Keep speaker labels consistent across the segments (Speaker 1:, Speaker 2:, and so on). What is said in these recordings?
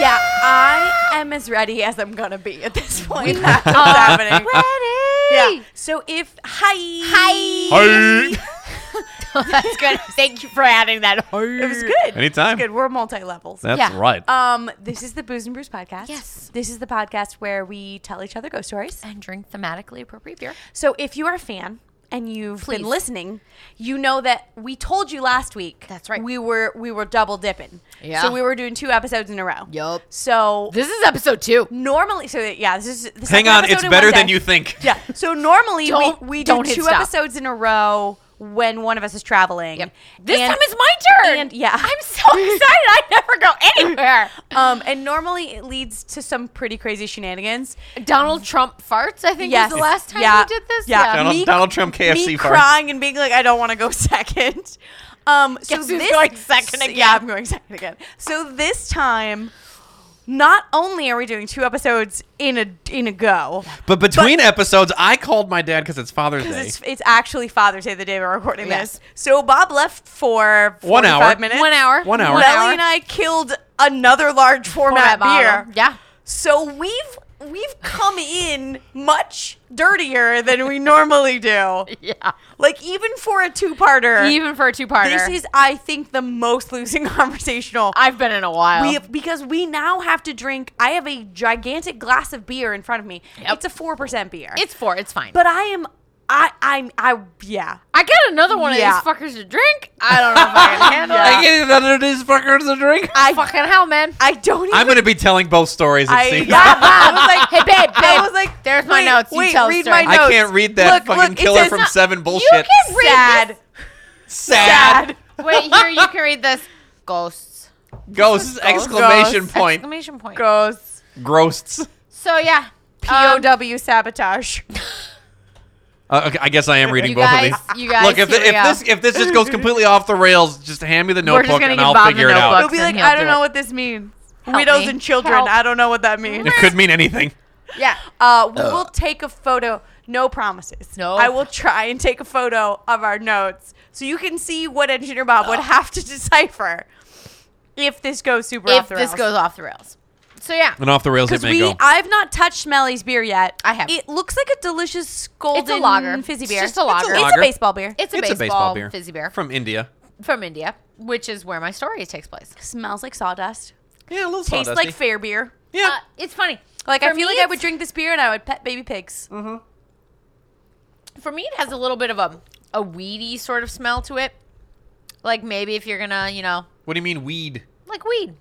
Speaker 1: Yeah, I am as ready as I'm gonna be at this point. That's what's
Speaker 2: Uh,
Speaker 1: happening. Yeah. So if hi
Speaker 3: Hi.
Speaker 2: That's good. Thank you for adding that.
Speaker 1: it was good.
Speaker 3: Anytime.
Speaker 1: It's good. We're multi levels.
Speaker 3: That's
Speaker 2: Yeah.
Speaker 3: right.
Speaker 1: Um, this is the Booze and Brews podcast.
Speaker 2: Yes.
Speaker 1: This is the podcast where we tell each other ghost stories.
Speaker 2: And drink thematically appropriate beer.
Speaker 1: So if you are a fan and you've
Speaker 2: Please.
Speaker 1: been listening, you know that we told you last week.
Speaker 2: That's right.
Speaker 1: We were we were double dipping.
Speaker 2: Yeah.
Speaker 1: So we were doing two episodes in a row.
Speaker 2: Yup.
Speaker 1: So
Speaker 2: This is episode two.
Speaker 1: normally, so yeah, this is the
Speaker 3: Hang
Speaker 1: second
Speaker 3: on,
Speaker 1: episode
Speaker 3: it's
Speaker 1: in
Speaker 3: better
Speaker 1: one
Speaker 3: than
Speaker 1: day.
Speaker 3: you think.
Speaker 1: Yeah. So normally
Speaker 2: Don't-
Speaker 1: we, we do
Speaker 2: don't hit
Speaker 1: two
Speaker 2: stop.
Speaker 1: episodes in a row when one of us is traveling.
Speaker 2: Yep. This
Speaker 1: And-
Speaker 2: time it's my turn.
Speaker 1: and- yeah.
Speaker 2: I'm so excited. I never go anywhere.
Speaker 1: Um, and normally it leads to some pretty crazy shenanigans.
Speaker 2: Donald Trump farts. I think
Speaker 1: Yes.
Speaker 2: was the last time
Speaker 1: Yeah.
Speaker 2: we did this.
Speaker 1: Yeah.
Speaker 3: Donald,
Speaker 1: me-
Speaker 3: Donald Trump KFC
Speaker 1: me
Speaker 3: farts.
Speaker 1: crying and being like, I don't want to go second. Um, so
Speaker 2: Guess who's
Speaker 1: this
Speaker 2: going second
Speaker 1: s-
Speaker 2: again?
Speaker 1: Yeah, I'm going second again. So this time, not only are we doing two episodes in a in a go,
Speaker 3: But between episodes, I called my dad because it's Father's Day.
Speaker 1: because it's, it's actually Father's Day the day we're recording
Speaker 2: Yeah.
Speaker 1: this. So Bob left for
Speaker 3: One hour.
Speaker 1: 45 minutes.
Speaker 2: One hour.
Speaker 3: One hour.
Speaker 1: Lily
Speaker 3: One
Speaker 1: and I killed another large format,
Speaker 2: Format
Speaker 1: beer.
Speaker 2: bottle. Yeah.
Speaker 1: So we've we've come in much dirtier than we normally do.
Speaker 2: Yeah.
Speaker 1: Like even for a two-parter,
Speaker 2: Even for a two-parter.
Speaker 1: this is I think the most losing conversational.
Speaker 2: I've been in a while.
Speaker 1: we have, because we now have to drink. I have a gigantic glass of beer in front of me.
Speaker 2: Yep.
Speaker 1: It's a four percent beer.
Speaker 2: it's four. It's fine.
Speaker 1: but I am I I'm I yeah.
Speaker 2: I got another one
Speaker 1: Yeah.
Speaker 2: of these fuckers to drink. I don't know if I can handle
Speaker 1: Yeah.
Speaker 3: I
Speaker 2: it.
Speaker 3: get another of these fuckers a drink.
Speaker 1: I
Speaker 2: Fucking hell, man.
Speaker 1: I don't even.
Speaker 3: I'm going to be telling both stories. It
Speaker 1: I,
Speaker 3: seems.
Speaker 1: yeah, I was like,
Speaker 2: Hey, babe, babe.
Speaker 1: I was like,
Speaker 2: there's my
Speaker 1: wait,
Speaker 2: notes. You
Speaker 1: Wait,
Speaker 2: tell the
Speaker 1: read
Speaker 2: story.
Speaker 1: my
Speaker 3: I
Speaker 1: notes.
Speaker 3: can't read that
Speaker 1: Look,
Speaker 3: fucking
Speaker 1: look, it
Speaker 3: killer
Speaker 1: says
Speaker 3: from
Speaker 1: not-
Speaker 3: Seven bullshit.
Speaker 2: can read
Speaker 1: Sad.
Speaker 3: Sad.
Speaker 1: Sad.
Speaker 2: Wait, here you can read this. Ghosts.
Speaker 3: Ghosts! Exclamation
Speaker 1: Ghosts.
Speaker 3: point.
Speaker 2: Exclamation point.
Speaker 1: Goes
Speaker 3: Ghosts.
Speaker 2: So yeah.
Speaker 1: POW
Speaker 2: um,
Speaker 1: sabotage.
Speaker 3: Uh, okay, I guess I am reading
Speaker 2: you
Speaker 3: both
Speaker 2: guys,
Speaker 3: of these.
Speaker 2: you guys,
Speaker 3: Look, if,
Speaker 2: here
Speaker 3: the,
Speaker 2: we
Speaker 3: if
Speaker 2: go.
Speaker 3: this if this just goes completely off the rails, just hand me the
Speaker 2: We're just
Speaker 3: notebook
Speaker 2: gonna
Speaker 3: and
Speaker 2: give
Speaker 3: I'll
Speaker 2: Bob the
Speaker 3: figure it
Speaker 2: notebook.
Speaker 3: out.
Speaker 1: It'll be like,
Speaker 2: Then he'll
Speaker 1: I don't
Speaker 2: do
Speaker 1: know
Speaker 2: it.
Speaker 1: what this means.
Speaker 2: Help
Speaker 1: Widows
Speaker 2: me.
Speaker 1: and children.
Speaker 2: Help.
Speaker 1: I don't know what that means.
Speaker 3: It could mean anything.
Speaker 2: yeah.
Speaker 1: Uh, we will take a photo. No promises.
Speaker 2: No.
Speaker 1: I will try and take a photo of our notes so you can see what Engineer Bob would have to decipher if this goes super
Speaker 2: If
Speaker 1: off the
Speaker 2: this
Speaker 1: rails.
Speaker 2: goes off the rails. So yeah.
Speaker 3: And off the rails it
Speaker 1: Because
Speaker 3: may
Speaker 1: we,
Speaker 3: go.
Speaker 1: I've not touched Smelly's beer yet.
Speaker 2: I have.
Speaker 1: It looks like a delicious golden
Speaker 2: It's a lager.
Speaker 1: fizzy
Speaker 2: It's
Speaker 1: beer.
Speaker 2: just a lager.
Speaker 1: It's a,
Speaker 3: lager.
Speaker 1: baseball beer. It
Speaker 2: It's a, baseball, fizzy beer from,
Speaker 3: from India.
Speaker 2: India, which is where my story takes place.
Speaker 1: smells like sawdust.
Speaker 3: Yeah, a little
Speaker 1: Tastes
Speaker 3: sawdusty.
Speaker 1: like fair beer.
Speaker 3: Yeah.
Speaker 2: Uh, it's funny.
Speaker 1: Like I
Speaker 2: For
Speaker 1: feel
Speaker 2: me,
Speaker 1: like I would
Speaker 2: it's- Mm-hmm.
Speaker 1: drink this beer and I would pet baby pigs.
Speaker 2: For me, it has a little bit of a a weedy sort of smell to it. Like maybe if you're gonna, you know,
Speaker 3: what do you mean weed?
Speaker 2: like weed,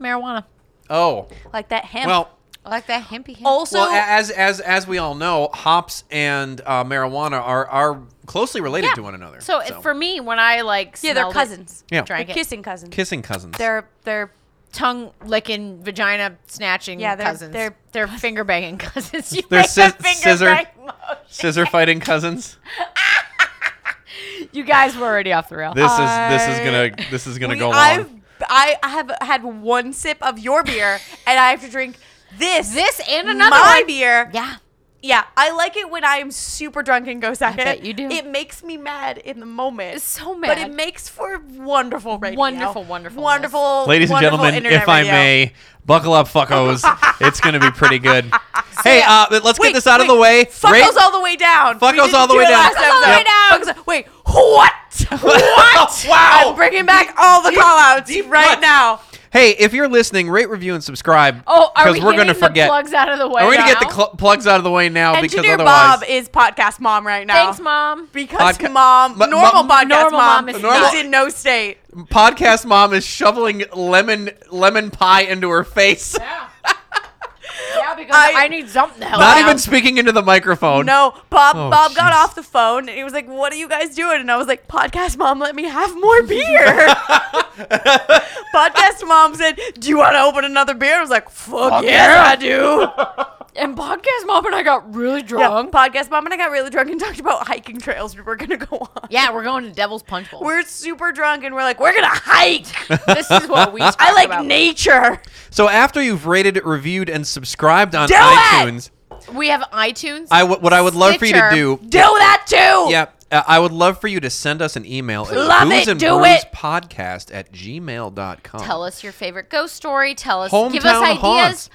Speaker 2: marijuana,
Speaker 3: Oh,
Speaker 1: Like that hemp.
Speaker 3: well,
Speaker 2: like that hempy hemp.
Speaker 1: also
Speaker 3: well, a- as as as we all know, hops and uh, marijuana are are closely related
Speaker 2: Yeah.
Speaker 3: to one another.
Speaker 2: So, it- for me, when I like,
Speaker 1: yeah, they're
Speaker 2: smelled it,
Speaker 1: cousins.
Speaker 3: Yeah.
Speaker 1: They're
Speaker 2: drank it,
Speaker 1: kissing cousins.
Speaker 3: kissing cousins.
Speaker 1: They're they're
Speaker 2: tongue licking, vagina snatching
Speaker 1: Yeah, they're-
Speaker 2: cousins.
Speaker 1: they're-
Speaker 2: they're finger banging cousins. You
Speaker 3: They're
Speaker 2: make
Speaker 3: scis-
Speaker 2: the finger
Speaker 3: scissor-
Speaker 2: bang motion.
Speaker 3: Scissor fighting cousins.
Speaker 2: You guys were already off the rail.
Speaker 3: This is this is gonna this is gonna
Speaker 1: We-
Speaker 3: go
Speaker 1: I've,
Speaker 3: on.
Speaker 1: I I have had one sip of your beer and I have to drink this
Speaker 2: This and another
Speaker 1: my
Speaker 2: one.
Speaker 1: beer.
Speaker 2: yeah.
Speaker 1: Yeah, I like it when I am super drunk and go second.
Speaker 2: bet you do.
Speaker 1: It makes me mad in the moment.
Speaker 2: It's so
Speaker 1: But
Speaker 2: mad.
Speaker 1: it makes for wonderful radio.
Speaker 2: Wonderful wonderfulness.
Speaker 1: Wonderful.
Speaker 3: Ladies and
Speaker 1: wonderful
Speaker 3: gentlemen,
Speaker 1: internet
Speaker 3: if I
Speaker 1: radio.
Speaker 3: may, buckle up, fuckos. it's gonna be pretty good. hey, uh, let's
Speaker 1: Wait,
Speaker 3: get this out of
Speaker 1: wait,
Speaker 3: the way.
Speaker 1: Fuck
Speaker 3: Rate-
Speaker 1: goes all the way down.
Speaker 3: Fuck
Speaker 1: We
Speaker 3: goes
Speaker 1: didn't
Speaker 3: all the
Speaker 1: do
Speaker 3: way
Speaker 1: it
Speaker 3: down.
Speaker 1: last
Speaker 3: Fuck goes all the
Speaker 1: episode.
Speaker 3: way
Speaker 1: Fuck goes- Wait, what? what?
Speaker 3: Wow.
Speaker 1: I'm bringing back all the call outs
Speaker 3: deep
Speaker 1: right
Speaker 3: cuts.
Speaker 1: now.
Speaker 3: Hey, if you're listening, rate, review, and subscribe.
Speaker 2: Oh, are we
Speaker 3: Because we're
Speaker 2: getting
Speaker 3: gonna forget.
Speaker 2: the plugs out of the way?
Speaker 3: Are we gonna get the
Speaker 2: now?
Speaker 3: cl- plugs out of the way now? because
Speaker 1: Engineer
Speaker 3: otherwise,
Speaker 1: Bob is podcast mom right now.
Speaker 2: Thanks, mom.
Speaker 1: Because
Speaker 3: Podca-
Speaker 1: mom,
Speaker 3: Ma-
Speaker 1: normal
Speaker 3: ma-
Speaker 1: podcast
Speaker 2: normal
Speaker 1: mom,
Speaker 2: mom is
Speaker 3: Normal- not.
Speaker 1: is in no state.
Speaker 3: podcast mom is shoveling lemon lemon pie into her face.
Speaker 2: Yeah, because
Speaker 1: I-
Speaker 2: I, need something to help.
Speaker 3: Not
Speaker 2: out.
Speaker 3: even speaking into the microphone.
Speaker 1: No, Bob.
Speaker 3: Oh,
Speaker 1: Bob got
Speaker 3: jeez.
Speaker 1: off the phone and he was like, "What are you guys doing?" And I was like, "Podcast mom, let me have more beer." Podcast mom said, "Do you want to open another beer?" I was like, "Fuck yes, I do."
Speaker 2: And podcast mom and I got really
Speaker 1: Yeah,
Speaker 2: drunk.
Speaker 1: podcast mom and I got really drunk and talked about hiking trails we we're gonna go on.
Speaker 2: Yeah, we're going to Devil's Punch Bowl.
Speaker 1: We're super drunk and we're like, we're gonna hike.
Speaker 2: this is what we. Talk
Speaker 1: I like
Speaker 2: about.
Speaker 1: nature.
Speaker 3: So after you've rated, reviewed, and subscribed on
Speaker 1: Do it!
Speaker 3: iTunes,
Speaker 2: We have iTunes.
Speaker 3: I w- what I would love for you to
Speaker 2: Stitcher.
Speaker 3: do.
Speaker 1: Do that too.
Speaker 3: Yeah, uh, I would love for you to send us an email at
Speaker 1: Love
Speaker 3: booze
Speaker 1: it,
Speaker 3: and
Speaker 1: do
Speaker 3: brews
Speaker 1: it.
Speaker 3: podcast at gmail.com.
Speaker 2: tell us your favorite ghost story. Tell us.
Speaker 3: Hometown
Speaker 2: give us ideas.
Speaker 3: haunts.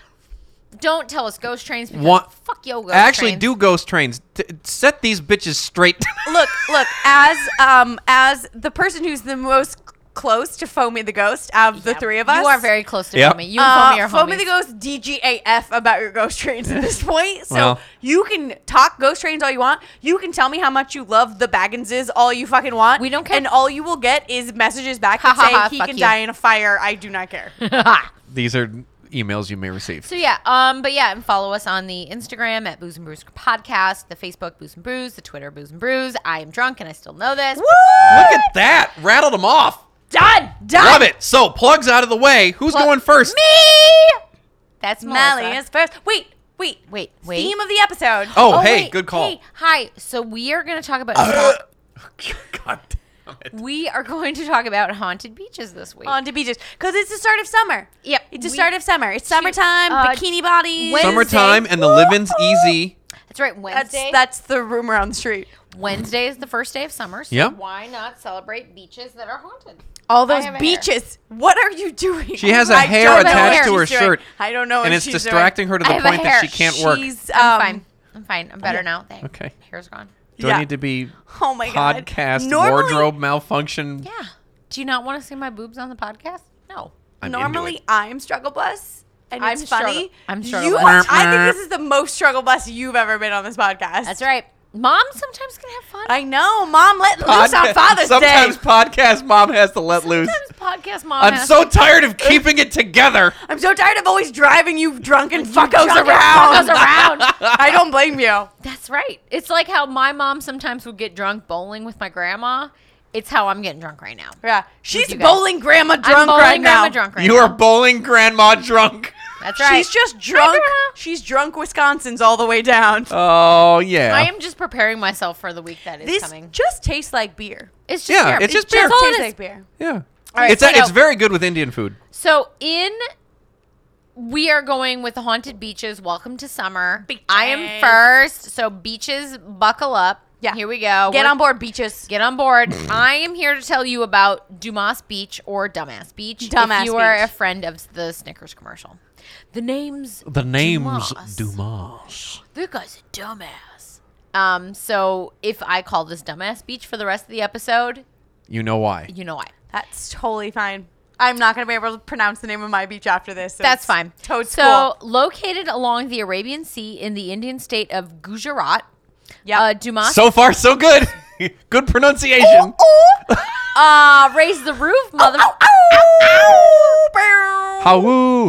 Speaker 2: Don't tell us ghost trains because
Speaker 3: Want-
Speaker 2: fuck yo ghost
Speaker 3: Actually,
Speaker 2: trains.
Speaker 3: do ghost trains. T- set these bitches straight.
Speaker 1: Look, look. As um, as the person who's the most close to Foamy the Ghost of the three of us,
Speaker 2: You are very close to
Speaker 3: Yep.
Speaker 2: Foamy. You and Foamy are
Speaker 1: Foamy
Speaker 2: homies.
Speaker 1: Uh, the Ghost DGAF about your ghost trains at this point. So
Speaker 3: Well.
Speaker 1: you can talk ghost trains all you want. You can tell me how much you love the Bagginses all you fucking want.
Speaker 2: We don't care.
Speaker 1: And all you will get is messages back
Speaker 2: Ha,
Speaker 1: that
Speaker 2: ha, ha,
Speaker 1: say he
Speaker 2: fuck
Speaker 1: can
Speaker 2: you."
Speaker 1: die in a fire. I do not care.
Speaker 3: these are emails you may receive.
Speaker 2: So yeah, um, but yeah, and follow us on the Instagram at Booze and Brews Podcast, the Facebook Booze and Brews, the Twitter Booze and Brews. I am drunk and I still know this.
Speaker 3: Look at that. Rattled them off.
Speaker 1: Done. Done.
Speaker 3: Love it. So, plugs out of the way. Who's
Speaker 2: Plug-
Speaker 3: going first?
Speaker 2: Me. That's
Speaker 1: Melly
Speaker 2: Melissa.
Speaker 1: is first. Wait, wait,
Speaker 2: Wait, wait.
Speaker 1: Theme of the episode.
Speaker 3: Oh, hey,
Speaker 2: wait,
Speaker 3: good call.
Speaker 2: hey, hi. So we are going to talk about
Speaker 3: God damn it.
Speaker 2: we are going to talk about haunted beaches this week.
Speaker 1: On to beaches because it's the start of summer.
Speaker 2: Yep.
Speaker 1: It's the
Speaker 2: We-
Speaker 1: start of summer. It's summertime.
Speaker 2: uh,
Speaker 1: bikini bodies.
Speaker 2: Wednesday.
Speaker 3: Summertime and the living's easy.
Speaker 2: That's right. Wednesday.
Speaker 1: That's that's the rumor on the street.
Speaker 2: Wednesday is the first day of summer. So
Speaker 3: Yep.
Speaker 2: why not celebrate beaches that are haunted?
Speaker 1: All
Speaker 2: I
Speaker 1: those
Speaker 2: have a hair.
Speaker 1: beaches. What are you doing?
Speaker 3: She has a
Speaker 1: I
Speaker 3: hair
Speaker 1: don't know
Speaker 2: attached
Speaker 1: what
Speaker 2: to
Speaker 1: she's
Speaker 3: her
Speaker 1: doing.
Speaker 3: shirt,
Speaker 1: I don't know what
Speaker 3: and it's
Speaker 1: she's
Speaker 3: distracting her to
Speaker 2: Oh, I
Speaker 3: the
Speaker 2: have a
Speaker 3: point that
Speaker 2: hair.
Speaker 3: she can't
Speaker 1: doing.
Speaker 3: work.
Speaker 1: She's, um,
Speaker 2: I'm fine. I'm fine. I'm better now. Thanks.
Speaker 3: Okay.
Speaker 2: Hair's gone.
Speaker 3: Do
Speaker 1: yeah.
Speaker 3: I need to be
Speaker 1: Oh my god.
Speaker 3: podcast
Speaker 1: Normally-
Speaker 3: wardrobe malfunction?
Speaker 2: Yeah. Do you not want to see my boobs on the podcast? No.
Speaker 3: I'm into
Speaker 1: normally
Speaker 3: it.
Speaker 1: I'm struggle bus. And
Speaker 2: I'm
Speaker 1: it's funny.
Speaker 2: struggle- I'm
Speaker 1: You,
Speaker 2: struggle
Speaker 1: I
Speaker 2: bus.
Speaker 1: think this is the most struggle bus you've ever been on this podcast.
Speaker 2: That's right. Mom sometimes can have fun.
Speaker 1: I know, Mom. Let loose on
Speaker 3: Podca-
Speaker 1: Father's
Speaker 3: Sometimes
Speaker 1: Day.
Speaker 3: podcast mom has to let loose.
Speaker 2: sometimes podcast mom.
Speaker 3: I'm
Speaker 2: has-
Speaker 3: so tired of keeping it together.
Speaker 1: I'm so tired of always driving you drunken fuckos
Speaker 2: drunk and
Speaker 1: around.
Speaker 2: fuckos around.
Speaker 1: I don't blame you.
Speaker 2: That's right. It's like how my mom sometimes would get drunk bowling with my grandma. It's how I'm getting drunk right now.
Speaker 1: Yeah, she's
Speaker 2: you guys.
Speaker 1: bowling grandma drunk
Speaker 2: I'm bowling
Speaker 1: right
Speaker 2: grandma
Speaker 1: now.
Speaker 2: drunk right
Speaker 3: You
Speaker 2: now.
Speaker 3: are bowling grandma drunk.
Speaker 2: That's right.
Speaker 1: She's just drunk.
Speaker 2: grandma.
Speaker 1: She's drunk. Wisconsin's all the way down.
Speaker 3: Oh yeah.
Speaker 2: I am just preparing myself for the week that is
Speaker 1: this
Speaker 2: coming.
Speaker 1: just tastes like beer.
Speaker 2: It's just
Speaker 3: Yeah,
Speaker 2: beer.
Speaker 3: it's just
Speaker 1: It
Speaker 3: beer.
Speaker 2: That's all
Speaker 1: tastes
Speaker 2: it is.
Speaker 1: like beer.
Speaker 3: yeah.
Speaker 1: right,
Speaker 3: it's a-
Speaker 2: so-
Speaker 3: it's very good with Indian food.
Speaker 2: So in we are going with the haunted beaches. Welcome to summer. I am
Speaker 1: Beaches.
Speaker 2: first. So beaches, buckle up.
Speaker 1: Yeah.
Speaker 2: Here we go.
Speaker 1: Get
Speaker 2: We're-
Speaker 1: on board, beaches.
Speaker 2: Get on board. I am here to tell you about Dumas Beach or Dumbass Beach.
Speaker 1: Dumbass
Speaker 2: if you are
Speaker 1: Beach.
Speaker 2: a friend of the Snickers commercial. The name's
Speaker 3: The name's
Speaker 2: Dumas.
Speaker 3: Dumas.
Speaker 2: That guy's a dumbass. Um, so if I call this dumbass beach for the rest of the episode,
Speaker 3: You know why?
Speaker 2: you know why.
Speaker 1: That's totally fine. I'm not gonna be able to pronounce the name of my beach after this. so
Speaker 2: That's
Speaker 1: it's
Speaker 2: fine.
Speaker 1: Toad
Speaker 2: so, uh,
Speaker 1: school.
Speaker 2: located along the Arabian Sea in the Indian state of Gujarat,
Speaker 1: Yeah.
Speaker 2: uh, Dumas
Speaker 3: So far, so good. good pronunciation.
Speaker 1: Oh,
Speaker 2: uh, raise the roof, mother.
Speaker 1: oh.
Speaker 3: Howoo.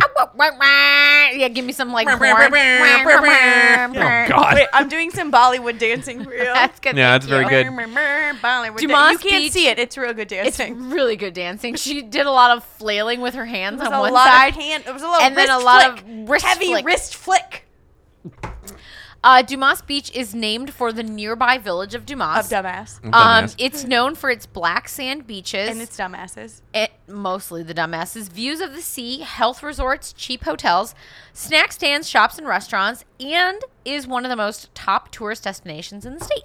Speaker 2: Yeah, give me some like horn.
Speaker 3: Oh
Speaker 2: That's
Speaker 3: God.
Speaker 1: Wait, I'm doing some Bollywood dancing for you.
Speaker 2: good.
Speaker 3: Yeah,
Speaker 2: thank
Speaker 3: that's very
Speaker 2: you.
Speaker 3: good.
Speaker 1: Bollywood.
Speaker 2: Dumas
Speaker 1: you can't
Speaker 2: Beach-
Speaker 1: see it. It's real good
Speaker 2: It's
Speaker 1: dancing.
Speaker 2: really good dancing. She did a lot of flailing with her hands
Speaker 1: It was
Speaker 2: on
Speaker 1: a
Speaker 2: one
Speaker 1: lot
Speaker 2: side.
Speaker 1: of hand. It was a lot
Speaker 2: and
Speaker 1: of
Speaker 2: then a
Speaker 1: wrist
Speaker 2: lot
Speaker 1: flick.
Speaker 2: of wrist
Speaker 1: heavy
Speaker 2: flick.
Speaker 1: wrist flick
Speaker 2: Uh, Dumas Beach is named for the nearby village of Dumas.
Speaker 1: of dumbass.
Speaker 2: Um,
Speaker 3: Dumbass.
Speaker 2: it's known for its black sand beaches
Speaker 1: And it's dumbasses.
Speaker 2: it, mostly the dumbasses, views of the sea, health resorts, cheap hotels, snack stands, shops, and restaurants, and is one of the most top tourist destinations in the state.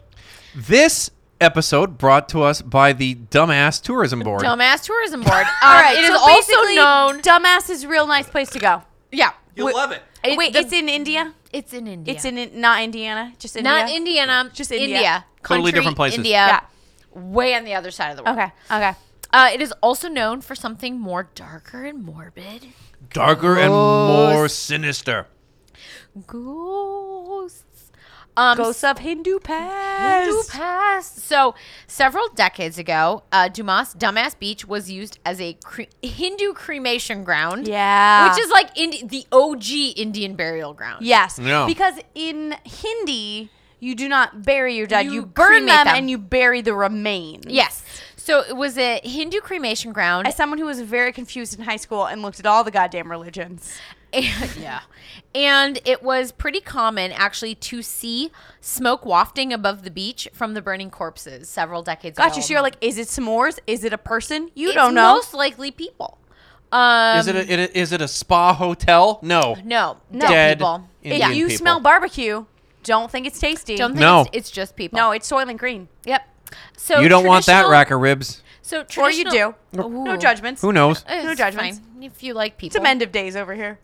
Speaker 3: This episode brought to us by the Dumbass Tourism Board.
Speaker 2: Dumbass Tourism Board. Um,
Speaker 1: All right.
Speaker 2: it is
Speaker 1: so
Speaker 2: also
Speaker 1: basically,
Speaker 2: known.
Speaker 1: Dumbass is a real nice place to go.
Speaker 2: yeah.
Speaker 3: You'll love it.
Speaker 2: It-
Speaker 1: Wait,
Speaker 2: the-
Speaker 1: it's in India.
Speaker 2: it's in India.
Speaker 1: It's in, in not Indiana, just India.
Speaker 2: not Indiana,
Speaker 1: Just
Speaker 2: just
Speaker 1: India.
Speaker 2: India. Country,
Speaker 3: Totally different places.
Speaker 2: India,
Speaker 1: Yeah.
Speaker 2: way on the other side of the world.
Speaker 1: Okay. Okay.
Speaker 2: Uh, it is also known for something more darker and morbid.
Speaker 3: Darker and
Speaker 1: Oh,
Speaker 3: more sinister.
Speaker 2: Ghosts. Um,
Speaker 1: Ghosts of Hindu past.
Speaker 2: Hindu past. So, several decades ago, uh, Dumas Dumbass Beach was used as a cre- Hindu cremation ground.
Speaker 1: Yeah.
Speaker 2: Which is like Indi- the OG Indian burial ground.
Speaker 1: yes.
Speaker 3: Yeah.
Speaker 1: Because in Hindi, you do not bury your dead. You,
Speaker 2: You
Speaker 1: burn
Speaker 2: cremate
Speaker 1: them,
Speaker 2: them.
Speaker 1: and you bury the remains.
Speaker 2: Yes. So was it Hindu cremation ground?
Speaker 1: As someone who was very confused in high school and looked at all the goddamn religions.
Speaker 2: And- yeah. And it was pretty common actually to see smoke wafting above the beach from the burning corpses several decades ago.
Speaker 1: Gotcha. So you're like, is it s'mores? Is it a person? You
Speaker 2: It's
Speaker 1: don't know.
Speaker 2: Most likely people. Um,
Speaker 4: is it, a, it is it a spa hotel? No.
Speaker 2: no,
Speaker 1: No.
Speaker 2: no
Speaker 4: Dead
Speaker 2: people.
Speaker 4: Indian
Speaker 2: yeah.
Speaker 1: if you
Speaker 4: people.
Speaker 1: smell barbecue, don't think it's tasty.
Speaker 2: Don't think
Speaker 4: No.
Speaker 2: it's, it's just people.
Speaker 1: no, it's soylent green.
Speaker 2: Yep. So
Speaker 4: you don't want that
Speaker 2: traditional-
Speaker 4: rack of ribs.
Speaker 2: So
Speaker 1: Or you do.
Speaker 2: traditional-
Speaker 1: No
Speaker 2: Ooh. Eh,
Speaker 1: judgments.
Speaker 4: Who knows?
Speaker 2: It's
Speaker 1: No judgments.
Speaker 2: fine If you like people.
Speaker 1: It's a mend of days over here.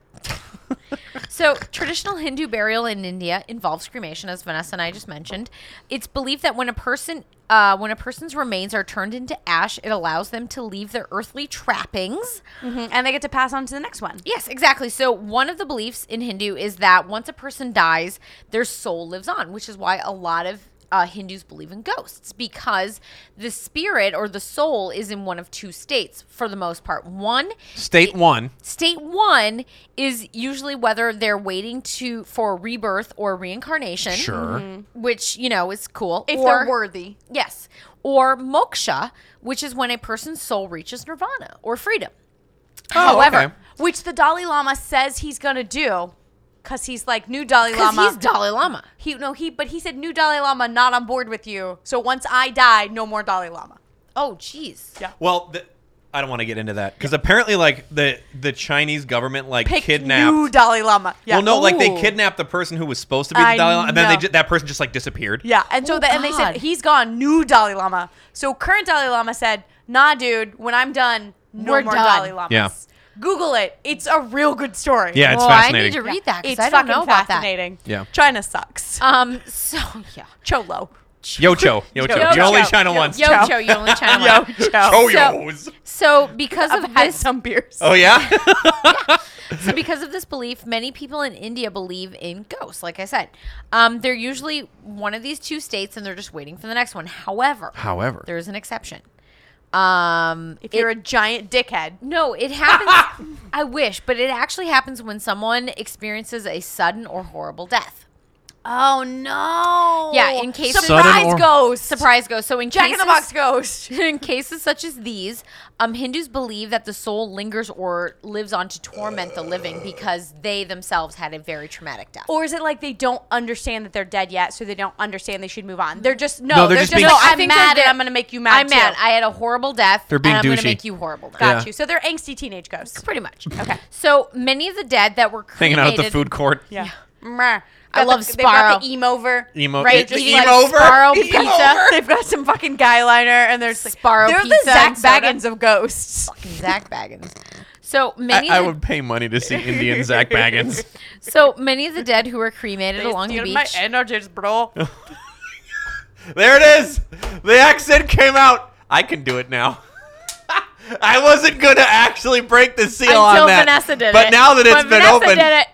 Speaker 2: So, traditional Hindu burial in India involves cremation, as Vanessa and I just mentioned. It's believed that when a person, uh, when a person's remains are turned into ash, it allows them to leave their earthly trappings.
Speaker 1: And they get to pass on to the next one.
Speaker 2: Yes, exactly. So, one of the beliefs in Hindu is that once a person dies, their soul lives on, which is why a lot of uh, Hindus believe in ghosts because the spirit or the soul is in one of two states for the most part. One
Speaker 4: State one.
Speaker 2: State one is usually whether they're waiting to for rebirth or reincarnation,
Speaker 4: Sure.
Speaker 1: Mm-hmm.
Speaker 2: which you know is cool.
Speaker 1: If
Speaker 2: or,
Speaker 1: they're worthy.
Speaker 2: yes, or moksha, which is when a person's soul reaches nirvana or freedom. However,
Speaker 4: Oh, okay.
Speaker 1: Which the Dalai Lama says he's gonna do. Cause he's like new Dalai
Speaker 2: 'cause
Speaker 1: Lama.
Speaker 2: he's Dalai Lama.
Speaker 1: he no he but he said new Dalai Lama not on board with you. So once I die, no more Dalai Lama.
Speaker 2: Oh, jeez.
Speaker 1: Yeah.
Speaker 4: Well, th- I don't want to get into that because apparently, like the the Chinese government like
Speaker 1: Pick
Speaker 4: kidnapped.
Speaker 1: new Dalai Lama. Yeah.
Speaker 4: Well, no, like they
Speaker 2: Ooh.
Speaker 4: kidnapped the person who was supposed to be the
Speaker 1: I
Speaker 4: Dalai Lama, and then they
Speaker 1: know.
Speaker 4: ju- that person just like disappeared.
Speaker 1: Yeah, and so
Speaker 2: Oh,
Speaker 1: the, and they said
Speaker 2: God.
Speaker 1: he's gone. New Dalai Lama. So current Dalai Lama said, "Nah, dude. When I'm done, no
Speaker 2: We're
Speaker 1: more
Speaker 2: done."
Speaker 1: Dalai Lamas."
Speaker 4: Yeah.
Speaker 1: Google it. It's a real good story.
Speaker 4: Yeah, it's
Speaker 2: Well, I
Speaker 4: fascinating.
Speaker 2: need to read that because
Speaker 1: it's
Speaker 2: I
Speaker 1: fucking
Speaker 2: don't know about that.
Speaker 1: fascinating.
Speaker 4: Yeah.
Speaker 1: China sucks.
Speaker 2: Um. So yeah.
Speaker 1: Cholo.
Speaker 4: Yocho, Yocho,
Speaker 1: Yocho.
Speaker 4: you only China
Speaker 1: Yo-
Speaker 4: once.
Speaker 2: Yo,
Speaker 1: Chow.
Speaker 2: Joe, you only China
Speaker 1: Yo,
Speaker 2: one.
Speaker 1: Joe.
Speaker 4: Choyos.
Speaker 2: So because
Speaker 1: I've
Speaker 2: of
Speaker 1: had
Speaker 2: this,
Speaker 1: some beers.
Speaker 4: oh yeah.
Speaker 2: So, because of this belief, many people in India believe in ghosts. Like I said, um, they're usually one of these two states, and they're just waiting for the next one. However,
Speaker 4: However.
Speaker 2: there is an exception. Um,
Speaker 1: If you're a giant dickhead,
Speaker 2: no, it happens. I wish, but it actually happens when someone experiences a sudden or horrible death.
Speaker 1: Oh no!
Speaker 2: Yeah, in case-
Speaker 1: surprise
Speaker 4: Sudden or-
Speaker 1: ghost,
Speaker 2: Surprise ghost. So in
Speaker 1: Jack
Speaker 2: cases,
Speaker 1: in the Box ghost.
Speaker 2: in cases such as these, um, Hindus believe that the soul lingers or lives on to torment the living because they themselves had a very traumatic death.
Speaker 1: Or is it like they don't understand that they're dead yet, so they don't understand they should move on? They're just no,
Speaker 4: No,
Speaker 1: they're,
Speaker 4: they're
Speaker 1: just,
Speaker 4: just being-
Speaker 1: no.
Speaker 4: No, I
Speaker 1: I'm
Speaker 2: think
Speaker 1: mad,
Speaker 2: they're-
Speaker 1: and I'm gonna make you mad.
Speaker 2: I'm mad.
Speaker 1: too.
Speaker 2: I had a horrible death.
Speaker 4: They're being
Speaker 2: and I'm
Speaker 4: douchey.
Speaker 2: gonna make you horrible. Now.
Speaker 1: got
Speaker 4: Yeah.
Speaker 1: you. So they're angsty teenage ghosts.
Speaker 2: Pretty much.
Speaker 1: Okay.
Speaker 2: So many of the dead that were cremated,
Speaker 4: Hanging out at the food court.
Speaker 1: Yeah.
Speaker 2: I love
Speaker 1: They've got
Speaker 2: Sparrow.
Speaker 1: the emo over.
Speaker 4: Emo.
Speaker 2: Right,
Speaker 4: It's
Speaker 2: just
Speaker 4: emo
Speaker 2: like
Speaker 4: over.
Speaker 2: Sparrow
Speaker 4: Emo
Speaker 2: pizza.
Speaker 4: over.
Speaker 1: They've got some fucking guy liner, and there's like,
Speaker 2: Sparrow
Speaker 1: They're the
Speaker 2: pizza
Speaker 1: Zach
Speaker 2: and soda.
Speaker 1: Baggins of ghosts.
Speaker 2: Zach Baggins. So many.
Speaker 4: I, I
Speaker 2: of the,
Speaker 4: would pay money to see Indian Zach Baggins.
Speaker 2: So many of the dead who were cremated
Speaker 1: They
Speaker 2: along the
Speaker 1: steal
Speaker 2: beach.
Speaker 1: my energies, bro.
Speaker 4: There it is. The accent came out. I can do it now. I wasn't gonna actually break the seal
Speaker 2: until
Speaker 4: on that.
Speaker 2: Vanessa did
Speaker 4: but
Speaker 2: it.
Speaker 4: now that it's
Speaker 2: But
Speaker 4: been
Speaker 2: Vanessa
Speaker 4: open,
Speaker 2: did it.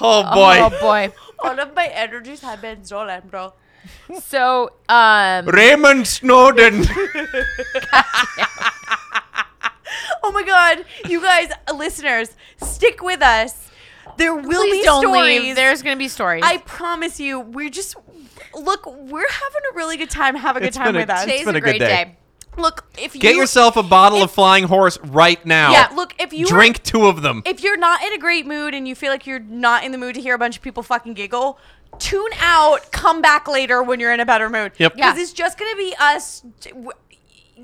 Speaker 4: oh boy,
Speaker 2: Oh boy.
Speaker 1: All of my energies have been stolen, bro.
Speaker 2: So um,
Speaker 4: Raymond Snowden.
Speaker 1: Oh my god, you guys, listeners, stick with us. There will
Speaker 2: please
Speaker 1: be
Speaker 2: don't
Speaker 1: stories.
Speaker 2: leave. There's gonna be stories.
Speaker 1: I promise you, we're just look. We're having a really good time. Have a good
Speaker 4: It's
Speaker 1: time
Speaker 4: been a-
Speaker 1: with us.
Speaker 4: it's
Speaker 2: Today's
Speaker 4: been
Speaker 2: a
Speaker 4: a good
Speaker 2: great
Speaker 4: day.
Speaker 2: day.
Speaker 1: Look, if
Speaker 4: Get
Speaker 1: you,
Speaker 4: yourself a bottle of Flying Horse right now.
Speaker 1: yeah. Look, if you are- Um,
Speaker 4: drink two of them.
Speaker 1: if you're not in a great mood and you feel like you're not in the mood to hear a bunch of people fucking giggle, tune out. Come back later when you're in a better mood.
Speaker 4: Yep.
Speaker 2: Yeah.
Speaker 1: Because it's just gonna be us.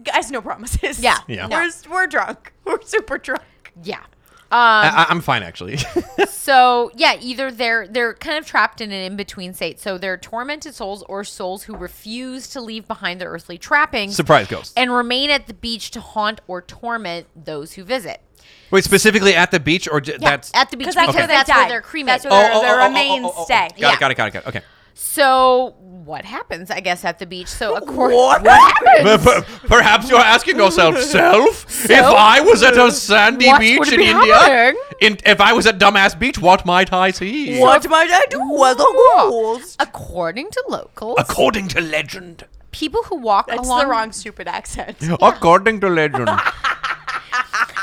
Speaker 1: Guys, no promises.
Speaker 2: Yeah.
Speaker 4: Yeah.
Speaker 1: We're we're drunk. We're super drunk.
Speaker 2: Yeah.
Speaker 4: I,
Speaker 2: Um,
Speaker 4: I- I'm fine actually.
Speaker 2: so yeah, either they're they're kind of trapped in an in between state. So they're tormented souls or souls who refuse to leave behind their earthly trappings.
Speaker 4: Surprise ghost.
Speaker 2: and remain at the beach to haunt or torment those who visit.
Speaker 4: Wait, specifically at the beach or j- that's. Oh,
Speaker 2: at the beach
Speaker 1: Because
Speaker 2: because
Speaker 1: that's
Speaker 2: that's,
Speaker 1: where they
Speaker 2: where
Speaker 1: died.
Speaker 2: they're
Speaker 1: That's
Speaker 2: cremated.
Speaker 1: where their, their remains stay.
Speaker 4: Got
Speaker 2: Yeah.
Speaker 4: it. Got it. Got it. Got it. Okay.
Speaker 2: so what happens, I guess, at the beach? So according
Speaker 1: What?
Speaker 2: happens?
Speaker 4: Per- per- Perhaps you're asking yourself, self, if I was at a sandy
Speaker 2: What
Speaker 4: beach
Speaker 2: would
Speaker 4: in
Speaker 2: be
Speaker 4: India,
Speaker 2: happening?
Speaker 4: in, if I was at dumbass beach, what might I see?
Speaker 1: What might I do with a ghost?
Speaker 2: According to locals,
Speaker 4: According to legend.
Speaker 2: people who walk
Speaker 1: That's
Speaker 2: along
Speaker 1: the wrong stupid accent.
Speaker 4: According to legend.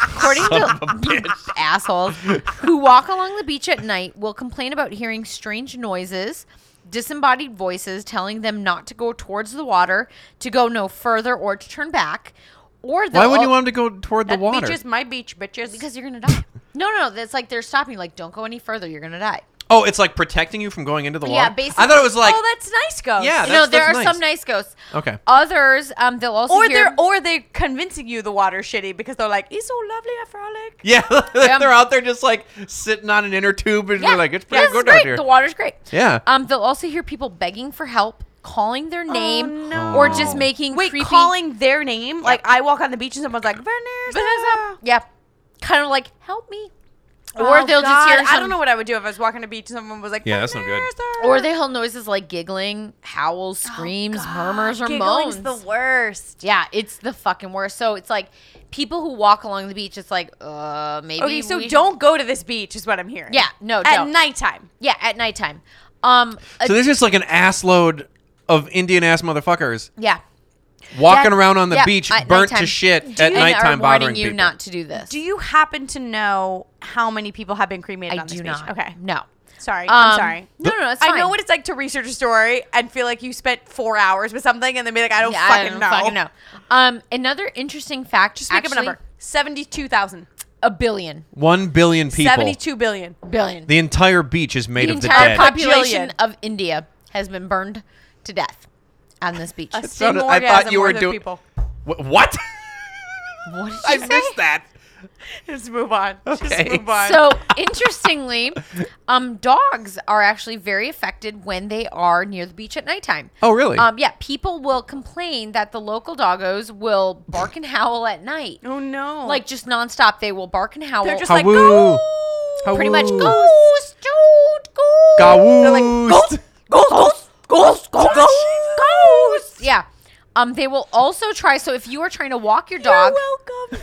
Speaker 2: according to assholes who walk along the beach at night will complain about hearing strange noises disembodied voices telling them not to go towards the water, to go no further, or to turn back. Or
Speaker 3: Why wouldn't you
Speaker 2: they'll-
Speaker 3: want him to go toward the
Speaker 1: That
Speaker 3: water?
Speaker 1: beach is my beach, bitches.
Speaker 2: Because you're gonna die. no, no, that's like they're stopping. you, Like, don't go any further. You're gonna die.
Speaker 3: oh, it's like protecting you from going into the water.
Speaker 2: Yeah, basically.
Speaker 3: I thought it was like
Speaker 1: oh, that's nice, ghost.
Speaker 3: Yeah,
Speaker 2: You know,
Speaker 3: that's-
Speaker 2: there are
Speaker 3: that's
Speaker 2: some
Speaker 3: nice.
Speaker 2: nice ghosts.
Speaker 3: Okay.
Speaker 2: Others, um, they'll also
Speaker 1: Or
Speaker 2: hear-
Speaker 1: they're or they're convincing you the water's shitty because they're like, "It's so lovely, I frolic."
Speaker 3: yeah,
Speaker 2: Yeah.
Speaker 3: they're out there just like sitting on an inner tube and they're like, it's pretty
Speaker 2: this
Speaker 3: good
Speaker 2: is
Speaker 3: out
Speaker 2: great.
Speaker 3: here.
Speaker 2: The water's great.
Speaker 3: Yeah.
Speaker 2: Um, they'll also hear people begging for help, calling their name, or just making
Speaker 1: Oh, Wait,
Speaker 2: creepy-
Speaker 1: calling their name? Like I walk on the beach and someone's like, "Vanessa."
Speaker 2: Vanessa. Yeah. Kind of like help me.
Speaker 1: Oh,
Speaker 2: or they'll just hear.
Speaker 1: God, I
Speaker 2: some-
Speaker 1: don't know what I would do if I was walking on the beach and someone was like,
Speaker 3: Yeah, that's not good.
Speaker 1: "Vanessa."
Speaker 2: Or they'll noises like giggling, howls, screams, murmurs, or
Speaker 1: Oh, Giggling's
Speaker 2: moans.
Speaker 1: the worst.
Speaker 2: Yeah, it's the fucking worst. So it's like people who walk along the beach. It's like, uh, maybe.
Speaker 1: Okay, so
Speaker 2: we-
Speaker 1: don't go to this beach is what I'm hearing.
Speaker 2: Yeah, no,
Speaker 1: at
Speaker 2: don't.
Speaker 1: nighttime.
Speaker 2: Yeah, at nighttime. Um. uh,
Speaker 3: So there's just like an ass load of Indian ass motherfuckers
Speaker 2: yeah.
Speaker 3: walking
Speaker 2: That-
Speaker 3: around on the
Speaker 2: yeah,
Speaker 3: beach,
Speaker 2: at
Speaker 3: burnt to
Speaker 2: nighttime.
Speaker 3: shit
Speaker 2: Do
Speaker 3: at
Speaker 2: you-
Speaker 3: nighttime,
Speaker 2: are
Speaker 3: bothering
Speaker 2: warning you
Speaker 3: people.
Speaker 2: not to do this.
Speaker 1: Do you happen to know how many people have been cremated
Speaker 2: I
Speaker 1: on this
Speaker 2: do
Speaker 1: beach?
Speaker 2: not.
Speaker 1: Okay,
Speaker 2: No.
Speaker 1: sorry, I'm
Speaker 2: Um,
Speaker 1: sorry.
Speaker 2: No, no, no. It's
Speaker 1: I know
Speaker 2: fine.
Speaker 1: what it's like to research a story and feel like you spent four hours with something and then be like, I don't,
Speaker 2: Yeah,
Speaker 1: fucking, know.
Speaker 2: Um, another interesting fact.
Speaker 1: Just make up a
Speaker 2: actually,
Speaker 1: number. 72,000.
Speaker 2: A billion.
Speaker 3: One billion people.
Speaker 1: 72 billion.
Speaker 2: Billion.
Speaker 3: The entire beach is made
Speaker 2: The
Speaker 3: of the
Speaker 2: entire
Speaker 3: dead.
Speaker 1: pop-
Speaker 2: population
Speaker 1: Bajillion.
Speaker 2: of India has been burned to death on this beach.
Speaker 1: A
Speaker 3: sounded-
Speaker 1: single
Speaker 3: I thought
Speaker 1: orgasm
Speaker 3: you were
Speaker 1: worth of
Speaker 3: doing-
Speaker 1: people.
Speaker 3: Wh- what?
Speaker 2: what did
Speaker 3: I
Speaker 2: you say?
Speaker 3: missed that.
Speaker 1: Just move on.
Speaker 3: Okay.
Speaker 1: Just move on.
Speaker 2: So interestingly, um, dogs are actually very affected when they are near the beach at nighttime.
Speaker 3: Oh, really?
Speaker 2: Um, yeah, people will complain that the local doggos will bark and howl at night,
Speaker 1: oh no.
Speaker 2: like just nonstop. They will bark and howl.
Speaker 1: they're just like,
Speaker 3: Hawoo.
Speaker 1: go.
Speaker 2: pretty much
Speaker 3: Hawoo.
Speaker 2: ghost, dude, ghost.
Speaker 1: They're like,
Speaker 3: Gawoost.
Speaker 1: ghost, ghost, ghost, ghost, ghost, ghost.
Speaker 2: Yeah. Um, they will also try. So if you are trying to walk your
Speaker 1: You're
Speaker 2: dog,
Speaker 1: welcome.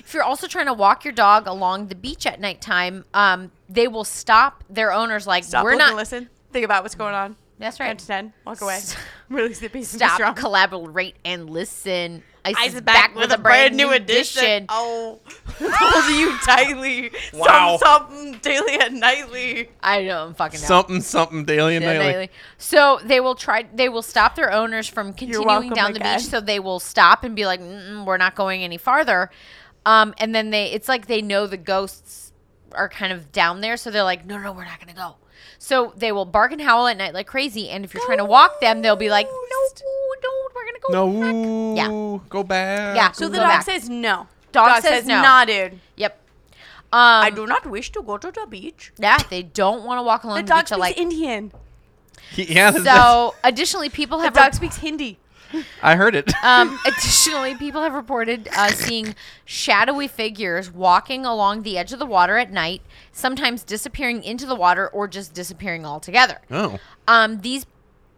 Speaker 2: if you're also trying to walk your dog along the beach at nighttime, um, they will stop their owners. Like
Speaker 1: Stop,
Speaker 2: we're
Speaker 1: look,
Speaker 2: not.
Speaker 1: and listen. Think about what's going on.
Speaker 2: That's
Speaker 1: Count
Speaker 2: right.
Speaker 1: to 10. Walk away.
Speaker 2: S-
Speaker 1: Release the piece
Speaker 2: Stop,
Speaker 1: Strong.
Speaker 2: collaborate, and listen. Ice,
Speaker 1: Ice is back, with, a brand, new edition. Oh, told you daily.
Speaker 3: Wow.
Speaker 1: Something, something daily and nightly.
Speaker 2: I don't fucking know.
Speaker 3: Something, something daily and
Speaker 2: Yeah,
Speaker 3: nightly.
Speaker 2: nightly. So they will try. They will stop their owners from continuing
Speaker 1: welcome
Speaker 2: down the
Speaker 1: again.
Speaker 2: beach. So they will stop and be like, Mm-mm, "We're not going any farther." Um, and then they, it's like they know the ghosts are kind of down there, so they're like, "No, no, we're not going to go." So they will bark and howl at night like crazy. And if you're trying to walk them, they'll be like, "No,
Speaker 1: Ghost.
Speaker 2: no, we're going to go."
Speaker 3: No.
Speaker 2: Yeah.
Speaker 3: Go back.
Speaker 2: Yeah.
Speaker 1: So
Speaker 2: Go
Speaker 1: the dog
Speaker 2: back.
Speaker 1: says no.
Speaker 2: Dog says no.
Speaker 1: nah, dude.
Speaker 2: Yep. Um,
Speaker 1: I do not wish to go to the beach.
Speaker 2: Yeah, they don't want to walk along
Speaker 1: The
Speaker 2: the,
Speaker 1: dog
Speaker 2: beach.
Speaker 1: speaks
Speaker 2: I Like
Speaker 1: Indian.
Speaker 3: He- yeah that's-
Speaker 2: so. Additionally, people
Speaker 1: The
Speaker 2: have
Speaker 1: dog speaks Hindi.
Speaker 3: I heard it.
Speaker 2: Um, additionally, people have reported uh, seeing shadowy figures walking along the edge of the water at night, sometimes disappearing into the water or just disappearing altogether.
Speaker 3: oh.
Speaker 2: Um, these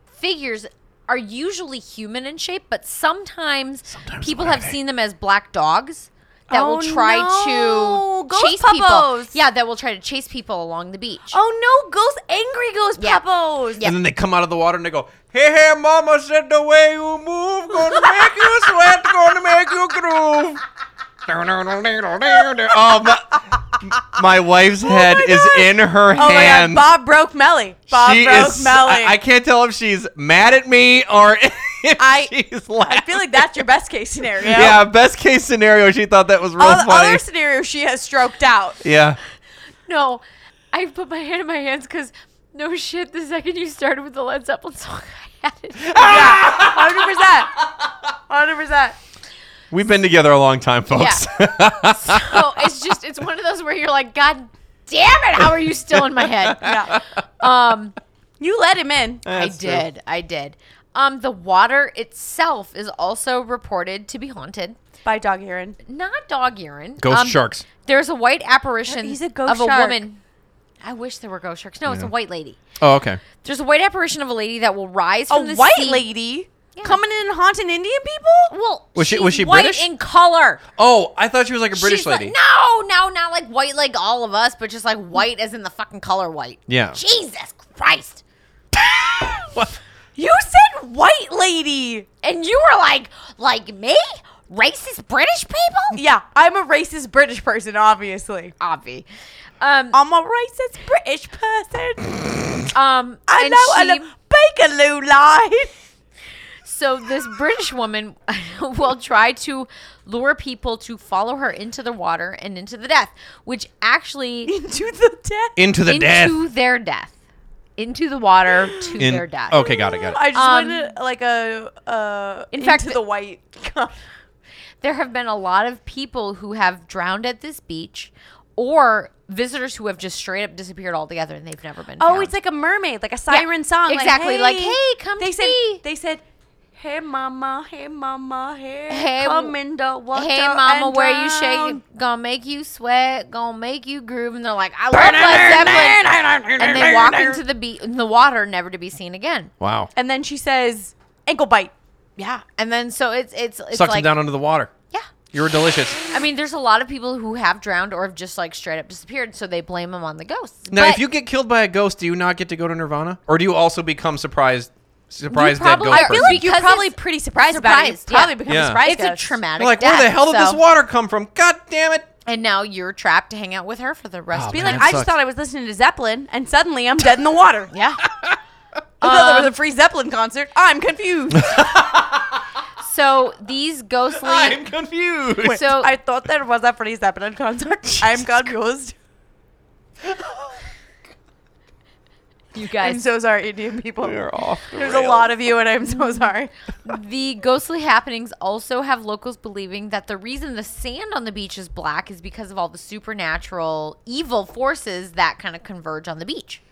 Speaker 2: figures are usually human in shape, but sometimes, people
Speaker 3: what are
Speaker 2: have
Speaker 3: they?
Speaker 2: seen them as black dogs that will
Speaker 1: Oh,
Speaker 2: try
Speaker 1: no.
Speaker 2: to
Speaker 1: Ghost
Speaker 2: chase
Speaker 1: puppos.
Speaker 2: people. Yeah, that will try to chase people along the beach.
Speaker 1: Oh no, ghost angry ghost
Speaker 2: Yeah.
Speaker 1: papos.
Speaker 2: Yeah.
Speaker 3: And then they come out of the water and they go, Hey, hey, mama said the way you move, gonna make you sweat, gonna make you groove. oh, my, my wife's head is in her
Speaker 1: Oh my
Speaker 3: hands.
Speaker 1: god, Bob broke Melly. Bob
Speaker 3: she
Speaker 1: broke
Speaker 3: is,
Speaker 1: Melly.
Speaker 3: I, I can't tell if she's mad at me or if
Speaker 1: I-
Speaker 3: she's laughing.
Speaker 1: I feel like that's your best case scenario.
Speaker 3: Yeah, best case scenario, she thought that was real
Speaker 1: All the
Speaker 3: funny.
Speaker 1: other scenario, she has stroked out.
Speaker 3: yeah.
Speaker 2: No, I put my hand in my hands because no shit. The second you started with the Led Zeppelin song, I had it.
Speaker 1: Yeah, hundred percent, hundred percent.
Speaker 3: We've been together a long time, folks.
Speaker 2: so it's just it's one of those where you're like, God damn it, how are you still in my head?
Speaker 1: Yeah,
Speaker 2: Um,
Speaker 1: you let him in.
Speaker 2: I
Speaker 3: That's true.
Speaker 2: did, I did. Um, the water itself is also reported to be haunted.
Speaker 1: By dog urine.
Speaker 2: Not dog urine.
Speaker 3: Ghost
Speaker 2: Um,
Speaker 3: sharks.
Speaker 2: There's a white apparition
Speaker 1: He's a ghost
Speaker 2: of a
Speaker 1: shark.
Speaker 2: woman. I wish there were ghost sharks. No, it's a white lady.
Speaker 3: Oh, okay.
Speaker 2: There's a white apparition of a lady that will rise
Speaker 1: A
Speaker 2: from the
Speaker 1: white
Speaker 2: sea.
Speaker 1: lady
Speaker 2: Yeah.
Speaker 1: coming in and haunting Indian people.
Speaker 2: Well,
Speaker 3: Was she-
Speaker 2: she's
Speaker 3: was she
Speaker 2: white
Speaker 3: British?
Speaker 2: in color?
Speaker 3: Oh, I thought she was like a British
Speaker 2: She's
Speaker 3: lady.
Speaker 2: Like, no, no, not like white like all of us, but just like white as in the fucking color white.
Speaker 3: Yeah.
Speaker 2: Jesus Christ.
Speaker 3: What?
Speaker 1: You said white lady.
Speaker 2: And you were like, like me? racist British people?
Speaker 1: Yeah, I'm a racist British person, obviously.
Speaker 2: Obvi. Um,
Speaker 1: I'm a racist British person.
Speaker 2: um,
Speaker 1: I know
Speaker 2: and she-
Speaker 1: a Bakerloo line.
Speaker 2: So this British woman will try to lure people to follow her into the water and into the death, which actually
Speaker 1: Into the death.
Speaker 4: Into the
Speaker 2: into
Speaker 4: death.
Speaker 2: their death, into the water to
Speaker 4: In-
Speaker 2: their death.
Speaker 4: Okay, got it, got it.
Speaker 1: I just
Speaker 2: Um,
Speaker 1: wanted like a uh
Speaker 2: in
Speaker 1: in
Speaker 2: fact, Oh,
Speaker 1: fact
Speaker 2: the-
Speaker 1: the white
Speaker 2: There have been a lot of people who have drowned at this beach, or visitors who have just straight up disappeared altogether and they've never been.
Speaker 1: Oh,
Speaker 2: found.
Speaker 1: it's like a mermaid, like a siren song.
Speaker 2: exactly, like, "Hey, come
Speaker 1: they
Speaker 2: to
Speaker 1: said,
Speaker 2: me."
Speaker 1: They said, "Hey mama, hey mama, hey,
Speaker 2: Hey,
Speaker 1: come
Speaker 2: w-
Speaker 1: in the water."
Speaker 2: Hey mama,
Speaker 1: and
Speaker 2: where you
Speaker 1: drown."
Speaker 2: shaking? Gonna make you sweat. Gonna make you groove. And they're like, I love Led Zeppelin. And they walk into the beach in the water, never to be seen again.
Speaker 4: Wow.
Speaker 1: And then she says, "Ankle bite."
Speaker 2: Yeah, and then so it's it's it's
Speaker 4: Sucks
Speaker 2: like
Speaker 4: him down under the water.
Speaker 2: yeah.
Speaker 4: You were delicious.
Speaker 2: I mean, there's a lot of people who have drowned or have just like straight up disappeared, so they blame them on the ghosts.
Speaker 4: Now,
Speaker 2: But
Speaker 4: if you get killed by a ghost, do you not get to go to Nirvana, or do you also become surprised, surprised
Speaker 2: You
Speaker 4: dead
Speaker 2: probably-
Speaker 4: ghost
Speaker 2: I feel
Speaker 4: person?
Speaker 2: like
Speaker 1: You're
Speaker 2: Because
Speaker 1: probably
Speaker 2: it's-
Speaker 1: pretty surprised, about it. You
Speaker 2: surprised, yeah.
Speaker 1: probably become
Speaker 4: Yeah.
Speaker 1: a surprise
Speaker 2: it's a
Speaker 1: ghost.
Speaker 2: traumatic.
Speaker 4: You're like,
Speaker 2: death,
Speaker 4: where the hell did this
Speaker 2: so-
Speaker 4: water come from? God damn it!
Speaker 2: And now you're trapped to hang out with her for the rest.
Speaker 4: Oh,
Speaker 2: of
Speaker 1: Be
Speaker 2: your
Speaker 4: man,
Speaker 1: like,
Speaker 4: that
Speaker 1: I just
Speaker 4: sucks.
Speaker 1: thought I was listening to Zeppelin, and suddenly I'm dead in the water.
Speaker 2: Yeah.
Speaker 1: I thought there was a free Zeppelin concert. I'm confused.
Speaker 2: So these ghostly.
Speaker 4: I'm confused.
Speaker 2: so
Speaker 1: I thought there was a free Zeppelin concert. I'm confused.
Speaker 2: you
Speaker 1: I'm
Speaker 2: guys,
Speaker 1: so sorry, Indian people.
Speaker 4: we are off. The
Speaker 1: There's a lot of you, and I'm so sorry.
Speaker 2: the ghostly happenings also have locals believing that the reason the sand on the beach is black is because of all the supernatural evil forces that kind of converge on the beach.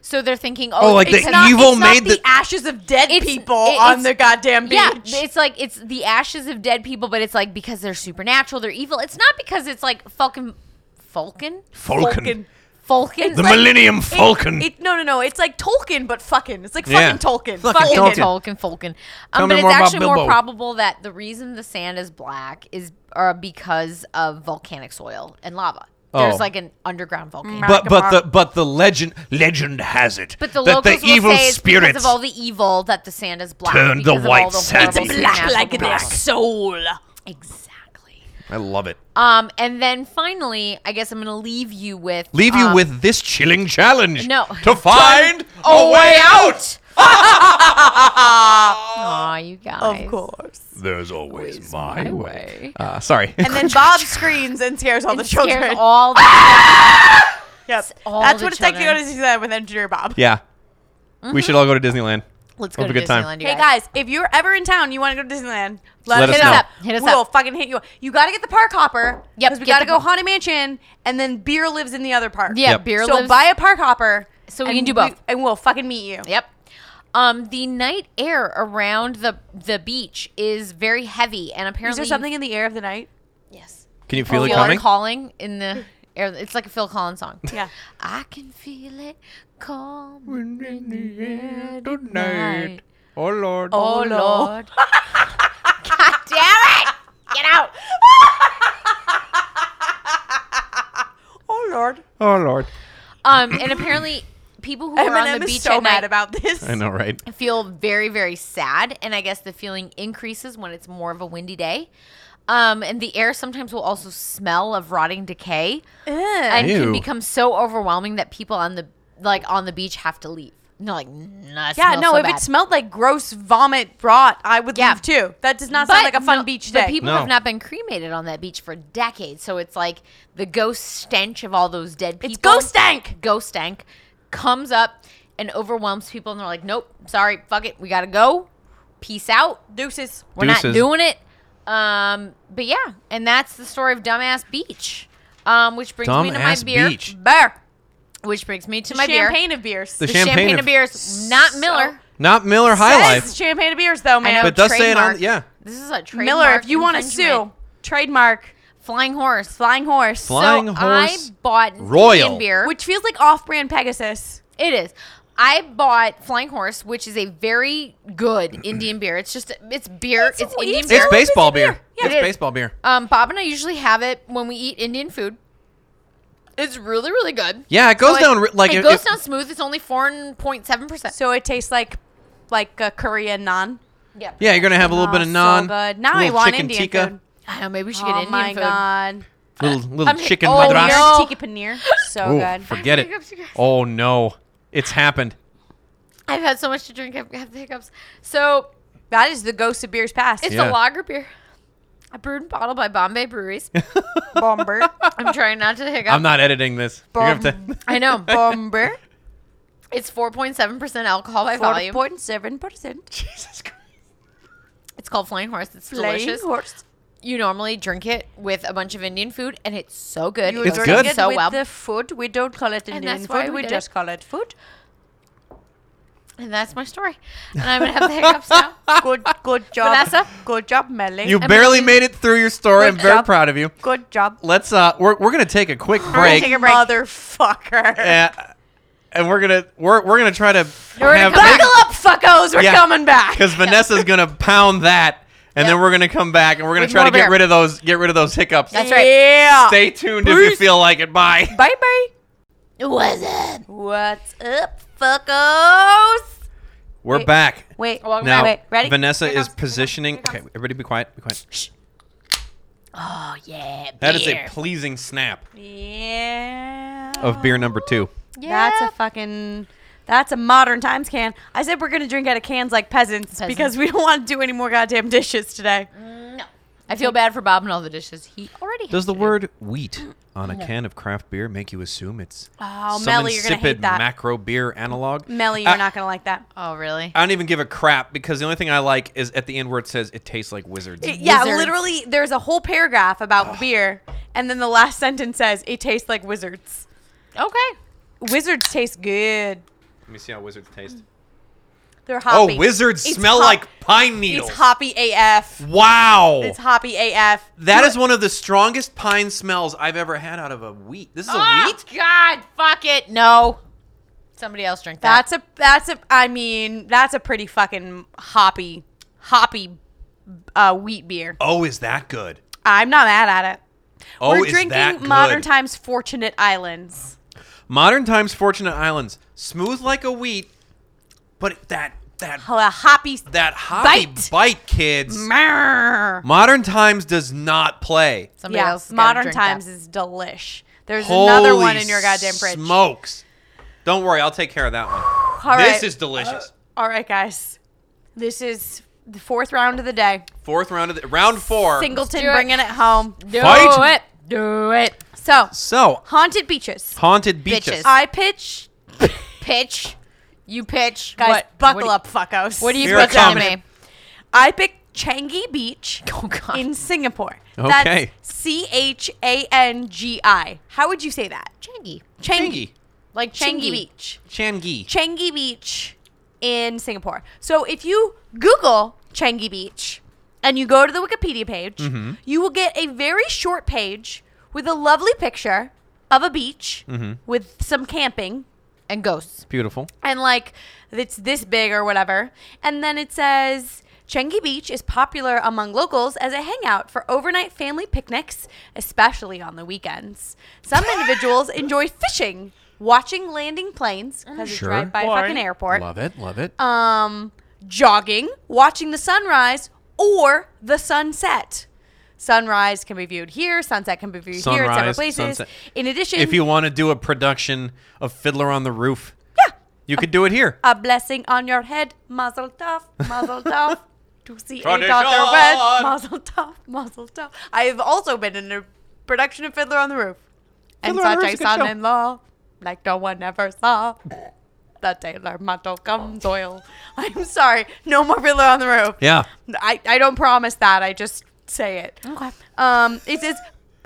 Speaker 2: So they're thinking, oh,
Speaker 4: Oh, like
Speaker 2: it's
Speaker 4: the
Speaker 2: not-
Speaker 4: evil
Speaker 2: it's
Speaker 1: Not
Speaker 4: made
Speaker 1: the,
Speaker 4: the-
Speaker 1: ashes of dead
Speaker 2: It's-
Speaker 1: people
Speaker 2: it-
Speaker 1: on
Speaker 2: it's-
Speaker 1: the goddamn beach.
Speaker 2: Yeah, it's like it's the ashes of dead people, but it's like because they're supernatural, they're evil. It's not because it's like Falcon, Falcon,
Speaker 4: Falcon,
Speaker 2: Falcon.
Speaker 4: the
Speaker 2: like,
Speaker 4: Millennium
Speaker 1: It-
Speaker 4: Falcon.
Speaker 1: It, no, no, no. It's like Tolkien, but fucking. It's like fucking
Speaker 4: Yeah.
Speaker 1: Tolkien.
Speaker 4: Fucking
Speaker 2: Falcon,
Speaker 4: Tolkien.
Speaker 2: Falcon, Falcon.
Speaker 4: Tell
Speaker 2: Um,
Speaker 4: me
Speaker 2: but it's
Speaker 4: more about
Speaker 2: actually more
Speaker 4: Bilbo.
Speaker 2: probable that the reason the sand is black is uh, because of volcanic soil and lava. There's
Speaker 4: Oh. Mm.
Speaker 2: like an underground volcano.
Speaker 4: but but
Speaker 1: Rock 'em
Speaker 4: the but the legend legend has it
Speaker 2: But the
Speaker 4: that
Speaker 2: locals
Speaker 4: the
Speaker 2: will
Speaker 4: evil
Speaker 2: say it's because
Speaker 4: spirits
Speaker 2: of all the evil that the sand is black.
Speaker 4: Turn the
Speaker 2: because of all
Speaker 4: white
Speaker 2: the
Speaker 4: sand
Speaker 2: horrible
Speaker 4: black
Speaker 2: supernatural
Speaker 1: like their
Speaker 2: problems.
Speaker 1: soul.
Speaker 2: Exactly.
Speaker 4: I love it.
Speaker 2: Um, and then finally, I guess I'm gonna leave you with
Speaker 4: Leave you
Speaker 2: um,
Speaker 4: with this chilling challenge.
Speaker 2: No.
Speaker 4: To find a, way out.
Speaker 2: Aw, you guys.
Speaker 1: Of course.
Speaker 4: There's always my, way.
Speaker 2: way.
Speaker 4: Uh, sorry.
Speaker 1: And then Bob screams and scares all the
Speaker 2: Scares
Speaker 1: children.
Speaker 2: all the
Speaker 1: Yep.
Speaker 2: all
Speaker 1: That's
Speaker 2: the
Speaker 1: what it's like to go to
Speaker 2: children.
Speaker 1: Disneyland with engineer Bob.
Speaker 4: yeah. We
Speaker 2: Mm-hmm.
Speaker 4: should all go to Disneyland.
Speaker 2: Let's go
Speaker 4: Have
Speaker 2: to
Speaker 4: a good time.
Speaker 2: Disneyland. you
Speaker 1: Hey guys, if you're ever in town, you want to go to Disneyland, let,
Speaker 4: Let us
Speaker 1: us hit
Speaker 4: know.
Speaker 1: us up.
Speaker 2: Hit us
Speaker 1: we'll
Speaker 2: up.
Speaker 1: fucking hit you. You got to get the park hopper.
Speaker 2: Yep,
Speaker 1: Because we
Speaker 2: get
Speaker 1: got to
Speaker 2: the-
Speaker 1: go Haunted Mansion, and then beer lives in the other park.
Speaker 2: Yeah,
Speaker 4: Yep.
Speaker 2: beer
Speaker 1: so
Speaker 2: lives.
Speaker 1: buy a park hopper.
Speaker 2: So we
Speaker 1: and
Speaker 2: can do both.
Speaker 1: and we'll fucking meet you.
Speaker 2: Yep. Um, the night air around the the beach is very heavy, and
Speaker 1: Is
Speaker 2: apparently
Speaker 1: there something in the air of the night?
Speaker 2: Yes.
Speaker 4: Can you feel it
Speaker 2: People are
Speaker 4: coming?
Speaker 2: calling in the air. It's like a Phil Collins song.
Speaker 1: Yeah.
Speaker 2: I can feel it calling in the air
Speaker 4: Tonight.
Speaker 2: tonight.
Speaker 4: Oh Lord.
Speaker 2: Oh
Speaker 1: no.
Speaker 2: Lord. God damn it! Get out.
Speaker 1: Oh lord,
Speaker 4: Oh Lord.
Speaker 2: Um, and apparently, people who are on
Speaker 1: Eminem
Speaker 2: the
Speaker 1: is
Speaker 2: beach
Speaker 1: so
Speaker 2: at night
Speaker 1: mad about this.
Speaker 4: I know, right?
Speaker 2: feel very very sad and i guess the feeling increases when it's more of a windy day um, and the air sometimes will also smell of rotting decay
Speaker 1: Ugh.
Speaker 2: and can
Speaker 4: Ew.
Speaker 2: become so overwhelming that people on the like on the beach have to leave no like nah,
Speaker 1: Yeah, no. if it
Speaker 2: it's
Speaker 1: smelled like gross vomit rot, I would
Speaker 2: Yeah.
Speaker 1: leave too. That does not sound like a fun beach day.
Speaker 2: But people
Speaker 4: No.
Speaker 2: have not been cremated on that beach for decades, so it's like the ghost stench of all those dead people.
Speaker 1: it's ghost stank.
Speaker 2: ghost stank comes up and overwhelms people and they're like nope sorry fuck it we gotta go peace out
Speaker 1: Deuces.
Speaker 2: we're not
Speaker 4: Deuces.
Speaker 2: doing it um but yeah and that's the story of dumbass beach um which brings me to my
Speaker 4: Dumbass
Speaker 2: beer
Speaker 4: Beach.
Speaker 1: Bear.
Speaker 2: which brings me to
Speaker 1: The
Speaker 2: my beer
Speaker 1: champagne of beers.
Speaker 4: The
Speaker 2: the
Speaker 4: sh- Champagne
Speaker 2: champagne,
Speaker 4: of-
Speaker 2: of beers not miller
Speaker 4: Not Miller High
Speaker 1: Says
Speaker 4: Life.
Speaker 1: champagne of beers though,
Speaker 2: I
Speaker 1: man.
Speaker 2: know,
Speaker 4: But does say it on-
Speaker 2: Oh, trademark.
Speaker 4: yeah.
Speaker 2: this is a trademark
Speaker 1: Miller, if you want to sue,
Speaker 2: infringement.
Speaker 1: trademark
Speaker 2: flying horse
Speaker 1: Flying Horse,
Speaker 4: Flying
Speaker 2: so
Speaker 4: Horse
Speaker 2: i bought an
Speaker 4: Royal.
Speaker 2: Indian beer
Speaker 1: which feels like off-brand Pegasus.
Speaker 2: It is. I bought Flying Horse, which is a very good Indian beer. It's just it's beer.
Speaker 1: It's
Speaker 2: It's,
Speaker 1: a-
Speaker 2: Indian
Speaker 1: it's
Speaker 2: beer.
Speaker 4: It's baseball
Speaker 1: beer.
Speaker 4: beer.
Speaker 1: Yeah,
Speaker 4: it's
Speaker 2: it is.
Speaker 4: baseball beer.
Speaker 2: um, Bob and I usually have it when we eat Indian food. It's really really good.
Speaker 4: Yeah, it goes down re- like
Speaker 2: it,
Speaker 4: it-
Speaker 2: goes
Speaker 4: it-
Speaker 2: down smooth. It's only four point seven percent.
Speaker 1: So it tastes like like a Korean naan.
Speaker 2: Yep.
Speaker 3: Yeah, you're gonna have a little bit of
Speaker 2: Oh,
Speaker 1: so
Speaker 3: naan.
Speaker 1: good. Now I
Speaker 3: little
Speaker 1: want
Speaker 3: chicken
Speaker 1: Indian
Speaker 3: tikka,
Speaker 1: food.
Speaker 2: I know. Maybe we should
Speaker 1: oh
Speaker 2: get Indian
Speaker 1: my
Speaker 2: food.
Speaker 1: god.
Speaker 3: little little
Speaker 2: I'm-
Speaker 3: chicken
Speaker 2: oh,
Speaker 3: madras.
Speaker 2: no.
Speaker 1: Your Tiki paneer. So
Speaker 3: Oh,
Speaker 1: good.
Speaker 3: forget it.
Speaker 2: Hiccups, you guys.
Speaker 3: Oh no, it's happened.
Speaker 2: I've had so much to drink. I've had the hiccups. So
Speaker 1: That is the ghost of beers past.
Speaker 2: it's a
Speaker 3: Yeah.
Speaker 2: lager beer, a brewed and bottled by Bombay Breweries.
Speaker 1: Bomber.
Speaker 2: I'm trying not to hiccup.
Speaker 3: I'm not editing this. You're gonna have to-
Speaker 2: I know.
Speaker 1: Bomber.
Speaker 2: It's 4.7% alcohol by volume.
Speaker 1: 4.7%.
Speaker 3: Jesus Christ.
Speaker 2: It's called Flying Horse. It's
Speaker 1: Flying
Speaker 2: delicious.
Speaker 1: horse.
Speaker 2: You normally drink it with a bunch of Indian food, and it's so good.
Speaker 1: You
Speaker 2: It
Speaker 3: It's
Speaker 1: drink
Speaker 2: goes
Speaker 3: good.
Speaker 1: It
Speaker 2: So
Speaker 1: with
Speaker 2: well.
Speaker 1: the food. We don't call it Indian
Speaker 2: that's why
Speaker 1: food. We
Speaker 2: we did
Speaker 1: just call it food.
Speaker 2: and that's my story. And I'm gonna have the hiccups now. Oh,
Speaker 1: Good, good job,
Speaker 2: Vanessa?
Speaker 1: Good job, Melly.
Speaker 3: You
Speaker 2: I'm
Speaker 3: barely
Speaker 2: actually-
Speaker 3: made it through your story. I'm
Speaker 1: Good
Speaker 3: very
Speaker 1: job.
Speaker 3: proud of you.
Speaker 1: good job.
Speaker 3: Let's uh, we're we're gonna take a quick break.
Speaker 2: take a break.
Speaker 1: Motherfucker.
Speaker 3: and, and we're gonna we're we're gonna try to
Speaker 2: We're gonna
Speaker 3: have
Speaker 2: come
Speaker 3: big-
Speaker 1: Buckle up, fuckos. We're
Speaker 3: Yeah.
Speaker 1: coming back.
Speaker 3: because Vanessa's gonna pound that, and then we're gonna come back and we're gonna
Speaker 2: With
Speaker 3: try to
Speaker 2: more
Speaker 3: get
Speaker 2: beer.
Speaker 3: rid of those get rid of those hiccups.
Speaker 2: That's right.
Speaker 1: Yeah.
Speaker 3: Stay tuned if you
Speaker 1: Peace.
Speaker 3: feel like it. Bye.
Speaker 1: Bye bye.
Speaker 2: What's up?
Speaker 1: What's up, fuckos?
Speaker 3: We're
Speaker 1: Wait.
Speaker 3: back.
Speaker 1: Wait.
Speaker 2: Welcome
Speaker 3: Now
Speaker 1: Wait,
Speaker 2: back.
Speaker 1: ready?
Speaker 3: Vanessa
Speaker 1: Here
Speaker 3: is
Speaker 1: comes, here comes,
Speaker 3: positioning.
Speaker 1: here comes.
Speaker 3: Okay, everybody, be quiet. Be quiet.
Speaker 2: Oh yeah.
Speaker 3: That is
Speaker 2: beer.
Speaker 3: a pleasing snap
Speaker 1: Yeah.
Speaker 3: of beer number two.
Speaker 1: That's
Speaker 2: Yeah.
Speaker 1: a fucking. That's a modern times can. I said we're gonna drink out of cans like peasants,
Speaker 2: Peasants.
Speaker 1: because we don't want to do any more goddamn dishes today.
Speaker 2: No. I feel bad for Bob and all the dishes he already has
Speaker 3: Does the
Speaker 2: to do.
Speaker 3: word wheat on a can of craft beer make you assume it's
Speaker 1: Oh,
Speaker 3: some
Speaker 1: Melly, you're gonna
Speaker 3: insipid
Speaker 1: hate that.
Speaker 3: macro beer analog?
Speaker 1: Melly, you're
Speaker 3: I-
Speaker 1: not gonna like that.
Speaker 2: Oh really?
Speaker 3: I don't even give a crap because the only thing I like is at the end where it says it tastes like wizards.
Speaker 1: It- yeah,
Speaker 2: Wizards.
Speaker 1: literally, there's a whole paragraph about beer, and then the last sentence says it tastes like wizards. Uh,
Speaker 2: okay.
Speaker 1: Wizards taste good.
Speaker 3: Let me see how wizards taste.
Speaker 1: They're hoppy.
Speaker 3: Oh, wizards
Speaker 1: It's
Speaker 3: smell
Speaker 1: hop-
Speaker 3: like pine
Speaker 1: It's
Speaker 3: needles.
Speaker 1: hoppy AF.
Speaker 3: Wow.
Speaker 1: It's hoppy AF.
Speaker 3: that is one of the strongest pine smells I've ever had out of a wheat. This is
Speaker 1: Ah!
Speaker 3: a
Speaker 2: Oh
Speaker 3: wheat?
Speaker 2: God! Fuck it! No. Somebody else drink that.
Speaker 1: That's a that's a I mean that's a pretty fucking hoppy hoppy uh, wheat beer.
Speaker 3: Oh, is that good?
Speaker 1: I'm not mad at it.
Speaker 3: Oh,
Speaker 1: We're
Speaker 3: is
Speaker 1: drinking
Speaker 3: that good?
Speaker 1: Modern Times Fortunate Islands.
Speaker 3: Modern Times Fortunate Islands. Smooth like a wheat, but that that
Speaker 1: Oh, a hoppy
Speaker 3: that hoppy
Speaker 1: Bite.
Speaker 3: bite, kids.
Speaker 1: Brrr.
Speaker 3: Modern Times does not play.
Speaker 2: Somebody
Speaker 1: Yeah,
Speaker 2: else. has gotta
Speaker 1: Modern
Speaker 2: drink
Speaker 1: Times
Speaker 2: That.
Speaker 1: is delish. There's
Speaker 3: Holy
Speaker 1: another one in your goddamn fridge.
Speaker 3: Smokes. Don't worry, I'll take care of that one.
Speaker 1: All right.
Speaker 3: This is delicious.
Speaker 1: All right, guys. This is the fourth round of the day.
Speaker 3: Fourth round of the round four.
Speaker 1: Singleton
Speaker 2: do it.
Speaker 1: bringing it home.
Speaker 2: Do
Speaker 3: Fight.
Speaker 2: it. Do it.
Speaker 1: So,
Speaker 3: So
Speaker 1: Haunted Beaches.
Speaker 3: haunted
Speaker 2: Bitches.
Speaker 3: beaches.
Speaker 1: I pitch.
Speaker 2: Pitch. You pitch.
Speaker 1: Guys,
Speaker 2: What-
Speaker 1: buckle
Speaker 2: what
Speaker 1: up,
Speaker 2: do-
Speaker 1: fuckos.
Speaker 2: What do you
Speaker 3: Here it
Speaker 2: pitch on
Speaker 3: comes.
Speaker 2: me?
Speaker 1: I picked Changi Beach
Speaker 2: Oh God.
Speaker 1: in Singapore.
Speaker 3: Okay.
Speaker 1: That's C H A N G I. How would you say that?
Speaker 2: Changi.
Speaker 1: Changi.
Speaker 3: Changi.
Speaker 1: Like Changi,
Speaker 2: Changi.
Speaker 1: Beach.
Speaker 3: Changi.
Speaker 1: Changi Beach in Singapore. So if you Google Changi Beach and you go to the Wikipedia page, you will get a very short page with a lovely picture of a beach with some camping
Speaker 2: And ghosts.
Speaker 3: Beautiful.
Speaker 1: and like it's this big or whatever. And then it says Changi Beach is popular among locals as a hangout for overnight family picnics, especially on the weekends. Some individuals enjoy fishing, watching landing planes because it's
Speaker 3: Sure.
Speaker 1: right by a
Speaker 3: Why?
Speaker 1: fucking airport.
Speaker 3: Love it. Love it.
Speaker 1: Um, jogging, watching the sunrise or the sunset. Sunrise can be viewed here. Sunset can be viewed here at several
Speaker 3: Sunrise,
Speaker 1: places.
Speaker 3: sunset.
Speaker 1: In addition,
Speaker 3: if you want to do a production of Fiddler on the Roof,
Speaker 1: yeah, Uh,
Speaker 3: you could do it here.
Speaker 1: a blessing on your head. Mazel tov, mazel tov. To see a daughter wed.
Speaker 3: Tradition.
Speaker 1: Mazel tov, mazel tov. I have also been in a production of Fiddler on the Roof. And
Speaker 3: Fiddler on the
Speaker 1: such a
Speaker 3: Roof's a good show.
Speaker 1: son-in-law, like no one ever saw. The Taylor Motto comes oil. I'm sorry. No more Fiddler on the Roof.
Speaker 3: Yeah.
Speaker 1: I, I don't promise that. I just say it.
Speaker 2: Okay.
Speaker 1: Um, it says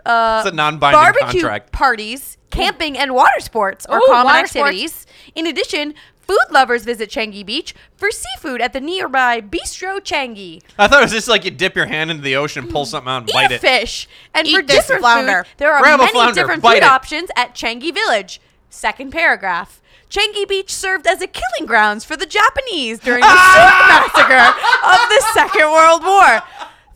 Speaker 1: uh,
Speaker 3: It's a non-binding
Speaker 1: barbecue
Speaker 3: contract.
Speaker 1: parties, camping, and water sports are
Speaker 2: Ooh,
Speaker 1: common
Speaker 2: water sports.
Speaker 1: activities. In addition, food lovers visit Changi Beach for seafood at the nearby Bistro Changi.
Speaker 3: I thought it was just like you dip your hand into the ocean, pull something out, and
Speaker 1: Eat
Speaker 3: bite
Speaker 1: a
Speaker 3: it.
Speaker 1: fish, and
Speaker 2: Eat
Speaker 1: for
Speaker 2: this
Speaker 1: different
Speaker 2: flounder.
Speaker 1: food, there are
Speaker 3: Grab a
Speaker 1: many
Speaker 3: flounder,
Speaker 1: different
Speaker 3: bite
Speaker 1: food
Speaker 3: it.
Speaker 1: options at Changi Village. Second paragraph. Changi Beach served as a killing grounds for the Japanese during the Sook massacre of the Second World War.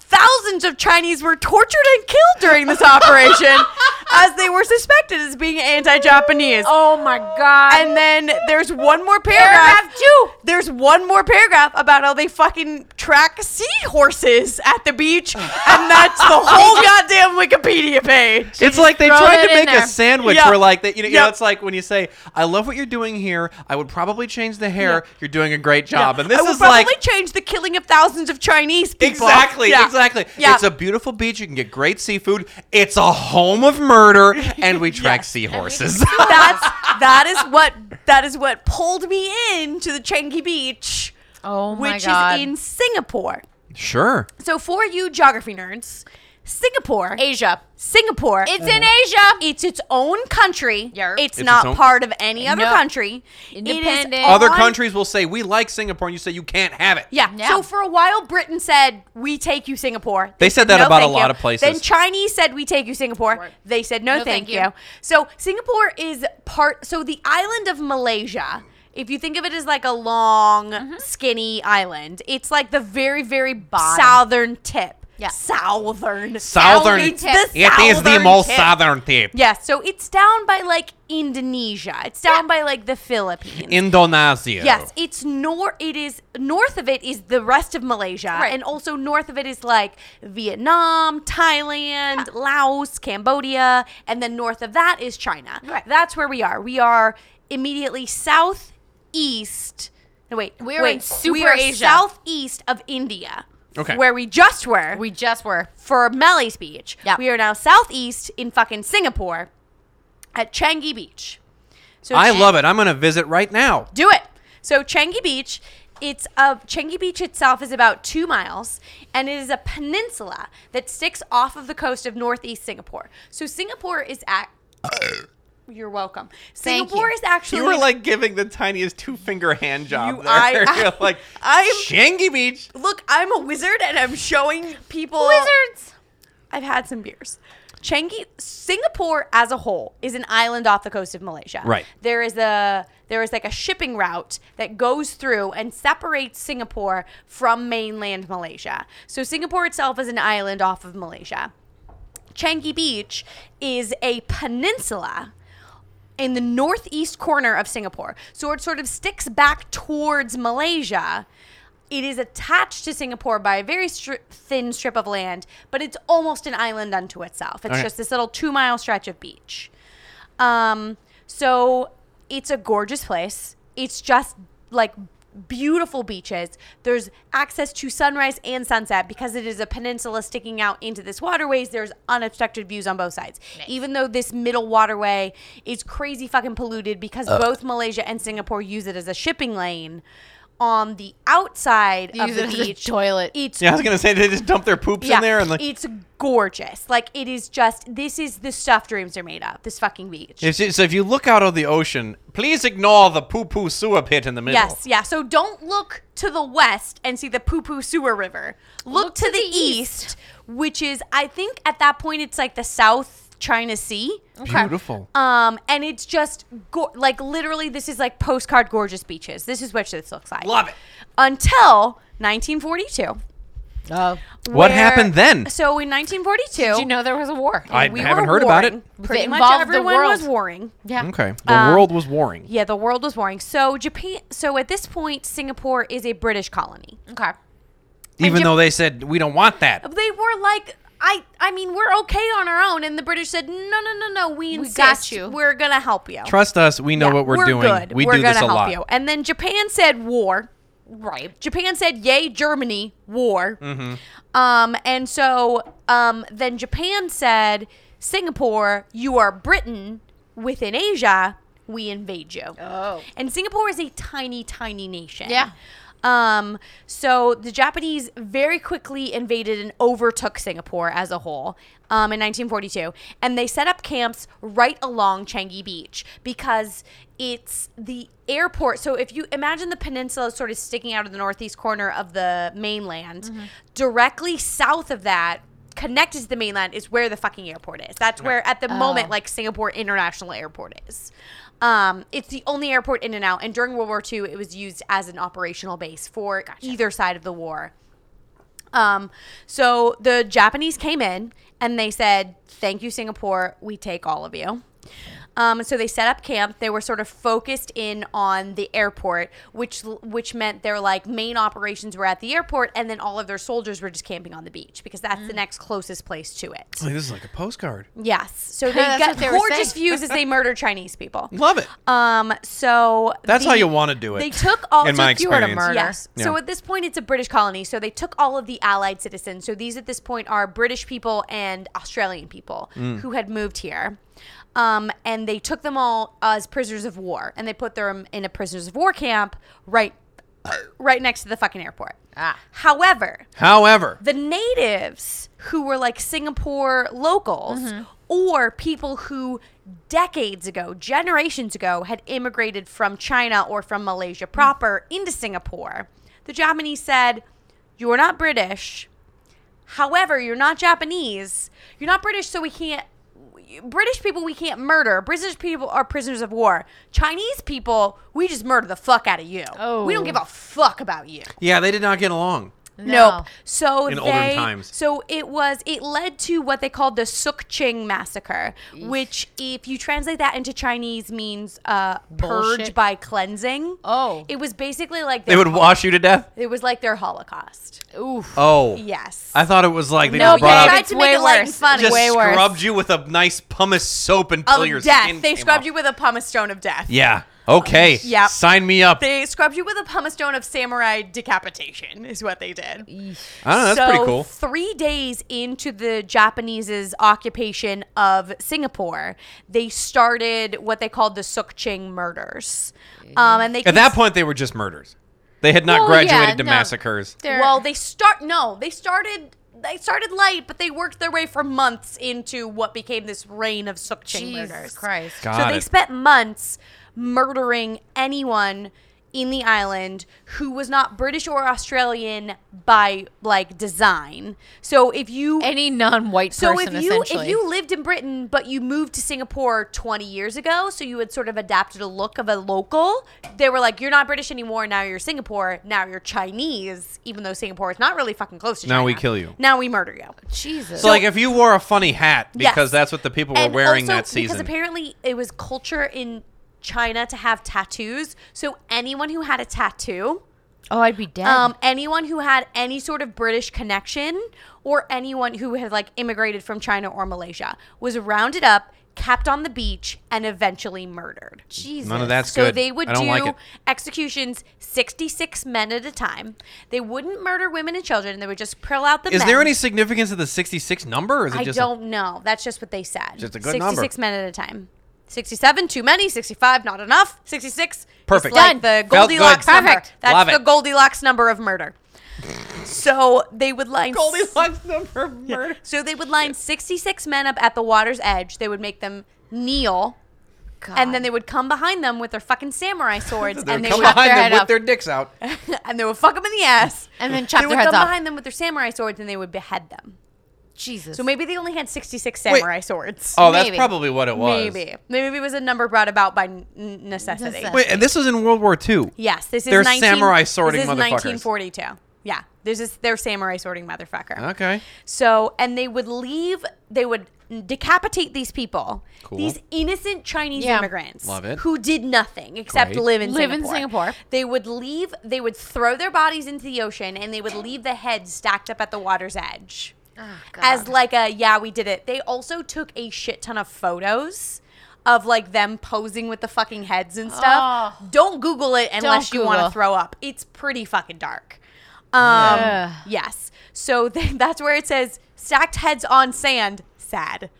Speaker 1: Thousands of Chinese were tortured and killed during this operation, as they were suspected as being anti-Japanese.
Speaker 2: Oh my god.
Speaker 1: And then there's one more paragraph.
Speaker 2: Paragraph two.
Speaker 1: There's one more paragraph about how they fucking track seahorses at the beach, and that's the whole goddamn Wikipedia page.
Speaker 3: It's like they
Speaker 2: throw
Speaker 3: tried
Speaker 2: that
Speaker 3: to
Speaker 2: in
Speaker 3: make
Speaker 2: there.
Speaker 3: a sandwich
Speaker 1: Yeah.
Speaker 3: where, like, that you know, you know,
Speaker 1: Yep.
Speaker 3: it's like when you say, "I love what you're doing here. I would probably change the hair. You're doing a great job." And
Speaker 1: I
Speaker 3: this
Speaker 1: will
Speaker 3: is
Speaker 1: probably
Speaker 3: like
Speaker 1: change the killing of thousands of Chinese people.
Speaker 3: exactly,
Speaker 1: Yeah.
Speaker 3: exactly.
Speaker 1: Yeah.
Speaker 3: It's a beautiful beach. You can get great seafood. It's a home of murder, and we track seahorses.
Speaker 1: That's that is what that is what pulled me in to the Changi Beach,
Speaker 2: oh my
Speaker 1: which
Speaker 2: god.
Speaker 1: is in Singapore.
Speaker 3: sure.
Speaker 1: So for you geography nerds, Singapore,
Speaker 2: Asia.
Speaker 1: Singapore,
Speaker 2: It's in Asia.
Speaker 1: It's its own country.
Speaker 2: Yer.
Speaker 1: It's,
Speaker 3: Uh-huh. It's
Speaker 1: not
Speaker 3: its own-
Speaker 1: part of any other
Speaker 2: No.
Speaker 1: country. It is
Speaker 2: Independent.
Speaker 1: on-
Speaker 3: Other countries will say we like Singapore, and you say you can't have it.
Speaker 1: Yeah.
Speaker 2: Yeah.
Speaker 1: So for a while, Britain said, "We take you, Singapore."
Speaker 3: They said that about a
Speaker 1: thank
Speaker 3: lot
Speaker 1: you."
Speaker 3: of places.
Speaker 1: Then Chinese said, "We take you, Singapore."
Speaker 2: Right.
Speaker 1: They said, "No, thank,
Speaker 2: thank
Speaker 1: you.
Speaker 2: you."
Speaker 1: So Singapore is part. So the island of Malaysia. If you think of it as like a long,
Speaker 2: Mm-hmm.
Speaker 1: skinny island, it's like the very, very southern tip.
Speaker 2: Yeah.
Speaker 1: Southern.
Speaker 3: Southern
Speaker 1: It's the
Speaker 2: tip.
Speaker 3: It is the
Speaker 1: southern
Speaker 3: most
Speaker 1: tip.
Speaker 3: southern tip.
Speaker 1: Yeah, so it's down by like Indonesia. It's down by like the Philippines.
Speaker 3: Indonesia.
Speaker 1: Yes, it's nor it is north of it is the rest of Malaysia
Speaker 2: Right.
Speaker 1: and also north of it is like Vietnam, Thailand, Laos, Cambodia, and then north of that is China.
Speaker 2: Right.
Speaker 1: That's where we are. We are immediately southeast. No wait.
Speaker 2: We're
Speaker 1: wait,
Speaker 2: in super
Speaker 1: we are
Speaker 2: Asia.
Speaker 1: southeast of India.
Speaker 3: Okay.
Speaker 1: Where we just were
Speaker 2: We just were.
Speaker 1: for Melly's Beach.
Speaker 2: Yeah.
Speaker 1: We are now southeast in fucking Singapore at Changi Beach. So
Speaker 3: I love it. I'm going to visit right now.
Speaker 1: do it. So Changi Beach, it's a Changi Beach itself is about two miles, and it is a peninsula that sticks off of the coast of northeast Singapore. So Singapore is at. You're welcome.
Speaker 2: Thank
Speaker 1: Singapore
Speaker 2: you.
Speaker 1: is actually
Speaker 4: You were like giving the tiniest two finger hand job
Speaker 1: You-
Speaker 4: there.
Speaker 1: I-
Speaker 4: You're like,
Speaker 1: I'm-
Speaker 4: Shangy Beach.
Speaker 1: look. I'm a wizard, and I'm showing people
Speaker 2: Wizards.
Speaker 1: I've had some beers. Changi, Singapore as a whole is an island off the coast of Malaysia.
Speaker 3: Right.
Speaker 1: There is a there is like a shipping route that goes through and separates Singapore from mainland Malaysia. So Singapore itself is an island off of Malaysia. Changi Beach is a peninsula in the northeast corner of Singapore. So it sort of sticks back towards Malaysia. It is attached to Singapore by a very stri- thin strip of land, but it's almost an island unto itself. It's
Speaker 3: Okay.
Speaker 1: just this little two mile stretch of beach. Um, so it's a gorgeous place. It's just like beautiful beaches. There's access to sunrise and sunset because it is a peninsula sticking out into this waterways. There's unobstructed views on both sides. Even though this middle waterway is crazy fucking polluted because
Speaker 3: Uh.
Speaker 1: both Malaysia and Singapore use it as a shipping lane. On the outside
Speaker 2: They
Speaker 1: of
Speaker 2: use
Speaker 1: the
Speaker 2: it as a
Speaker 1: beach,
Speaker 2: toilet.
Speaker 1: It's
Speaker 3: Yeah, I was going to say they just dump their poops in there and like
Speaker 1: it's gorgeous. Like it is just this is the stuff dreams are made of. This fucking beach.
Speaker 3: If you- so if you look out of the ocean, please ignore the poo-poo sewer pit in the middle.
Speaker 1: Yes, yeah. So don't look to the west and see the Poo Poo Sewer River. Look, to, the, east, which is, I think, at that point, it's like the South China Sea.
Speaker 3: Beautiful.
Speaker 1: Um, and it's just go- like literally, this is like postcard gorgeous beaches. This is what this looks like.
Speaker 3: Love it.
Speaker 1: Until 1942.
Speaker 2: Oh.
Speaker 3: What
Speaker 1: where-
Speaker 3: happened then?
Speaker 1: So in 1942,
Speaker 2: Did you know there was a war?
Speaker 3: I
Speaker 1: we
Speaker 3: haven't
Speaker 1: were
Speaker 3: heard about
Speaker 1: warring.
Speaker 3: it.
Speaker 1: Pretty
Speaker 2: It
Speaker 1: much
Speaker 2: involved the
Speaker 1: everyone
Speaker 2: world.
Speaker 1: was warring.
Speaker 2: yeah.
Speaker 3: Okay. The world was warring.
Speaker 1: um, Yeah, the world was warring. So Japan. So at this point, Singapore is a British colony.
Speaker 2: Okay.
Speaker 3: Even
Speaker 1: Jap-
Speaker 3: though they said we don't want that.
Speaker 1: they were like I I mean we're okay on our own and the British said no no no no we insist
Speaker 2: got you.
Speaker 1: we're gonna help you
Speaker 3: Trust us, we know
Speaker 1: Yeah,
Speaker 3: what we're, doing.
Speaker 1: good.
Speaker 3: We
Speaker 1: we're
Speaker 3: do
Speaker 1: gonna
Speaker 3: this a
Speaker 1: help
Speaker 3: lot.
Speaker 1: you and then Japan said war
Speaker 2: Right.
Speaker 1: Japan said yay Germany war
Speaker 3: Mm-hmm.
Speaker 1: um and so um then Japan said Singapore you are Britain within Asia we invade you
Speaker 2: Oh.
Speaker 1: and Singapore is a tiny, tiny nation.
Speaker 2: Yeah.
Speaker 1: Um, so the Japanese very quickly invaded and overtook Singapore as a whole um, in 1942, and they set up camps right along Changi Beach because it's the airport. So if you imagine the peninsula sort of sticking out of the northeast corner of the mainland, directly south of that. Connected to the mainland is where the fucking airport is. That's where, at the moment, like Singapore International Airport is. Um, it's the only airport in and out. And during World War II, it was used as an operational base for either side of the war. Um, so the Japanese came in and they said, "Thank you, Singapore. We take all of you." Um, so they set up camp. They were sort of focused in on the airport, which which meant their like main operations were at the airport, and then all of their soldiers were just camping on the beach because that's
Speaker 2: Mm.
Speaker 1: the next closest place to it.
Speaker 3: Like, this is like a postcard.
Speaker 1: Yes, so they
Speaker 2: That's
Speaker 1: get
Speaker 2: what they were
Speaker 1: gorgeous
Speaker 2: saying.
Speaker 1: views as they murder Chinese people.
Speaker 3: Love it.
Speaker 1: Um, so
Speaker 3: That's
Speaker 1: the-
Speaker 3: how you want to do it.
Speaker 1: They took all
Speaker 3: In
Speaker 1: so
Speaker 3: my
Speaker 1: if you were to
Speaker 3: experience.
Speaker 1: murder-
Speaker 2: Yeah.
Speaker 1: Yes. So
Speaker 3: Yeah.
Speaker 1: at this point, it's a British colony. So they took all of the Allied citizens. So these at this point are British people and Australian people
Speaker 3: Mm.
Speaker 1: who had moved here. Um, and they took them all as prisoners of war, and they put them in a prisoners of war camp right, right next to the fucking airport.
Speaker 2: Ah.
Speaker 1: However,
Speaker 3: However,
Speaker 1: the natives who were like Singapore locals or people who decades ago, generations ago, had immigrated from China or from Malaysia proper into Singapore, the Japanese said, You're not British. However, you're not Japanese. You're not British, so we can't. British people we can't murder. British people are prisoners of war. Chinese people, we just murder the fuck out of you. We
Speaker 2: Oh.
Speaker 1: don't give a fuck about you.
Speaker 3: yeah, they did not get along.
Speaker 2: No.
Speaker 1: Nope. So
Speaker 3: In
Speaker 1: they,
Speaker 3: olden times.
Speaker 1: So it was. It led to what they called the Sukching massacre, which, if you translate that into Chinese, means uh, purge
Speaker 2: Bullshit.
Speaker 1: by cleansing.
Speaker 2: Oh.
Speaker 1: It was basically like
Speaker 3: They
Speaker 1: their
Speaker 3: would
Speaker 1: hol-
Speaker 3: wash you to death.
Speaker 1: It was like their Holocaust.
Speaker 2: Oof.
Speaker 3: Oh,
Speaker 1: Yes.
Speaker 3: I thought it was like they
Speaker 2: No,
Speaker 3: just brought
Speaker 2: babe,
Speaker 3: out
Speaker 2: it's way worse.
Speaker 1: funny.
Speaker 3: just
Speaker 2: way worse.
Speaker 3: scrubbed you with a nice pumice soap until your
Speaker 1: of
Speaker 3: skin
Speaker 1: Oh, death. They
Speaker 3: came
Speaker 1: scrubbed
Speaker 3: off.
Speaker 1: you with a pumice stone of death.
Speaker 3: Yeah. Okay.
Speaker 1: Yep.
Speaker 3: Sign me up.
Speaker 1: They scrubbed you with a pumice stone of samurai decapitation. Is what they did.
Speaker 3: I don't know, that's
Speaker 1: so
Speaker 3: pretty cool.
Speaker 1: Three days into the Japanese's occupation of Singapore, they started what they called the Sukching murders, um, and they
Speaker 3: At that point, they were just murders. They had not
Speaker 2: Well, yeah,
Speaker 3: graduated to
Speaker 2: no.
Speaker 3: massacres.
Speaker 2: They're-
Speaker 1: well, they start no, they started they started light, but they worked their way for months into what became this reign of Sukching
Speaker 2: Jesus
Speaker 1: murders.
Speaker 2: Christ.
Speaker 3: Got
Speaker 1: So they
Speaker 3: it.
Speaker 1: spent months murdering anyone in the island who was not British or Australian by like design. So if you
Speaker 2: Any non-white
Speaker 1: So
Speaker 2: person,
Speaker 1: if you if
Speaker 2: essentially.
Speaker 1: you lived in Britain but you moved to Singapore 20 years ago, so you had sort of adapted a look of a local, they were like, "You're not British anymore. Now you're Singapore. Now you're Chinese." Even though Singapore is not really fucking close to
Speaker 3: Now
Speaker 1: China.
Speaker 3: we kill you.
Speaker 1: Now we murder you.
Speaker 2: Jesus.
Speaker 3: So, like, if you wore a funny hat
Speaker 1: Yes.
Speaker 3: because that's what the people were
Speaker 1: And
Speaker 3: wearing
Speaker 1: also,
Speaker 3: that season.
Speaker 1: Because apparently it was culture in China to have tattoos, so anyone who had a tattoo
Speaker 2: oh, I'd be dead.
Speaker 1: um, anyone who had any sort of British connection or anyone who had like immigrated from China or Malaysia was rounded up, kept on the beach, and eventually murdered.
Speaker 2: Jesus.
Speaker 3: None of that's
Speaker 1: So
Speaker 3: good.
Speaker 1: they would
Speaker 3: I don't
Speaker 1: do
Speaker 3: like it.
Speaker 1: executions, 66 men at a time. They wouldn't murder women and children. They would just prill out the
Speaker 3: Is
Speaker 1: men.
Speaker 3: there any significance of the 66 number? Or is it
Speaker 1: I
Speaker 3: just a-
Speaker 1: don't know. That's just what they said.
Speaker 3: Just a good
Speaker 1: 66
Speaker 3: number.
Speaker 1: men at a time. 67, too many. 65, not enough. 66, is
Speaker 3: Perfect.
Speaker 1: Like
Speaker 2: Done.
Speaker 1: the
Speaker 3: Felt good.
Speaker 1: Goldilocks number.
Speaker 2: Perfect.
Speaker 1: That's
Speaker 3: Love
Speaker 1: the
Speaker 3: it.
Speaker 1: Goldilocks number of murder. So they would line
Speaker 3: Goldilocks number of murder.
Speaker 1: So they would line 66 men up at the water's edge. They would make them kneel,
Speaker 2: God.
Speaker 1: and then they would come behind them with their fucking samurai swords,
Speaker 3: They
Speaker 1: and
Speaker 3: would
Speaker 1: they
Speaker 3: come
Speaker 1: would
Speaker 3: behind
Speaker 2: their
Speaker 3: them
Speaker 2: head
Speaker 3: with
Speaker 2: up.
Speaker 3: their dicks out.
Speaker 1: and they would fuck them in the ass.
Speaker 2: And then chop
Speaker 1: they
Speaker 2: their
Speaker 1: would
Speaker 2: heads
Speaker 1: come
Speaker 2: off.
Speaker 1: behind them with their samurai swords, and they would behead them.
Speaker 2: Jesus.
Speaker 1: So maybe they only had 66 samurai swords.
Speaker 3: Oh, that's
Speaker 2: Maybe.
Speaker 3: probably what it was.
Speaker 1: Maybe. Maybe it was a number brought about by n- necessity.
Speaker 2: Necessity.
Speaker 3: Wait, and this is in World War II.
Speaker 1: Yes, this is
Speaker 3: They're
Speaker 1: 19
Speaker 3: samurai sorting
Speaker 1: this is
Speaker 3: motherfuckers.
Speaker 1: 1942. Yeah, there's this. They're samurai sorting motherfucker.
Speaker 3: Okay.
Speaker 1: So, and they would leave. They would decapitate these people.
Speaker 3: Cool.
Speaker 1: These innocent Chinese
Speaker 2: Yeah.
Speaker 1: immigrants,
Speaker 3: Love it.
Speaker 1: who did nothing except
Speaker 3: Great.
Speaker 1: live in
Speaker 2: Live in
Speaker 1: Singapore.
Speaker 2: Singapore.
Speaker 1: They would leave. They would throw their bodies into the ocean, and they would leave the heads stacked up at the water's edge
Speaker 2: Ah, God.
Speaker 1: as like a yeah we did it they also took a shit ton of photos of like them posing with the fucking heads and stuff
Speaker 2: Oh.
Speaker 1: don't google it unless you want to
Speaker 2: Google.
Speaker 1: throw up it's pretty fucking dark um
Speaker 2: Ugh.
Speaker 1: yes so th- that's where it says stacked heads on sand sad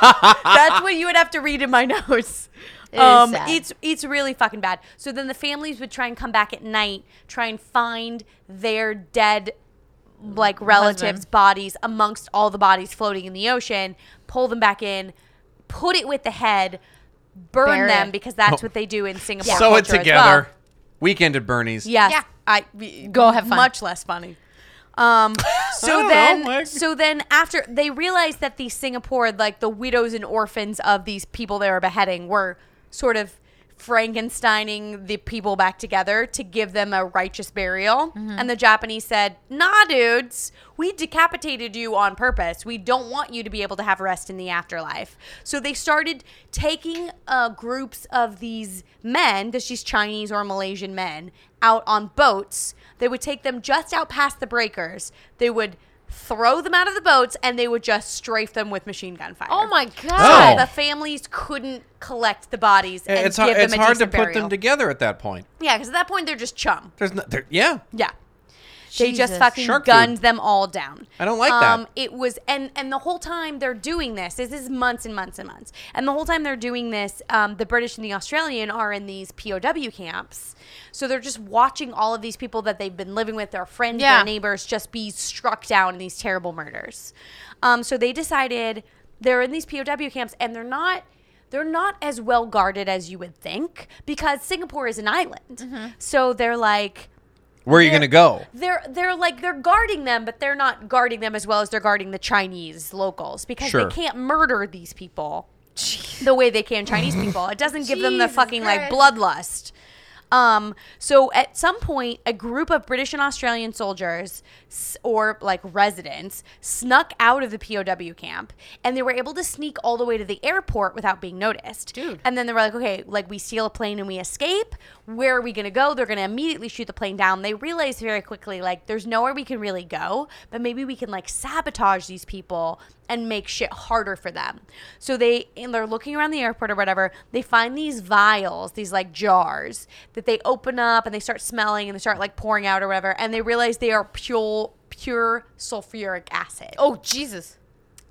Speaker 1: that's what you would have to read in my notes
Speaker 2: is
Speaker 1: um,
Speaker 2: sad.
Speaker 1: it's it's really fucking bad. So then the families would try and come back at night, try and find their dead like relatives' bodies amongst all the bodies floating in the ocean, pull them back in, put it with the head, burn
Speaker 2: Bury
Speaker 1: them
Speaker 2: it. Oh.
Speaker 1: because that's what they do in Singapore.
Speaker 3: Sew it
Speaker 1: culture as
Speaker 3: together.
Speaker 1: well.
Speaker 3: Weekend at Bernie's.
Speaker 1: Yes.
Speaker 2: Yeah.
Speaker 1: I we-
Speaker 2: Go have fun.
Speaker 1: Much less funny. Um, so
Speaker 3: don't
Speaker 1: then,
Speaker 3: know, like-
Speaker 1: so then after they realized that the Singapore, like the widows and orphans of these people they were beheading, were sort of Frankensteining the people back together to give them a righteous burial. And the Japanese said, Nah, dudes, we decapitated you on purpose. We don't want you to be able to have rest in the afterlife. So they started taking uh, groups of these men, this is Chinese or Malaysian men, out on boats. They would take them just out past the breakers. They would throw them out of the boats and they would just strafe them with machine gun fire.
Speaker 2: Oh my
Speaker 3: Oh.
Speaker 2: god.
Speaker 1: The families couldn't collect the bodies and
Speaker 3: it's
Speaker 1: give
Speaker 3: hard,
Speaker 1: them
Speaker 3: it's
Speaker 1: a
Speaker 3: hard to
Speaker 1: decent
Speaker 3: put
Speaker 1: burial.
Speaker 3: them together at that point.
Speaker 1: Yeah, because at that point they're just chum.
Speaker 3: There's no, there, yeah.
Speaker 1: Yeah. They just
Speaker 2: Jesus.
Speaker 1: fucking
Speaker 3: Shark
Speaker 1: gunned
Speaker 3: food.
Speaker 1: them all down. Um,
Speaker 3: I don't like that.
Speaker 1: It was and and the whole time they're doing this, this is months and months and months. And the whole time they're doing this, um, the British and the Australian are in these POW camps, so they're just watching all of these people that they've been living with, their friends,
Speaker 2: Yeah.
Speaker 1: their neighbors, just be struck down in these terrible murders. Um, so they decided they're in these POW camps and they're not they're not as well guarded as you would think because Singapore is an island.
Speaker 2: Mm-hmm.
Speaker 1: So they're like
Speaker 3: Where are you
Speaker 1: they're-
Speaker 3: gonna go?
Speaker 1: They're they're like they're guarding them, but they're not guarding them as well as they're guarding the Chinese locals because
Speaker 3: Sure.
Speaker 1: they can't murder these people the way they can Chinese people. It doesn't give them the
Speaker 2: Jesus
Speaker 1: fucking like
Speaker 2: Christ.
Speaker 1: bloodlust. Um, so at some point, a group of British and Australian soldiers s- or like residents snuck out of the POW camp and they were able to sneak all the way to the airport without being noticed.
Speaker 2: Dude.
Speaker 1: And then they were like, okay, like we steal a plane and we escape. Where are we going to go? They're going to immediately shoot the plane down. They realized very quickly, like, there's nowhere we can really go, but maybe we can like sabotage these people and make shit harder for them. So they and they're looking around the airport or whatever. They find these vials, these like jars that they open up and they start smelling and they start like pouring out or whatever. And they realize they are pure pure sulfuric acid.
Speaker 2: oh Jesus.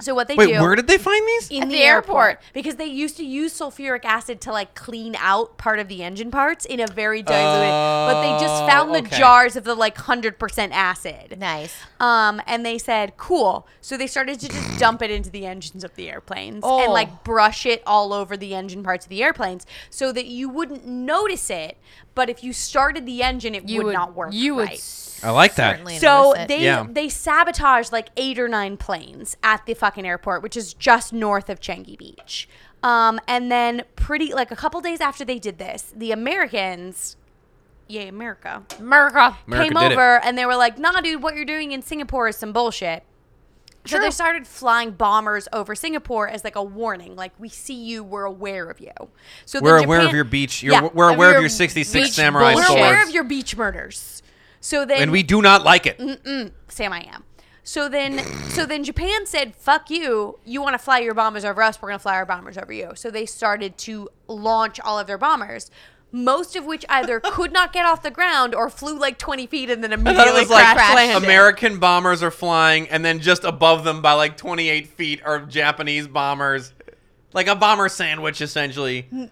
Speaker 1: So what they
Speaker 3: Wait,
Speaker 1: do
Speaker 3: where did they find these?
Speaker 1: in
Speaker 2: At
Speaker 1: the,
Speaker 2: the
Speaker 1: airport.
Speaker 2: airport.
Speaker 1: because they used to use sulfuric acid to like clean out part of the engine parts in a very diluted. but they just
Speaker 3: Oh,
Speaker 1: found the
Speaker 3: okay.
Speaker 1: jars of the like hundred percent acid.
Speaker 2: Nice.
Speaker 1: Um, and they said, "Cool." So they started to just dump it into the engines of the airplanes and
Speaker 2: Oh.
Speaker 1: like brush it all over the engine parts of the airplanes, so that you wouldn't notice it. But if you started the engine, it
Speaker 2: You
Speaker 1: would, not work.
Speaker 2: You would
Speaker 1: right.
Speaker 3: I like that.
Speaker 2: certainly
Speaker 1: So
Speaker 2: notice it.
Speaker 1: they
Speaker 3: Yeah.
Speaker 1: they sabotaged like eight or nine planes at the fucking airport, which is just north of Changi Beach. Um, and then pretty like a couple days after they did this, the Americans, yay America,
Speaker 2: America.
Speaker 3: America
Speaker 1: came
Speaker 3: did it.
Speaker 1: over and they were like, "Nah, dude, what you're doing in Singapore is some bullshit." So they
Speaker 2: True.
Speaker 1: started flying bombers over Singapore as like a warning, like we see you, we're aware of you. So the
Speaker 3: We're aware of
Speaker 1: Japan-
Speaker 3: your beach. You're,
Speaker 1: Yeah.
Speaker 3: We're
Speaker 2: Of
Speaker 3: aware of
Speaker 2: your
Speaker 3: your 66
Speaker 2: beach
Speaker 3: samurai
Speaker 2: bullshit.
Speaker 1: We're
Speaker 3: swords,
Speaker 1: aware of your beach murders. So then
Speaker 3: and we do not like it.
Speaker 1: Sam, I am. So then, so then Japan said, "Fuck you! You want to fly your bombers over us? We're gonna fly our bombers over you." So they started to launch all of their bombers, most of which either could not get off the ground or flew like twenty feet and then
Speaker 3: I thought
Speaker 1: immediately
Speaker 3: it was
Speaker 1: crashed.
Speaker 3: like
Speaker 2: crash landed.
Speaker 3: American bombers are flying, and then just above them by like 28 feet are Japanese bombers, like a bomber sandwich essentially.
Speaker 1: no,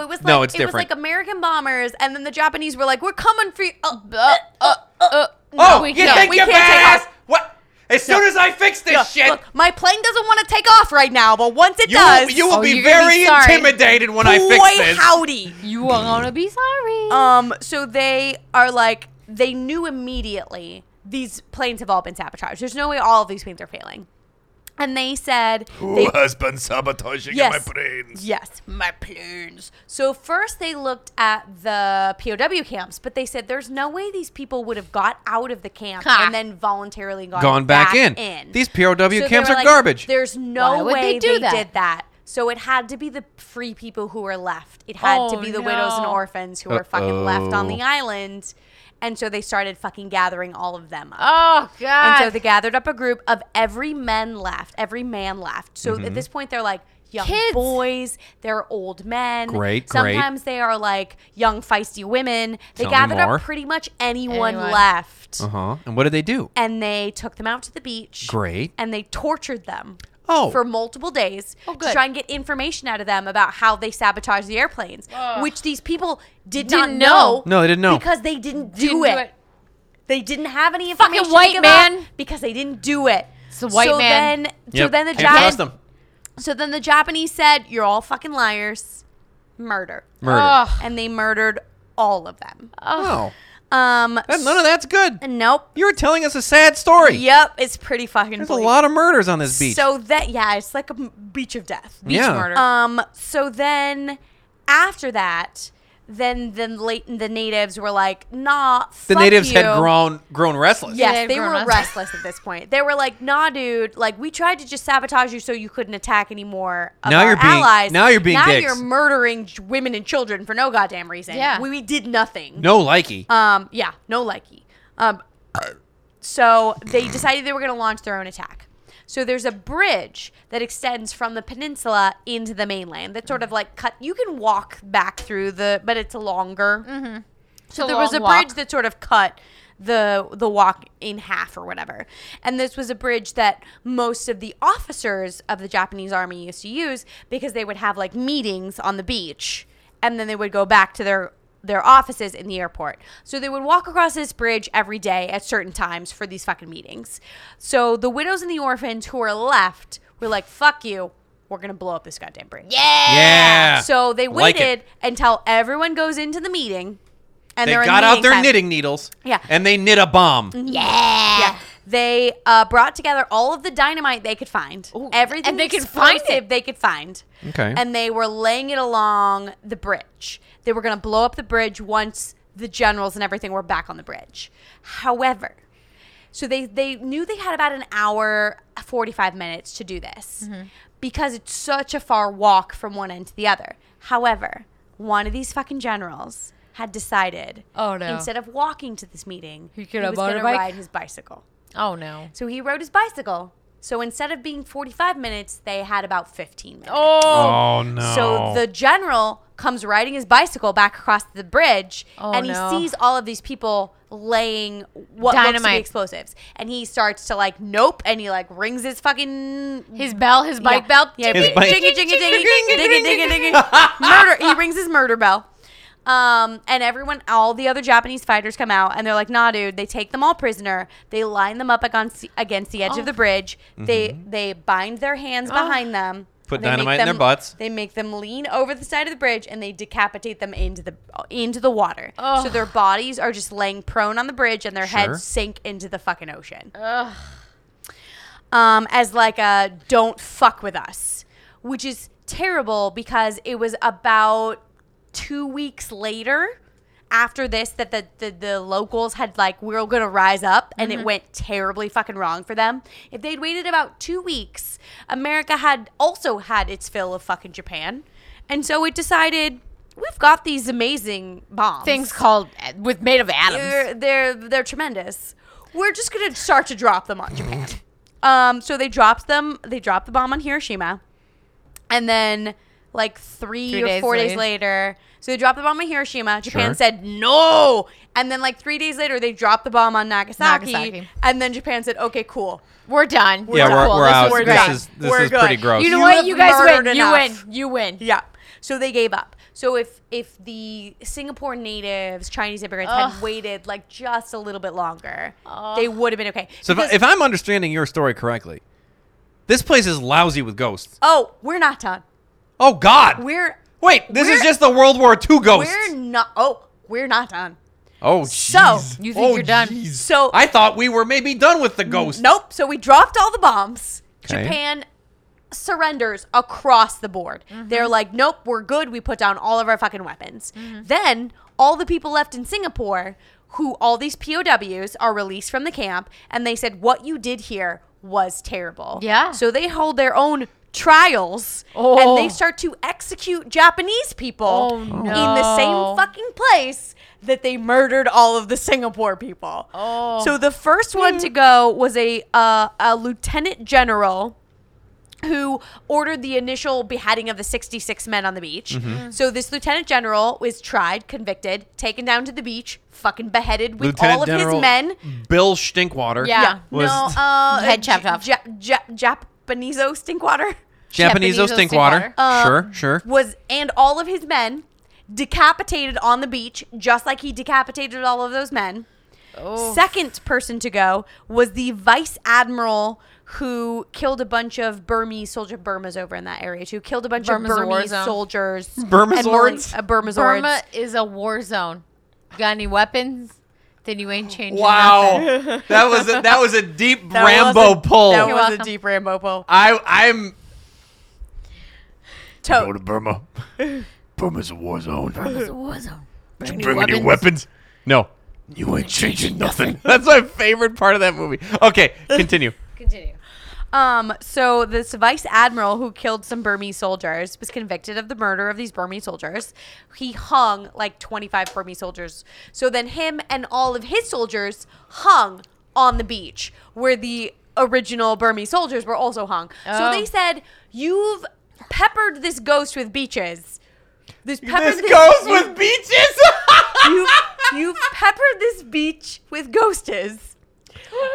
Speaker 1: it was like
Speaker 3: No, it's
Speaker 1: it
Speaker 3: different.
Speaker 1: was like American bombers, and then the Japanese were like, "We're coming for you." Oh,
Speaker 2: Uh, uh, uh,
Speaker 3: Oh,
Speaker 2: no, we
Speaker 3: you
Speaker 2: can't.
Speaker 3: think
Speaker 1: we
Speaker 3: you're
Speaker 1: can't take
Speaker 3: badass?
Speaker 1: off.
Speaker 3: What? As soon as I fix this shit,
Speaker 1: Look, my plane doesn't want to take off right now, but once it
Speaker 3: you,
Speaker 1: does,
Speaker 3: you will
Speaker 2: Oh,
Speaker 3: be
Speaker 2: you're gonna
Speaker 3: very
Speaker 2: be sorry.
Speaker 3: intimidated when
Speaker 1: boy,
Speaker 3: I fix this.
Speaker 1: howdy.
Speaker 2: You are gonna be sorry.
Speaker 1: Um, so they are like they knew immediately these planes have all been sabotaged. There's no way all of these planes are failing. And they said they,
Speaker 5: has been sabotaging
Speaker 1: Yes.
Speaker 5: my brains?
Speaker 1: yes, my planes. So first they looked at the POW camps, but they said there's no way these people would have got out of the camp
Speaker 2: Ha.
Speaker 1: and then voluntarily gone,
Speaker 3: Gone back in. These POW
Speaker 1: they
Speaker 3: camps
Speaker 1: were
Speaker 3: are garbage.
Speaker 1: There's no
Speaker 2: Why would
Speaker 1: way
Speaker 2: they
Speaker 1: they,
Speaker 2: do that?"
Speaker 1: did that. So it had to be the free people who were left. It had to
Speaker 2: Oh,
Speaker 1: be the widows and
Speaker 2: no.
Speaker 1: orphans who were fucking left on
Speaker 3: Uh-oh.
Speaker 1: the island. And so they started fucking gathering all of them up.
Speaker 2: oh God.
Speaker 1: And so they gathered up a group of every men left, every man left. So
Speaker 3: Mm-hmm.
Speaker 1: at this point, they're like young
Speaker 2: Kids.
Speaker 1: boys, they're old men.
Speaker 3: Great, great.
Speaker 1: Sometimes they are like young feisty women. They
Speaker 3: Tell me
Speaker 1: gathered
Speaker 3: more.
Speaker 1: up pretty much anyone,
Speaker 2: Anyone.
Speaker 1: left,
Speaker 3: Uh-huh. And what did they do?
Speaker 1: and they took them out to the beach.
Speaker 3: Great.
Speaker 1: And they tortured them.
Speaker 3: Oh.
Speaker 1: For multiple days to
Speaker 2: good.
Speaker 1: try and get information out of them about how they sabotaged the airplanes, which these people did
Speaker 2: Didn't
Speaker 1: not know.
Speaker 2: know.
Speaker 3: No, they didn't know.
Speaker 1: because they didn't do
Speaker 2: Didn't do
Speaker 1: it.
Speaker 2: it.
Speaker 1: They didn't have any
Speaker 2: Fucking
Speaker 1: information. to
Speaker 2: white
Speaker 1: give out
Speaker 2: man.
Speaker 1: because they didn't do it.
Speaker 2: It's a white
Speaker 1: so
Speaker 2: man.
Speaker 1: Then, so
Speaker 3: Yep.
Speaker 1: then the
Speaker 3: Can't trust
Speaker 1: Japanese.
Speaker 3: them.
Speaker 1: So then the Japanese said, "You're all fucking liars." Murder,
Speaker 3: Murder.
Speaker 2: Ugh.
Speaker 1: and they murdered all of them.
Speaker 2: Uh.
Speaker 3: Oh,
Speaker 1: Um,
Speaker 3: that- none of that's good.
Speaker 1: nope.
Speaker 3: You were telling us a sad story.
Speaker 1: Yep, it's pretty fucking.
Speaker 3: There's a lot of murders on this beach.
Speaker 2: Um,
Speaker 1: So that yeah, it's like a m- beach of death.
Speaker 3: yeah.
Speaker 2: murder.
Speaker 1: Um, so then after that, then then late the natives were like, nah.
Speaker 3: The
Speaker 1: fuck
Speaker 3: natives
Speaker 1: you.
Speaker 3: had grown grown restless.
Speaker 1: Yes,
Speaker 2: They've
Speaker 1: they
Speaker 2: grown
Speaker 1: were
Speaker 2: up.
Speaker 1: restless at this point. They were like, "Nah, dude. Like, we tried to just sabotage you so you couldn't attack anymore." Of
Speaker 3: Now
Speaker 1: our
Speaker 3: you're being-
Speaker 1: allies.
Speaker 3: now you're being
Speaker 1: now
Speaker 3: dicks."
Speaker 1: you're murdering j- women and children for no goddamn reason.
Speaker 2: Yeah.
Speaker 1: we, we did nothing.
Speaker 3: No likey.
Speaker 1: Um, yeah, no likey. Um, so they decided they were going to launch their own attack. So there's a bridge that extends from the peninsula into the mainland. That sort of like cut. You can walk back through the, but it's longer. So there was a bridge that sort of cut the the walk in half or whatever. And this was a bridge that most of the officers of the Japanese army used to use because they would have like meetings on the beach and then they would go back to their their offices in the airport. So they would walk across this bridge every day at certain times for these fucking meetings. So the widows and the orphans who were left were like, fuck you, we're gonna blow up this goddamn bridge.
Speaker 2: yeah.
Speaker 3: yeah.
Speaker 1: So they
Speaker 3: Like it.
Speaker 1: waited until everyone goes into the meeting and
Speaker 3: they
Speaker 1: are
Speaker 3: got
Speaker 1: in
Speaker 3: out their
Speaker 1: time.
Speaker 3: knitting needles.
Speaker 1: Yeah. Mm-hmm.
Speaker 3: And they knit a bomb.
Speaker 2: Yeah.
Speaker 1: Yeah. They uh, brought together all of the dynamite they could find. Everything
Speaker 2: and they could find
Speaker 1: explosive
Speaker 2: it.
Speaker 1: they could find.
Speaker 3: Okay.
Speaker 1: And they were laying it along the bridge. They were going to blow up the bridge once the generals and everything were back on the bridge. However, so they they knew they had about an hour 45 minutes to do this
Speaker 2: Mm-hmm.
Speaker 1: because it's such a far walk from one end to the other. However, one of these fucking generals had decided
Speaker 2: Oh, no.
Speaker 1: instead of walking to this meeting,
Speaker 2: He could
Speaker 1: he
Speaker 2: have
Speaker 1: was going to
Speaker 2: motorbike?
Speaker 1: ride his bicycle.
Speaker 2: Oh no.
Speaker 1: So he rode his bicycle. So instead of being 45 minutes, they had about 15 minutes.
Speaker 2: Oh.
Speaker 3: Oh no.
Speaker 1: So the general comes riding his bicycle back across the bridge
Speaker 2: Oh,
Speaker 1: and he
Speaker 2: no.
Speaker 1: sees all of these people laying what looks to be
Speaker 2: Dynamite.
Speaker 1: explosives. And he starts to like, nope. And he like rings his fucking
Speaker 2: His bell, his bike
Speaker 1: yeah.
Speaker 2: belt.
Speaker 1: Yeah,
Speaker 3: His
Speaker 1: jingy,
Speaker 3: bike-
Speaker 1: jingy, jingy, jingy, dingy, dingy, dingy. Murder. He rings his murder bell. Um, and everyone, all the other Japanese fighters come out, and they're like, "Nah, dude." They take them all prisoner. They line them up against against the edge of the
Speaker 3: Oh.
Speaker 1: bridge. They they bind their hands behind them.
Speaker 3: Mm-hmm. Put
Speaker 1: They make
Speaker 3: dynamite in their
Speaker 1: them-
Speaker 3: butts.
Speaker 1: They make them lean over the side of the bridge, and they decapitate them into the into the water. So
Speaker 2: Ugh.
Speaker 1: their bodies are just laying prone on the bridge, and their
Speaker 3: Sure.
Speaker 1: heads sink into the fucking ocean um, as like a "don't fuck with us," which is terrible because it was about two weeks later after this that the the, the locals had like we are gonna rise up and it went terribly fucking wrong for them. If they'd waited about two weeks, America had also had its fill of fucking Japan, and so it decided. We've got these amazing bombs.
Speaker 2: Things called with made of atoms.
Speaker 1: They're they're they're tremendous. We're just gonna start to drop them on Japan. Um, so they dropped them. They dropped the bomb on Hiroshima, and then like three,
Speaker 2: Three
Speaker 1: or
Speaker 2: days
Speaker 1: four days
Speaker 2: later.
Speaker 1: later, so they dropped the bomb on Hiroshima. Japan
Speaker 3: Sure.
Speaker 1: said no, and then like three days later, they dropped the bomb on Nagasaki,
Speaker 2: Nagasaki.
Speaker 1: and then Japan said, "Okay, cool."
Speaker 2: We're done.
Speaker 3: yeah, we're,
Speaker 2: cool.
Speaker 3: we're
Speaker 2: This
Speaker 3: out.
Speaker 2: was
Speaker 1: we're
Speaker 3: this
Speaker 2: great.
Speaker 1: done.
Speaker 3: is this
Speaker 1: We're
Speaker 3: is pretty
Speaker 1: good.
Speaker 3: gross.
Speaker 2: You know
Speaker 1: You
Speaker 2: what?
Speaker 1: have
Speaker 2: You guys
Speaker 1: murdered
Speaker 2: win. You win.
Speaker 1: enough.
Speaker 2: You win.
Speaker 1: Yeah. So they gave up. So if if the Singapore natives, Chinese immigrants, had
Speaker 2: Ugh.
Speaker 1: waited like just a little bit longer, they would have been okay.
Speaker 3: so if, I-
Speaker 1: Because-
Speaker 3: if I'm understanding your story correctly, this place is lousy with ghosts.
Speaker 1: oh, we're not done.
Speaker 3: Oh God!
Speaker 1: We're
Speaker 3: Wait, this is
Speaker 1: we're-
Speaker 3: just the World War II ghosts.
Speaker 1: we're not. Oh, we're not done.
Speaker 3: oh,
Speaker 1: So,
Speaker 3: jeez.
Speaker 2: you think
Speaker 3: Oh,
Speaker 2: you're done.
Speaker 3: jeez.
Speaker 1: So-
Speaker 3: I thought we were maybe done with the ghosts.
Speaker 1: Nope. So we dropped all the bombs.
Speaker 3: Okay.
Speaker 1: Japan surrenders across the board.
Speaker 2: Mm-hmm.
Speaker 1: They're like, nope, we're good. We put down all of our fucking weapons.
Speaker 2: Mm-hmm.
Speaker 1: Then all the people left in Singapore, who all these POWs are released from the camp, and they said, what you did here was terrible.
Speaker 2: Yeah.
Speaker 1: So they hold their own trials and
Speaker 2: Oh.
Speaker 1: they start to execute Japanese people
Speaker 2: Oh,
Speaker 1: in the same
Speaker 2: no.
Speaker 1: fucking place that they murdered all of the Singapore people.
Speaker 2: Oh.
Speaker 1: So the first one to go was a uh, a lieutenant general who ordered the initial beheading of the 66 men on the beach. So this lieutenant general was tried, convicted, taken down to the beach, fucking beheaded with
Speaker 3: Lieutenant
Speaker 1: all of
Speaker 3: General
Speaker 1: his men.
Speaker 3: Bill Stinkwater.
Speaker 2: Yeah.
Speaker 3: Was
Speaker 1: no, uh,
Speaker 2: Head chopped off.
Speaker 1: Ja- ja- Japanese Stinkwater
Speaker 3: Japanese
Speaker 2: Japanese
Speaker 3: Stinkwater.
Speaker 2: Stinkwater.
Speaker 1: Uh,
Speaker 3: sure, sure.
Speaker 1: was and all of his men decapitated on the beach, just like he decapitated all of those men.
Speaker 2: Oh.
Speaker 1: Second person to go was the vice admiral who killed a bunch of Burmese soldier Burma's over in that area too. Killed a bunch
Speaker 2: Burma's a
Speaker 1: of
Speaker 2: war
Speaker 1: Burmese
Speaker 2: zone.
Speaker 1: soldiers.
Speaker 3: Burmazords?
Speaker 1: Burmazords. Uh, Burmazords.
Speaker 2: Burma is a war zone. Got any weapons? Then you ain't changing nothing.
Speaker 3: Wow, that was a, that was a deep
Speaker 1: That
Speaker 3: Rambo
Speaker 1: was a-
Speaker 3: pull.
Speaker 1: That was a
Speaker 2: welcome.
Speaker 1: deep Rambo pull.
Speaker 3: I I'm
Speaker 1: Tote.
Speaker 3: Burma.
Speaker 5: Burma's a war zone.
Speaker 2: It's a war zone.
Speaker 5: Did you
Speaker 2: Any
Speaker 5: bring any
Speaker 2: weapons?
Speaker 5: weapons?
Speaker 3: No.
Speaker 5: You ain't changing nothing.
Speaker 3: That's my favorite part of that movie. Okay, continue.
Speaker 2: Continue.
Speaker 1: Um, so this vice admiral who killed some Burmese soldiers was convicted of the murder of these Burmese soldiers. He hung like 25 Burmese soldiers. So then him and all of his soldiers hung on the beach where the original Burmese soldiers were also hung.
Speaker 2: Oh.
Speaker 1: So they said, "You've peppered this ghost with beaches." This, peppered
Speaker 4: This goes
Speaker 1: you-
Speaker 4: with beaches.
Speaker 1: you, you've peppered this beach with ghostes.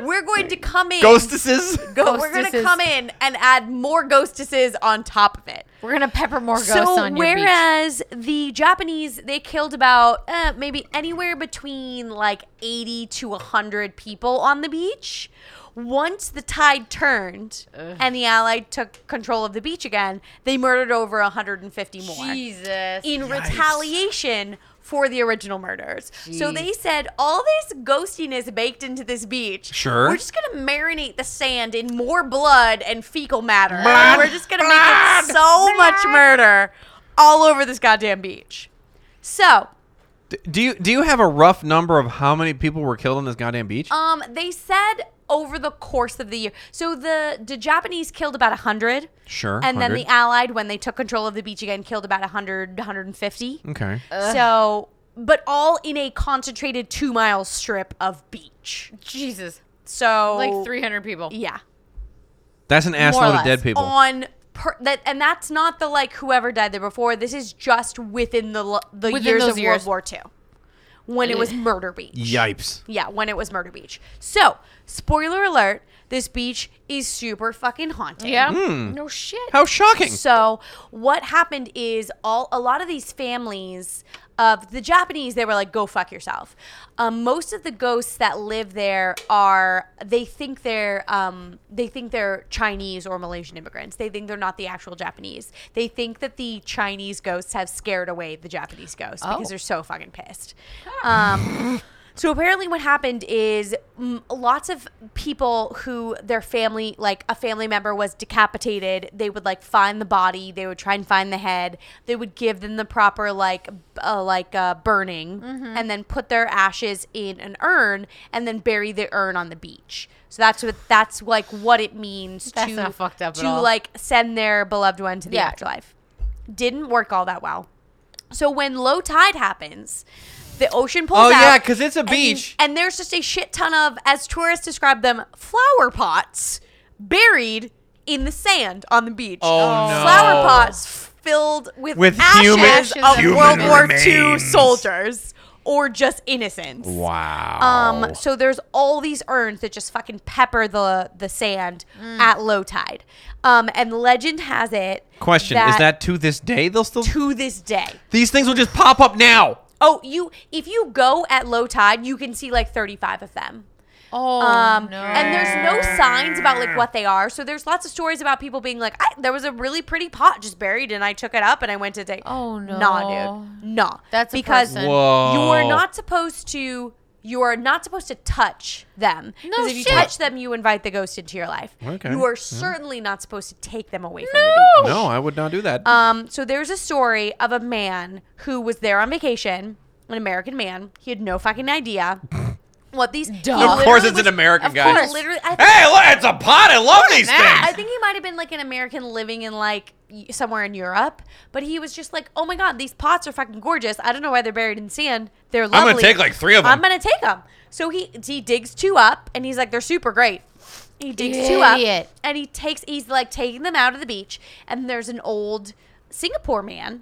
Speaker 1: We're going to come in.
Speaker 4: Ghostesses.
Speaker 1: Go, we're going to
Speaker 2: Ghostesses.
Speaker 1: come in and add more ghostesses on top of it.
Speaker 2: We're gonna pepper more ghosts
Speaker 1: So,
Speaker 2: on your beach.
Speaker 1: whereas the Japanese, they killed about uh, maybe anywhere between like 80 to 100 people on the beach. Once the tide turned and the Allied took control of the beach again, they murdered over 150 more
Speaker 2: Jesus.
Speaker 1: in retaliation for the original murders. So
Speaker 2: Jeez.
Speaker 1: they said all this ghostiness baked into this beach.
Speaker 3: Sure.
Speaker 1: We're just gonna marinate the sand in more blood and fecal matter. And
Speaker 3: Blood,
Speaker 1: we're just gonna make it so much murder all over this goddamn beach. So
Speaker 3: D- do you do you have a rough number of how many people were killed on this goddamn beach?
Speaker 1: Um, they said over the course of the year. So the the Japanese killed about 100.
Speaker 3: Sure,
Speaker 1: And then
Speaker 3: 100.
Speaker 1: the Allied, when they took control of the beach again, killed about 100, 150.
Speaker 3: okay.
Speaker 2: Uh.
Speaker 1: So, but all in a concentrated two mile strip of beach.
Speaker 2: Jesus.
Speaker 1: So,
Speaker 2: Like 300 people.
Speaker 1: Yeah.
Speaker 3: That's an
Speaker 1: more or
Speaker 3: assload of
Speaker 1: less.
Speaker 3: dead people.
Speaker 1: On per, that, and that's not the like whoever died there before. This is just within the lo- the
Speaker 2: Within
Speaker 1: years
Speaker 2: those
Speaker 1: of
Speaker 2: years.
Speaker 1: World War II, when it was Murder Beach.
Speaker 3: Yipes.
Speaker 1: Yeah, when it was Murder Beach. So, spoiler alert: this beach is super fucking haunted.
Speaker 2: Yeah.
Speaker 3: Hmm.
Speaker 2: No shit.
Speaker 3: How shocking.
Speaker 1: So what happened is all a lot of these families of the Japanese, they were like, "Go fuck yourself." Um, most of the ghosts that live there are they think they're um, they think they're Chinese or Malaysian immigrants. They think they're not the actual Japanese. They think that the Chinese ghosts have scared away the Japanese ghosts because they're so fucking pissed. Um, so apparently, what happened is mm, lots of people who their family, like a family member, was decapitated. They would like find the body. They would try and find the head. They would give them the proper like b- uh, like uh, burning,
Speaker 2: Mm-hmm.
Speaker 1: and then put their ashes in an urn, and then bury the urn on the beach. So that's what that's like what it means
Speaker 2: That's
Speaker 1: to
Speaker 2: not fucked up at
Speaker 1: to
Speaker 2: all.
Speaker 1: like send their beloved one to the
Speaker 2: Yeah.
Speaker 1: afterlife. Didn't work all that well. So when low tide happens, the ocean pulls
Speaker 3: Oh,
Speaker 1: out.
Speaker 3: yeah, 'cause it's a
Speaker 1: and-
Speaker 3: beach.
Speaker 1: And there's just a shit ton of, as tourists describe them, flower pots buried in the sand on the beach.
Speaker 3: Oh, no.
Speaker 1: Flower pots filled with,
Speaker 3: With
Speaker 1: ashes
Speaker 3: human-
Speaker 1: of
Speaker 2: Human
Speaker 1: World War II
Speaker 5: remains.
Speaker 1: soldiers or just innocents.
Speaker 3: Wow.
Speaker 1: Um, so there's all these urns that just fucking pepper the the sand
Speaker 3: Mm.
Speaker 1: at low tide. Um, and legend has it
Speaker 3: Question: Is that to this day they'll still
Speaker 1: to this day.
Speaker 3: these things will just pop up now?
Speaker 1: Oh, you if you go at low tide, you can see like 35 of them.
Speaker 2: Oh,
Speaker 1: Um,
Speaker 2: no.
Speaker 1: and there's no signs about like what they are. So there's lots of stories about people being like, I, there was a really pretty pot just buried, and I took it up and I went to take.
Speaker 2: Oh, no.
Speaker 1: nah, dude, nah.
Speaker 2: That's a
Speaker 1: because
Speaker 2: person.
Speaker 3: Whoa.
Speaker 1: you are not supposed to. You are not supposed to touch them.
Speaker 2: No
Speaker 1: Because if you
Speaker 2: shit.
Speaker 1: touch them, you invite the ghost into your life.
Speaker 3: Okay.
Speaker 1: You are certainly not supposed to take them away from the beach.
Speaker 3: No, I would not do that.
Speaker 1: Um, so there's a story of a man who was there on vacation, an American man. He had no fucking idea what these. he
Speaker 2: Of course
Speaker 1: literally
Speaker 3: it's an American
Speaker 1: of
Speaker 3: guy.
Speaker 1: course, literally, I, think,
Speaker 4: hey, look, it's a pot. I love these
Speaker 1: I
Speaker 4: things.
Speaker 1: think he might have been like an American living in like y- somewhere in Europe, but he was just like, oh my god, these pots are fucking gorgeous. I don't know why they're buried in sand. They're lovely.
Speaker 4: gonna take, like, three of 'em."
Speaker 1: I'm gonna take them. So he he digs two up, and he's like, they're super great. He digs two
Speaker 2: Idiot.
Speaker 1: up, and he takes he's like taking them out of the beach and there's an old singapore man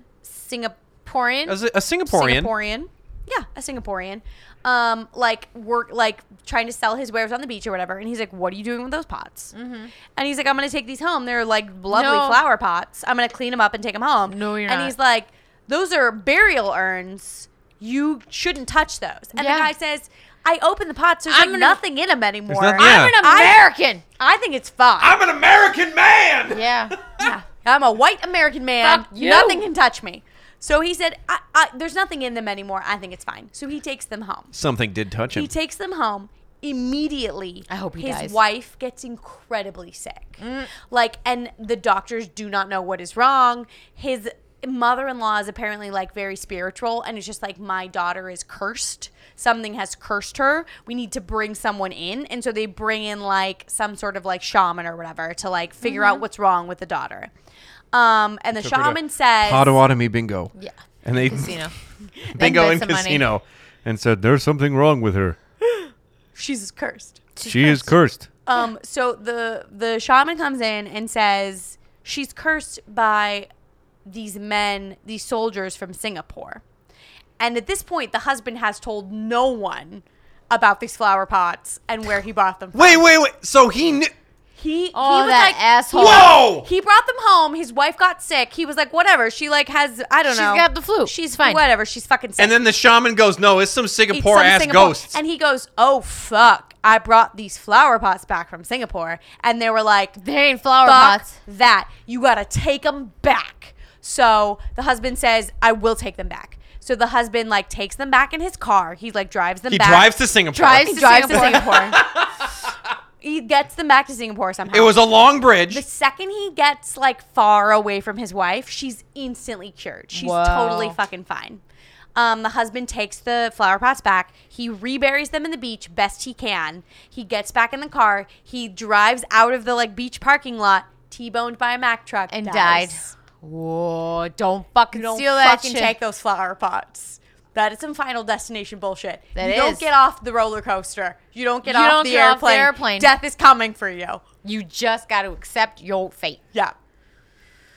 Speaker 1: singaporean
Speaker 3: As a, a Singaporean.
Speaker 1: Singaporean. Yeah, a Singaporean. Um, like work, like trying to sell his wares on the beach or whatever. And he's like, "What are you doing with those pots?" And he's like, "I'm gonna take these home. They're like lovely
Speaker 2: No.
Speaker 1: flower pots. I'm gonna clean them up and take them home."
Speaker 2: No, you're
Speaker 1: And
Speaker 2: not.
Speaker 1: he's like, "Those are burial urns. You shouldn't touch those." And
Speaker 2: Yeah.
Speaker 1: the guy says, "I opened the pots. There's
Speaker 2: I'm
Speaker 1: like
Speaker 2: gonna-
Speaker 1: nothing in them anymore.
Speaker 3: nothing-
Speaker 1: I,
Speaker 3: yeah.
Speaker 2: I'm an American.
Speaker 1: I think it's fine.
Speaker 4: I'm an American man.
Speaker 2: yeah.
Speaker 1: Yeah. I'm a white American man.
Speaker 2: Fuck you.
Speaker 1: Nothing can touch me." So he said, I, I, "There's nothing in them anymore. I think it's fine." So he takes them home.
Speaker 3: Something did touch him.
Speaker 1: He takes them home immediately.
Speaker 2: I hope he
Speaker 1: his
Speaker 2: dies. Mm.
Speaker 1: wife gets incredibly sick. Like, and the doctors do not know what is wrong. His mother-in-law is apparently like very spiritual and it's just like my daughter is cursed something has cursed her we need to bring someone in and so they bring in like some sort of like shaman or whatever to like figure out
Speaker 2: Mm-hmm.
Speaker 1: what's wrong with the daughter um and the shaman says
Speaker 3: Potawatomi bingo.
Speaker 2: Yeah.
Speaker 3: And they
Speaker 2: Casino.
Speaker 3: bingo
Speaker 2: bet
Speaker 3: and
Speaker 2: some money.
Speaker 3: casino, and said there's something wrong with her.
Speaker 1: she's cursed
Speaker 3: She is cursed.
Speaker 1: Um, so the the shaman comes in and says she's cursed by these men, these soldiers from Singapore. And at this point, the husband has told no one about these flower pots and where he bought them. From.
Speaker 3: Wait, wait, wait. So he knew.
Speaker 1: He
Speaker 2: Oh,
Speaker 1: he was
Speaker 2: that
Speaker 1: like,
Speaker 2: asshole.
Speaker 3: Whoa!
Speaker 1: Oh. He brought them home. His wife got sick. He was like, whatever. She like has I don't
Speaker 2: She's
Speaker 1: know.
Speaker 2: got the flu.
Speaker 1: She's
Speaker 2: Fine.
Speaker 1: Whatever. She's fucking sick.
Speaker 3: And then the shaman goes, "No, it's some
Speaker 1: It's
Speaker 3: Singapore
Speaker 1: some
Speaker 3: ass
Speaker 1: Singapore-
Speaker 3: ghosts."
Speaker 1: And he goes, "Oh fuck! I brought these flower pots back from Singapore, and they were like,
Speaker 2: They ain't flower
Speaker 1: fuck
Speaker 2: pots.
Speaker 1: that. You gotta take them back. So the husband says, I will take them back. So the husband like takes them back in his car. He like drives them
Speaker 3: he
Speaker 1: back.
Speaker 3: drives to Singapore.
Speaker 2: Drives-
Speaker 1: he
Speaker 2: to
Speaker 1: drives to
Speaker 2: Singapore.
Speaker 1: Singapore. he gets them back to Singapore somehow.
Speaker 3: it was a long bridge.
Speaker 1: the second he gets like far away from his wife, she's instantly cured. She's
Speaker 2: Wow.
Speaker 1: totally fucking fine. Um, the husband takes the flower pots back. He reburies them in the beach best he can. He gets back in the car. He drives out of the like beach parking lot, t-boned by a Mack truck,
Speaker 2: And
Speaker 1: dies.
Speaker 2: died. Whoa! Don't fucking
Speaker 1: You don't
Speaker 2: steal that
Speaker 1: fucking
Speaker 2: shit.
Speaker 1: take those flower pots. That is some final destination bullshit.
Speaker 2: That
Speaker 1: you don't
Speaker 2: is.
Speaker 1: get off the roller coaster. You don't get,
Speaker 2: You
Speaker 1: off,
Speaker 2: don't
Speaker 1: the
Speaker 2: get off the
Speaker 1: airplane.
Speaker 2: airplane.
Speaker 1: Death is coming for you.
Speaker 2: you just got to accept your fate.
Speaker 1: Yeah.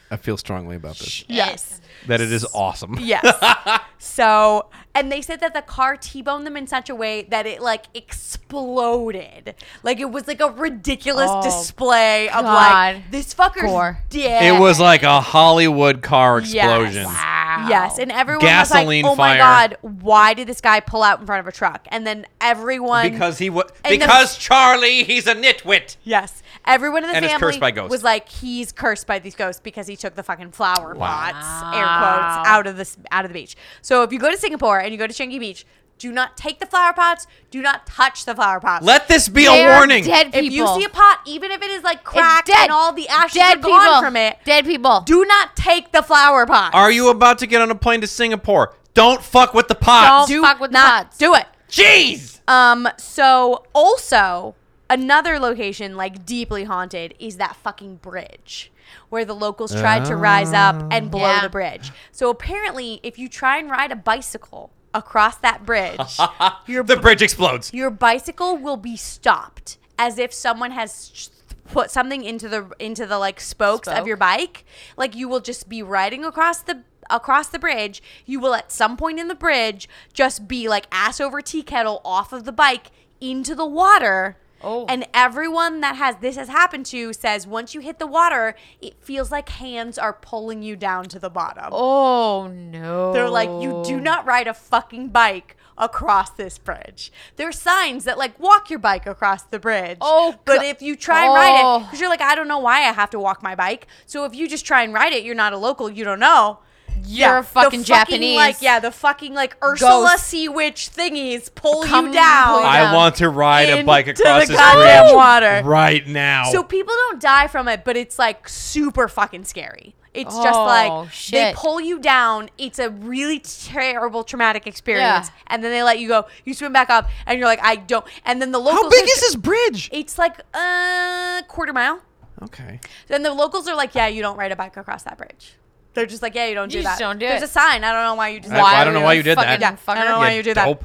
Speaker 3: I feel strongly about this.
Speaker 1: Yes.
Speaker 3: That it is awesome.
Speaker 1: Yes. so, and they said that the car T-boned them in such a way that it like exploded. Like it was like a ridiculous
Speaker 2: Oh,
Speaker 1: display of
Speaker 2: God.
Speaker 1: like this fucker's
Speaker 2: Gore.
Speaker 1: dick.
Speaker 3: It was like a Hollywood car explosion.
Speaker 2: Wow.
Speaker 1: Yes, and everyone
Speaker 3: Gasoline
Speaker 1: was like, "Oh my god,
Speaker 3: fire.
Speaker 1: why did this guy pull out in front of a truck?" And then everyone
Speaker 3: Because he was
Speaker 1: And the-
Speaker 3: because Charlie, he's a nitwit.
Speaker 1: Yes. Everyone in the
Speaker 3: And it's
Speaker 1: family
Speaker 3: cursed by ghosts.
Speaker 1: was like, he's cursed by these ghosts because he took the fucking flower pots, air
Speaker 2: Wow.
Speaker 1: quotes, out of this out of the beach. So if you go to Singapore and you go to Changi Beach, do not take the flower pots. Do not touch the flower pots.
Speaker 3: Let this be
Speaker 2: They
Speaker 3: a
Speaker 2: are
Speaker 3: warning.
Speaker 2: dead people.
Speaker 1: if you see a pot, even if it is like
Speaker 2: It's
Speaker 1: cracked
Speaker 2: dead.
Speaker 1: and all the ashes
Speaker 2: dead
Speaker 1: are gone
Speaker 2: people.
Speaker 1: from it,
Speaker 2: Dead people.
Speaker 1: do not take the flower pot.
Speaker 3: Are you about to get on a plane to Singapore? Don't fuck with the pots.
Speaker 2: Don't fuck with the
Speaker 1: not
Speaker 2: pots.
Speaker 1: do it.
Speaker 3: Jeez.
Speaker 1: Um, so also another location like deeply haunted is that fucking bridge where the locals tried to rise up and blow
Speaker 2: Yeah.
Speaker 1: the bridge. So apparently if you try and ride a bicycle across that bridge, your
Speaker 3: The bridge explodes.
Speaker 1: your bicycle will be stopped as if someone has sh- put something into the into the like spokes of
Speaker 2: Spoke.
Speaker 1: your bike like you will just be riding across the across the bridge you will at some point in the bridge just be like ass over tea kettle off of the bike into the water
Speaker 2: Oh.
Speaker 1: And everyone that has this has happened to says once you hit the water, it feels like hands are pulling you down to the bottom.
Speaker 2: Oh no.
Speaker 1: They're like, you
Speaker 2: Oh.
Speaker 1: do not ride a fucking bike across this bridge. There are signs that like walk your bike across the bridge.
Speaker 2: Oh,
Speaker 1: but
Speaker 2: go-
Speaker 1: if you try and ride it,
Speaker 2: Oh.
Speaker 1: because you're like, I don't know why I have to walk my bike. So if you just try and ride it, you're not a local, you don't know.
Speaker 2: You're a
Speaker 1: the
Speaker 2: fucking Japanese.
Speaker 1: Like yeah, the fucking like Ursula
Speaker 2: Ghost.
Speaker 1: Sea Witch thingies pull
Speaker 2: Come
Speaker 1: you down.
Speaker 2: pull you down.
Speaker 3: I want to ride a
Speaker 1: Into
Speaker 3: bike
Speaker 1: the
Speaker 3: across this
Speaker 1: goddamn
Speaker 3: bridge
Speaker 1: water.
Speaker 3: right now.
Speaker 1: So people don't die from it, but it's like super fucking scary. It's just
Speaker 2: Oh,
Speaker 1: like
Speaker 2: shit.
Speaker 1: they pull you down. It's a really terrible traumatic experience,
Speaker 2: Yeah.
Speaker 1: and then they let you go. You swim back up, and you're like, I don't. And then the locals.
Speaker 3: How big
Speaker 1: are-
Speaker 3: is this bridge?
Speaker 1: It's like a quarter mile.
Speaker 3: Okay.
Speaker 1: Then the locals are like, Yeah, you don't ride a bike across that bridge. They're just like, Yeah, you don't
Speaker 2: You
Speaker 1: do
Speaker 2: just
Speaker 1: that.
Speaker 2: don't do
Speaker 1: There's
Speaker 2: it.
Speaker 1: a sign. I don't know why you just.
Speaker 3: I- I don't know
Speaker 2: would
Speaker 3: why
Speaker 2: a
Speaker 3: you did
Speaker 2: fucking
Speaker 3: that. Yeah,
Speaker 1: I don't
Speaker 2: fucker-
Speaker 1: know why you do that.
Speaker 3: dope.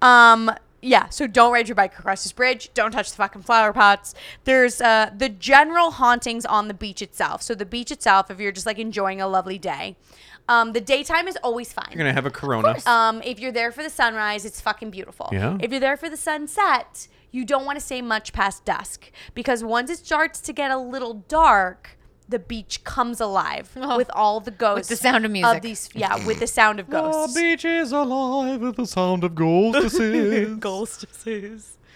Speaker 1: Um, yeah, so don't ride your bike across this bridge. Don't touch the fucking flower pots. There's uh, the general hauntings on the beach itself. So the beach itself, if you're just like enjoying a lovely day, um, the daytime is always fine.
Speaker 3: You're gonna have a corona.
Speaker 1: um, if you're there for the sunrise, it's fucking beautiful.
Speaker 3: Yeah.
Speaker 1: If you're there for the sunset, you don't want to stay much past dusk because once it starts to get a little dark, the beach comes alive
Speaker 2: Oh.
Speaker 1: with all the ghosts.
Speaker 2: the sound of
Speaker 1: Of
Speaker 2: music.
Speaker 1: these, yeah, with the sound of ghosts.
Speaker 3: The beach is alive with the sound of gold.
Speaker 1: Ghostesses.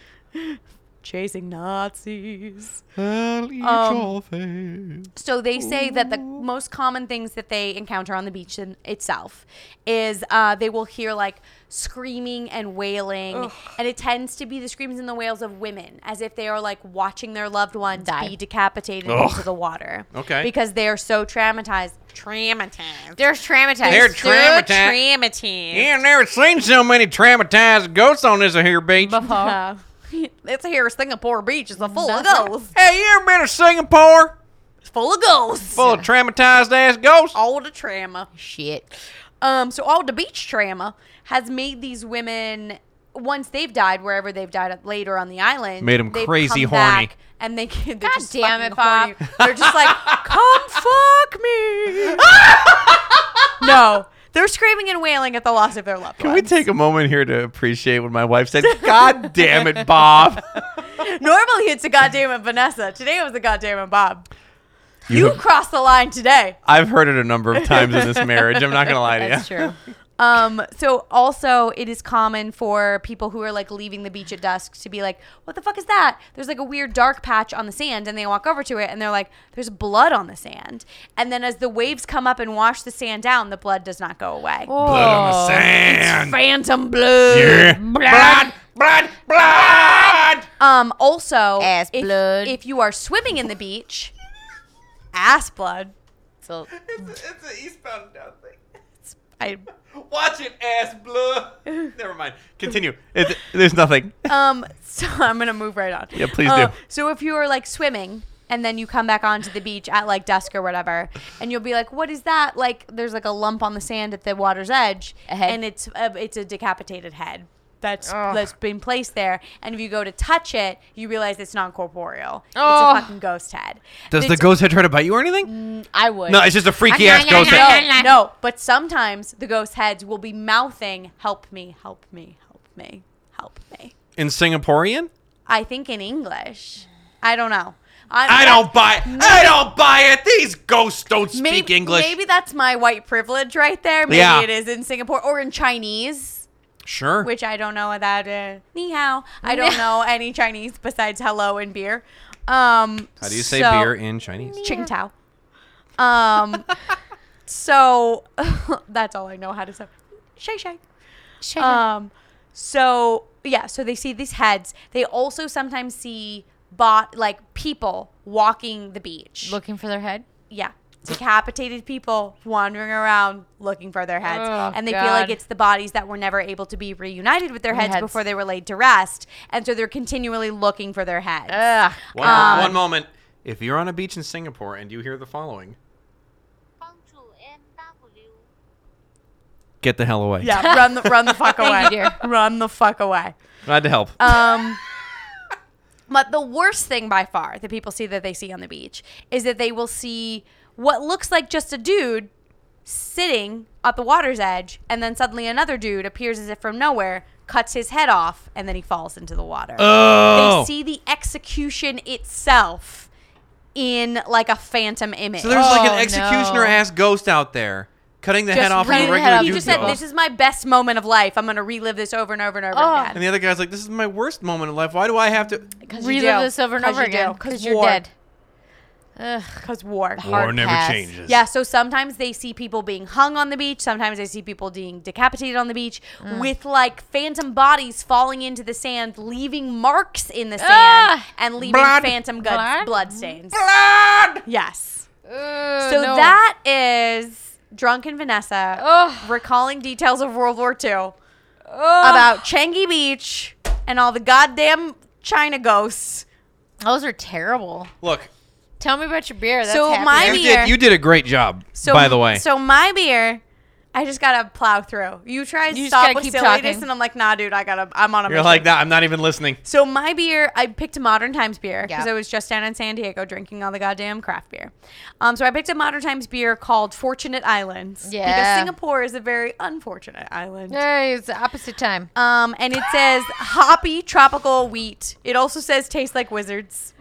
Speaker 1: chasing Nazis.
Speaker 5: I'll eat
Speaker 1: Um,
Speaker 5: your face.
Speaker 1: So they say that the most common things that they encounter on the beach in itself is uh, they will hear like screaming and wailing, and it tends to be the screams and the wails of women, as if they are like watching their loved ones
Speaker 2: Die.
Speaker 1: be decapitated into the water.
Speaker 3: Okay.
Speaker 1: because they are so traumatized. Traumatized.
Speaker 2: They're traumatized.
Speaker 3: They're
Speaker 2: So
Speaker 3: traumata-
Speaker 2: traumatized.
Speaker 3: Yeah, I've never seen so many traumatized ghosts on this here beach.
Speaker 2: Buffalo.
Speaker 1: Uh, it's here Singapore beach. It's a full of
Speaker 2: That's right.
Speaker 1: ghosts.
Speaker 3: Hey, you ever been to Singapore?
Speaker 1: It's full of ghosts.
Speaker 3: Full of traumatized ass ghosts.
Speaker 1: All the trauma.
Speaker 2: Shit.
Speaker 1: Um, so all the beach trauma has made these women once they've died wherever they've died later on the island
Speaker 3: Made 'em
Speaker 1: they've
Speaker 3: crazy
Speaker 1: come
Speaker 3: horny.
Speaker 1: back and they they're
Speaker 2: God
Speaker 1: just
Speaker 2: damn
Speaker 1: fucking
Speaker 2: it, Bob.
Speaker 1: horny. they're just like come fuck me no they're screaming and wailing at the loss of their loved
Speaker 4: Can
Speaker 1: ones.
Speaker 4: we take a moment here to appreciate what my wife said? God damn it, Bob.
Speaker 1: Normally it's a goddamn it, Vanessa. Today it was a goddamn it, Bob. You crossed the line today.
Speaker 4: I've heard it a number of times in this marriage. I'm not going to lie to you.
Speaker 2: That's true.
Speaker 1: Um, so also it is common for people who are like leaving the beach at dusk to be like, What the fuck is that? There's like a weird dark patch on the sand and they walk over to it and they're like, There's blood on the sand. And then as the waves come up and wash the sand down, the blood does not go away.
Speaker 2: Oh.
Speaker 3: Blood on the sand.
Speaker 1: Phantom blood.
Speaker 3: Yeah. Blood, blood, blood.
Speaker 1: Um also
Speaker 2: Ass
Speaker 1: if,
Speaker 2: blood.
Speaker 1: if you are swimming in the beach, ass blood.
Speaker 2: So
Speaker 3: It's, it's an eastbound and down thing.
Speaker 1: I
Speaker 3: Watch it, ass blood. Never mind. Continue.
Speaker 4: It, there's nothing.
Speaker 1: Um, so I'm gonna move right on. Um,
Speaker 4: Yeah, please do.
Speaker 1: So if you were like swimming and then you come back onto the beach at like dusk or whatever, and you'll be like, "What is that?" Like, there's like a lump on the sand at the water's edge,
Speaker 2: A head?
Speaker 1: and it's a, it's a decapitated head. That's
Speaker 2: Ugh.
Speaker 1: that's been placed there, and if you go to touch it, you realize it's not corporeal.
Speaker 2: Ugh.
Speaker 1: It's a fucking ghost head.
Speaker 4: Does the
Speaker 1: It's-
Speaker 4: ghost head try to bite you or anything?
Speaker 1: Mm,
Speaker 2: I would.
Speaker 3: No, it's just a freaky ass ghost
Speaker 2: No,
Speaker 3: head.
Speaker 1: No, no, but sometimes the ghost heads will be mouthing, "Help me, help me, help me, help me."
Speaker 3: In Singaporean?
Speaker 1: I think in English. I don't know.
Speaker 3: I don't buy it. I don't buy it. These ghosts don't speak
Speaker 1: maybe,
Speaker 3: English.
Speaker 1: Maybe that's my white privilege right there. Maybe
Speaker 3: Yeah.
Speaker 1: it is in Singapore or in Chinese,
Speaker 3: Sure.
Speaker 1: which I don't know what that is. Ni hao. I don't know any Chinese besides hello and beer. Um,
Speaker 3: How do you say
Speaker 1: so-
Speaker 3: beer in Chinese?
Speaker 1: Ching Tao. Um, so that's all I know how to say. Shay Shay.
Speaker 2: Uh,
Speaker 1: Um, so yeah, so they see these heads. They also sometimes see bot like people walking the beach.
Speaker 2: Looking for their head.
Speaker 1: yeah, decapitated people wandering around looking for their heads,
Speaker 2: Oh,
Speaker 1: and they feel like
Speaker 2: God.
Speaker 1: it's the bodies that were never able to be reunited with their heads,
Speaker 2: Heads.
Speaker 1: before they were laid to rest, and so they're continually looking for their heads.
Speaker 2: Ugh.
Speaker 3: One,
Speaker 1: Um,
Speaker 3: one moment. If you're on a beach in Singapore and you hear the following, get the hell away.
Speaker 1: Yeah, run the run the fuck away,
Speaker 2: Thank you, dear.
Speaker 1: run the fuck away.
Speaker 3: Glad to help.
Speaker 1: Um, but the worst thing by far that people see that they see on the beach is that they will see what looks like just a dude sitting at the water's edge, and then suddenly another dude appears as if from nowhere, cuts his head off, and then he falls into the water. They
Speaker 3: oh.
Speaker 1: see the execution itself in like a phantom image.
Speaker 3: so there's like
Speaker 2: Oh,
Speaker 3: an executioner
Speaker 2: no.
Speaker 3: ass ghost out there cutting the
Speaker 2: Just
Speaker 3: head off of
Speaker 2: cutting
Speaker 3: a
Speaker 2: the head
Speaker 3: regular
Speaker 2: off.
Speaker 1: he
Speaker 3: dude
Speaker 1: just said,
Speaker 3: ghost.
Speaker 1: "This is my best moment of life. I'm gonna relive this over and over and over
Speaker 2: Oh.
Speaker 1: again."
Speaker 3: and the other guy's like, "This is my worst moment in life. Why do I have to?"
Speaker 2: Because
Speaker 1: you
Speaker 2: you
Speaker 1: do.
Speaker 2: live this over and
Speaker 1: 'Cause
Speaker 2: over
Speaker 1: you do.
Speaker 2: again.
Speaker 1: 'Cause
Speaker 2: Because
Speaker 1: war.
Speaker 2: you're dead. Ugh.
Speaker 1: Because war.
Speaker 2: Hard never pass. changes.
Speaker 1: Yeah, so sometimes they see people being hung on the beach. Sometimes they see people being decapitated on the beach
Speaker 2: Mm.
Speaker 1: with like phantom bodies falling into the sand, leaving marks in the sand
Speaker 2: Ah!
Speaker 1: and leaving
Speaker 3: Blood.
Speaker 1: phantom
Speaker 2: Blood?
Speaker 1: blood, blood stains.
Speaker 3: Blood.
Speaker 1: Yes.
Speaker 2: Ugh,
Speaker 1: So
Speaker 2: no.
Speaker 1: that is Drunken Vanessa
Speaker 2: Ugh.
Speaker 1: recalling details of World War II
Speaker 2: Ugh.
Speaker 1: about Changi Beach and all the goddamn China ghosts.
Speaker 2: those are terrible.
Speaker 3: Look,
Speaker 2: Tell me about your beer. That's
Speaker 1: So
Speaker 2: happening.
Speaker 1: my-
Speaker 3: you
Speaker 1: Beer.
Speaker 3: did, you did a great job.
Speaker 1: So
Speaker 3: by the way,
Speaker 1: so my beer, I just gotta plow through. You try to
Speaker 2: You just
Speaker 1: stop
Speaker 2: gotta
Speaker 1: with
Speaker 2: keep
Speaker 1: silliness,
Speaker 2: talking.
Speaker 1: and I'm like, nah, dude, I gotta. I'm on a.
Speaker 3: you're
Speaker 1: mission.
Speaker 3: like that. I'm not even listening.
Speaker 1: So my beer, I picked a Modern Times beer because
Speaker 2: Yeah.
Speaker 1: I was just down in San Diego drinking all the goddamn craft beer. Um, so I picked a Modern Times beer called Fortunate Islands.
Speaker 2: Yeah.
Speaker 1: Because Singapore is a very unfortunate island.
Speaker 2: Hey, it's the opposite time.
Speaker 1: Um, and it says hoppy tropical wheat. It also says tastes like wizards.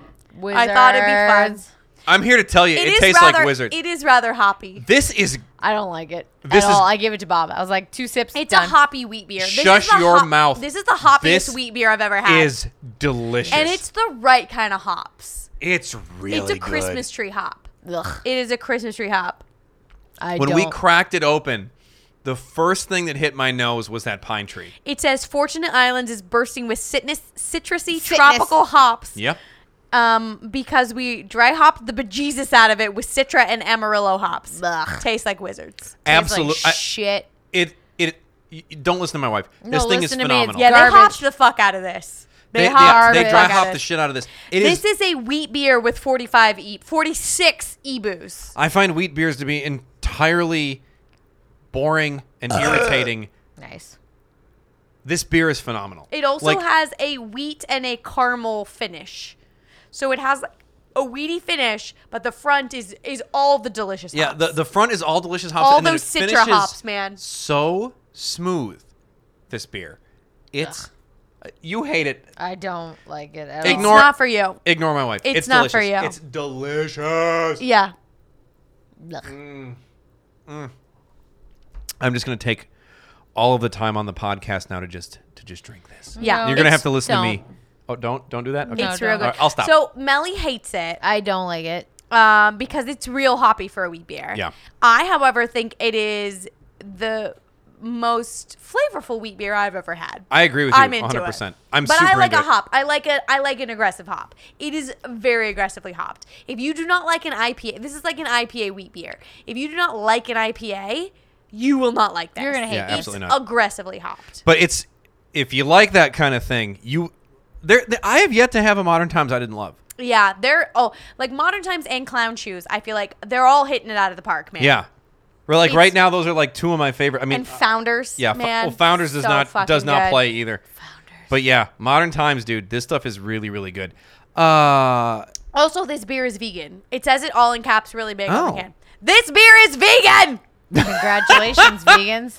Speaker 1: I thought it'd be fun.
Speaker 2: Wizards.
Speaker 3: I'm here to tell you, it,
Speaker 1: is
Speaker 3: tastes
Speaker 1: rather,
Speaker 3: like wizard.
Speaker 1: It is rather hoppy.
Speaker 3: this is
Speaker 2: I don't like it
Speaker 3: This
Speaker 2: at
Speaker 3: is-
Speaker 2: all. I give it to Bob. I was like two sips.
Speaker 1: It's
Speaker 2: done.
Speaker 1: a hoppy wheat beer. This
Speaker 3: Shush
Speaker 1: is the
Speaker 3: your
Speaker 1: hop-
Speaker 3: mouth.
Speaker 1: This is the hoppiest
Speaker 3: This
Speaker 1: wheat beer I've ever had.
Speaker 3: is delicious.
Speaker 1: and it's the right kind of hops.
Speaker 3: it's really
Speaker 1: it's a
Speaker 3: good.
Speaker 1: Christmas tree hop.
Speaker 2: Ugh,
Speaker 1: It is a Christmas tree hop.
Speaker 2: I
Speaker 3: When
Speaker 2: don't.
Speaker 3: we cracked it open, the first thing that hit my nose was that pine tree.
Speaker 1: It says Fortunate Islands is bursting with citrus, citrusy
Speaker 2: Citrus.
Speaker 1: tropical hops.
Speaker 3: Yep.
Speaker 1: Um, because we dry hopped the bejesus out of it with Citra and Amarillo hops.
Speaker 2: Ugh.
Speaker 1: Tastes like wizards.
Speaker 2: Tastes
Speaker 3: Absolutely.
Speaker 2: Like shit.
Speaker 3: it it y- y- don't listen to my wife.
Speaker 2: No,
Speaker 3: this thing is
Speaker 2: listen to me. It's
Speaker 3: phenomenal.
Speaker 1: Yeah,
Speaker 2: Garbage.
Speaker 1: they hopped the fuck out of this. They,
Speaker 3: They,
Speaker 1: hopped
Speaker 3: they,
Speaker 1: the
Speaker 3: dry
Speaker 1: fuck out
Speaker 3: hop
Speaker 1: of
Speaker 3: the
Speaker 1: this.
Speaker 3: shit out of this. It is.
Speaker 1: This is a wheat beer with 45 e 46 ebus.
Speaker 3: I find wheat beers to be entirely boring and irritating.
Speaker 2: Nice.
Speaker 3: This beer is phenomenal.
Speaker 1: It also
Speaker 3: Like,
Speaker 1: has a wheat and a caramel finish. So it has like a wheaty finish, but the front is is all the delicious
Speaker 3: Yeah,
Speaker 1: hops.
Speaker 3: the, the front is all delicious hops.
Speaker 1: All
Speaker 3: and then
Speaker 1: those Citra
Speaker 3: it finishes
Speaker 1: hops, man.
Speaker 3: So smooth, this beer. It's uh, you hate it.
Speaker 2: I don't like it at
Speaker 3: Ignore-
Speaker 2: all.
Speaker 1: it's not for you.
Speaker 3: Ignore my wife.
Speaker 1: It's
Speaker 3: It's,
Speaker 1: not for
Speaker 3: delicious.
Speaker 1: you.
Speaker 3: It's delicious.
Speaker 1: Yeah.
Speaker 2: Ugh.
Speaker 3: I'm just gonna take all of the time on the podcast now to just to just drink this.
Speaker 1: Yeah.
Speaker 3: You're gonna
Speaker 2: It's-
Speaker 3: have to listen to me.
Speaker 2: don't.
Speaker 3: Oh, don't don't do that. Okay.
Speaker 2: No,
Speaker 1: It's real
Speaker 2: don't.
Speaker 1: good.
Speaker 3: Alright, I'll stop.
Speaker 1: So Melly hates it
Speaker 2: I don't like it.
Speaker 1: um, because it's real hoppy for a wheat beer.
Speaker 3: Yeah.
Speaker 1: I, however, think it is the most flavorful wheat beer I've ever had.
Speaker 3: I agree with you
Speaker 1: I'm into
Speaker 3: 100%.
Speaker 1: it.
Speaker 3: I'm
Speaker 1: but I
Speaker 3: super
Speaker 1: like
Speaker 3: into
Speaker 1: a
Speaker 3: it.
Speaker 1: hop. I like a I like an aggressive hop. It is very aggressively hopped. If you do not like an IPA, this is like an IPA wheat beer. If you do not like an IPA, you will not like this.
Speaker 2: You're gonna hate
Speaker 3: Yeah,
Speaker 2: these.
Speaker 3: absolutely.
Speaker 1: It's
Speaker 3: not.
Speaker 1: aggressively hopped.
Speaker 3: But it's if you like that kind of thing, you there. there- I have yet to have a modern times I didn't love.
Speaker 1: Yeah, they're oh like modern times and clown shoes. I feel like they're all hitting it out of the park, man.
Speaker 3: Yeah, we're like
Speaker 1: It's-
Speaker 3: right now. Those are like two of my favorite. I mean, uh,
Speaker 1: and founders.
Speaker 3: yeah, Fo-
Speaker 1: man,
Speaker 3: well, Founders does
Speaker 1: so
Speaker 3: not does
Speaker 1: fucking
Speaker 3: not
Speaker 1: good.
Speaker 3: play either. Founders. But yeah, modern times, dude. This stuff is really really good. Uh,
Speaker 1: Also, this beer is vegan. It says it all in caps, really big on
Speaker 3: Oh.
Speaker 1: the can. This beer is vegan.
Speaker 2: Congratulations, vegans.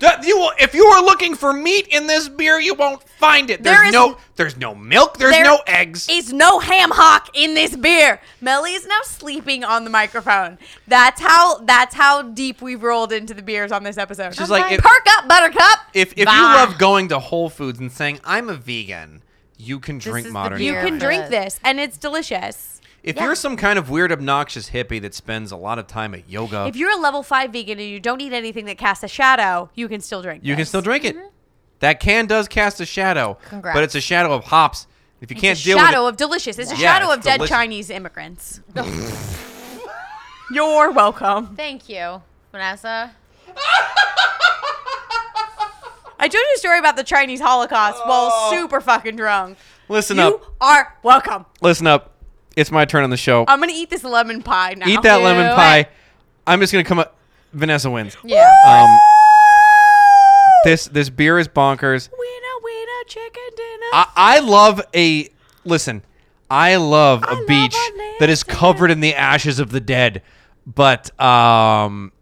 Speaker 3: d- you will, if you are looking for meat in this beer, you won't find it. There's
Speaker 1: There is-
Speaker 3: no there's no milk. There's
Speaker 1: There
Speaker 3: no eggs.
Speaker 1: Is no ham hock in this beer. Melly is now sleeping on the microphone. That's how. That's how deep we've rolled into the beers on this episode.
Speaker 3: She's like, Okay. if-
Speaker 1: perk up, Buttercup.
Speaker 3: If if you
Speaker 2: Bah.
Speaker 3: love going to Whole Foods and saying I'm a vegan, you can drink
Speaker 2: is the
Speaker 3: modern.
Speaker 1: you
Speaker 2: beer
Speaker 1: can
Speaker 2: for
Speaker 3: Times.
Speaker 1: drink
Speaker 2: us.
Speaker 1: this, and it's delicious.
Speaker 3: If
Speaker 2: Yeah.
Speaker 3: you're some kind of weird, obnoxious hippie that spends a lot of time at yoga,
Speaker 1: If you're a level five vegan and you don't eat anything that casts a shadow, you can still drink.
Speaker 3: you can
Speaker 1: this.
Speaker 3: still drink it. That can does cast a shadow,
Speaker 2: Congrats.
Speaker 3: but it's a shadow of hops. If you can't
Speaker 1: It's a
Speaker 3: deal
Speaker 1: shadow
Speaker 3: with
Speaker 1: of delicious. It's a
Speaker 3: Yeah,
Speaker 1: shadow
Speaker 3: it's
Speaker 1: of dead
Speaker 3: delicious.
Speaker 1: Chinese immigrants. You're welcome.
Speaker 2: Thank you, Vanessa.
Speaker 1: I told you a story about the Chinese Holocaust
Speaker 3: Oh.
Speaker 1: while super fucking drunk.
Speaker 3: it, listen
Speaker 1: you
Speaker 3: up,
Speaker 1: are welcome.
Speaker 3: listen up. It's my turn on the show.
Speaker 1: I'm gonna eat this lemon pie now.
Speaker 3: Eat that lemon
Speaker 2: Do
Speaker 3: pie. I'm just gonna come up. Vanessa wins.
Speaker 2: Yeah.
Speaker 3: Um, this this beer is bonkers.
Speaker 1: Winner, winner, chicken dinner.
Speaker 3: I, I love a listen. I love a
Speaker 1: love
Speaker 3: beach
Speaker 1: a
Speaker 3: that is
Speaker 1: land
Speaker 3: covered in the ashes of the dead, but um,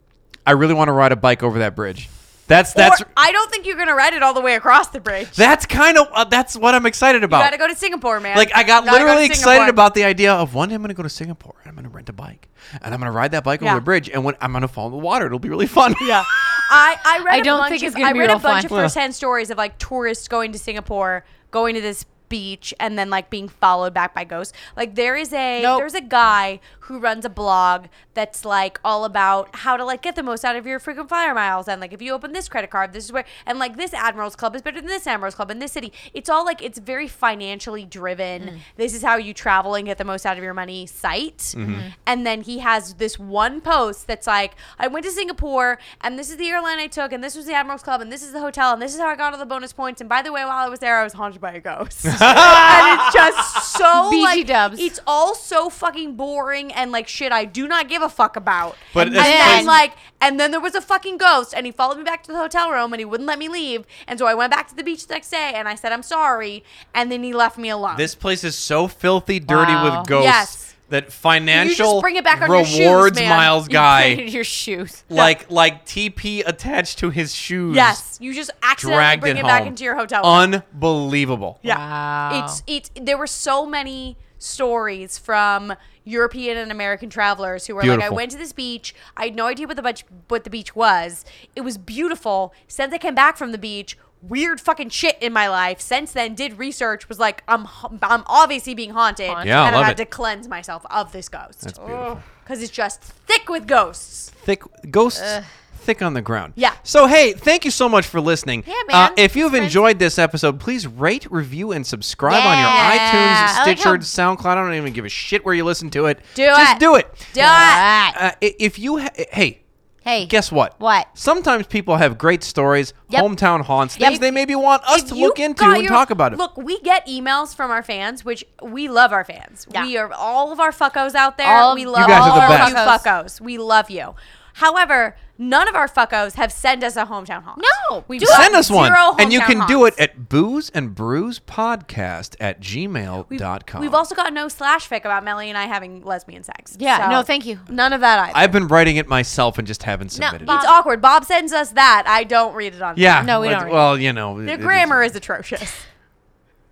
Speaker 3: I really want to ride a bike over that bridge. That's that's
Speaker 1: or, I don't think you're gonna ride it all the way across the bridge.
Speaker 3: that's kind of uh, that's what I'm excited
Speaker 1: you
Speaker 3: about.
Speaker 1: gotta go to Singapore, man.
Speaker 3: like I got
Speaker 1: You gotta go
Speaker 3: literally
Speaker 1: to
Speaker 3: excited
Speaker 1: Singapore.
Speaker 3: about the idea of one day I'm gonna go to Singapore and I'm gonna rent a bike and I'm gonna ride that bike
Speaker 1: Yeah.
Speaker 3: over the bridge and when I'm gonna fall in the water, it'll be really fun.
Speaker 1: Yeah. I, I read
Speaker 2: I
Speaker 1: a
Speaker 2: don't
Speaker 1: bunch
Speaker 2: think it's
Speaker 1: of,
Speaker 2: gonna
Speaker 1: I
Speaker 2: be
Speaker 1: read
Speaker 2: real
Speaker 1: a bunch
Speaker 2: fun.
Speaker 1: of firsthand stories of like tourists going to Singapore, going to this beach, and then like being followed back by ghosts. Like there is a
Speaker 2: Nope.
Speaker 1: there's a guy who runs a blog that's like all about how to like get the most out of your freaking flyer miles and like if you open this credit card, this is where and like this Admirals Club is better than this Admirals Club in this city. It's all like it's very financially driven. This is how you travel and get the most out of your money site.
Speaker 3: Mm-hmm.
Speaker 1: And then he has this one post that's like, I went to Singapore and this is the airline I took and this was the Admirals Club and this is the hotel and this is how I got all the bonus points. And by the way, while I was there, I was haunted by a ghost. and it's just so
Speaker 2: BG
Speaker 1: like,
Speaker 2: dubs.
Speaker 1: it's all so fucking boring and like shit I do not give a fuck about.
Speaker 3: But
Speaker 1: and
Speaker 3: it's
Speaker 1: then
Speaker 2: like-
Speaker 1: like, and then there was a fucking ghost and he followed me back to the hotel room and he wouldn't let me leave. And so I went back to the beach the next day and I said, I'm sorry. And then he left me alone.
Speaker 3: This place is so filthy, dirty
Speaker 2: Wow.
Speaker 3: with ghosts
Speaker 1: Yes.
Speaker 3: that financial
Speaker 1: bring it back on your
Speaker 3: rewards
Speaker 1: shoes, man.
Speaker 3: miles
Speaker 2: You
Speaker 3: guy
Speaker 2: printed your shoes.
Speaker 3: like like TP attached to his shoes.
Speaker 1: yes, you just accidentally
Speaker 3: dragged
Speaker 1: bring
Speaker 3: it
Speaker 1: it back
Speaker 3: home.
Speaker 1: into your hotel room.
Speaker 3: Unbelievable.
Speaker 1: Yeah.
Speaker 2: Wow.
Speaker 1: It's it's there were so many stories from European and American travelers who were like, I
Speaker 3: Beautiful.
Speaker 1: went to this beach. I had no idea what the, bunch, what the beach was. It was beautiful. Since I came back from the beach, weird fucking shit in my life. Since then, did research, was like, I'm, ha- I'm obviously being haunted.
Speaker 3: Yeah, I
Speaker 1: and
Speaker 3: love
Speaker 1: I had
Speaker 3: it.
Speaker 1: to cleanse myself of this ghost.
Speaker 3: That's beautiful.
Speaker 1: Because it's just thick with ghosts.
Speaker 3: Thick ghosts. Thick on the ground.
Speaker 1: Yeah.
Speaker 3: So hey, thank you so much for listening.
Speaker 2: Yeah, man.
Speaker 3: Uh, if you've
Speaker 2: Friends.
Speaker 3: enjoyed this episode, please rate, review, and subscribe
Speaker 2: Yeah. I
Speaker 3: on your
Speaker 2: like
Speaker 3: iTunes, Stitcher,
Speaker 2: how-
Speaker 3: SoundCloud. I don't even give a shit where you listen to it.
Speaker 1: Do
Speaker 3: Just
Speaker 1: it.
Speaker 3: do it.
Speaker 1: Do it.
Speaker 2: Alright.
Speaker 3: Uh, i- if you ha- hey,
Speaker 2: Hey.
Speaker 3: guess what?
Speaker 2: What?
Speaker 3: Sometimes people have great stories,
Speaker 2: Yep.
Speaker 3: hometown haunts,
Speaker 2: Yep.
Speaker 3: things they maybe want us
Speaker 1: If
Speaker 3: to
Speaker 1: you
Speaker 3: look into
Speaker 1: got
Speaker 3: and
Speaker 1: your-
Speaker 3: talk about it.
Speaker 1: Look, we get emails from our fans, which we love our fans.
Speaker 2: Yeah.
Speaker 1: We are all of our fuckos out there.
Speaker 2: All-
Speaker 1: we
Speaker 2: You
Speaker 1: love
Speaker 3: guys are
Speaker 1: all
Speaker 3: the
Speaker 1: of
Speaker 3: best.
Speaker 1: you fuckos. We love you. However, none of our fuckos have sent us a hometown haunt.
Speaker 2: No, we
Speaker 1: do
Speaker 2: won't.
Speaker 1: it.
Speaker 3: Send us one.
Speaker 1: Zero
Speaker 3: And you
Speaker 1: hometown
Speaker 3: can do it
Speaker 1: haunts.
Speaker 3: at booze and brews podcast at gmail.com.
Speaker 1: We've, we've also got no slash fic about Melly and I having lesbian sex.
Speaker 2: Yeah,
Speaker 1: So,
Speaker 2: no, thank you.
Speaker 1: None of that either.
Speaker 3: I've been writing it myself and just haven't submitted
Speaker 2: Bob-
Speaker 3: it.
Speaker 1: it's awkward. Bob sends us that. I don't read it on.
Speaker 3: Yeah.
Speaker 2: No, we
Speaker 3: but-
Speaker 2: don't read
Speaker 3: Well, you know.
Speaker 1: The grammar is atrocious.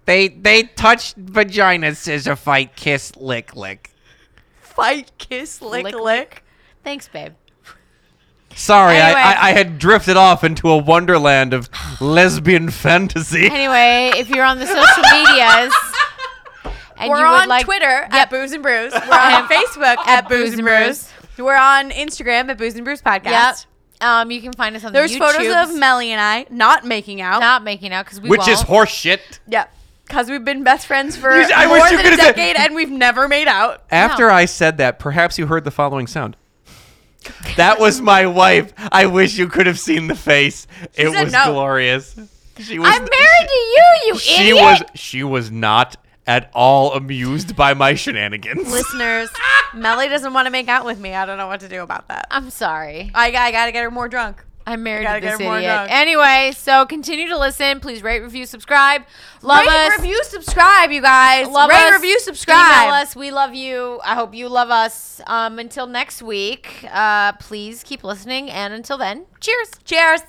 Speaker 3: They they touch vagina, scissor fight, kiss, lick, lick.
Speaker 1: Fight, kiss, lick,
Speaker 2: Lick,
Speaker 1: lick.
Speaker 2: Thanks, babe.
Speaker 3: Sorry,
Speaker 1: Anyway.
Speaker 3: I, I, I had drifted off into a wonderland of lesbian fantasy.
Speaker 2: Anyway, if you're on the social medias and
Speaker 1: We're
Speaker 2: you would
Speaker 1: on
Speaker 2: like
Speaker 1: Twitter at Booze and Brews. We're on Facebook at Booze and Brews. We're on Instagram at Booze and Brews Podcast.
Speaker 2: Yep. Um, you can find us on
Speaker 1: There's
Speaker 2: the
Speaker 1: photos of
Speaker 2: YouTubes.
Speaker 1: Melly and I not making out.
Speaker 2: not making out because we
Speaker 3: Which
Speaker 2: won't.
Speaker 3: is horseshit.
Speaker 1: Yep. Because we've been best friends for
Speaker 3: You- I
Speaker 1: more
Speaker 3: wish you
Speaker 1: than a
Speaker 3: could've said-
Speaker 1: decade and we've never made out.
Speaker 3: After
Speaker 2: No.
Speaker 3: I said that, perhaps you heard the following sound. That was my wife. I wish you could have seen the face. it
Speaker 1: said
Speaker 3: was
Speaker 1: no.
Speaker 3: glorious. She was
Speaker 2: I'm married to you, you
Speaker 3: she
Speaker 2: idiot.
Speaker 3: was she was not at all amused by my shenanigans.
Speaker 1: Listeners, Melly doesn't want to make out with me. I don't know what to do about that.
Speaker 2: I'm sorry.
Speaker 1: I, I got to get her more drunk.
Speaker 2: I'm married
Speaker 1: gotta
Speaker 2: to
Speaker 1: get
Speaker 2: this
Speaker 1: her more
Speaker 2: idiot.
Speaker 1: drunk.
Speaker 2: Anyway, so continue to listen. Please rate, review, subscribe. Love
Speaker 1: Rate,
Speaker 2: us.
Speaker 1: review, subscribe, you guys.
Speaker 2: Love
Speaker 1: Rate,
Speaker 2: us.
Speaker 1: review, subscribe.
Speaker 2: Email us. We love you. I hope you love us. Um, until next week, uh, please keep listening. And until then, cheers.
Speaker 1: Cheers.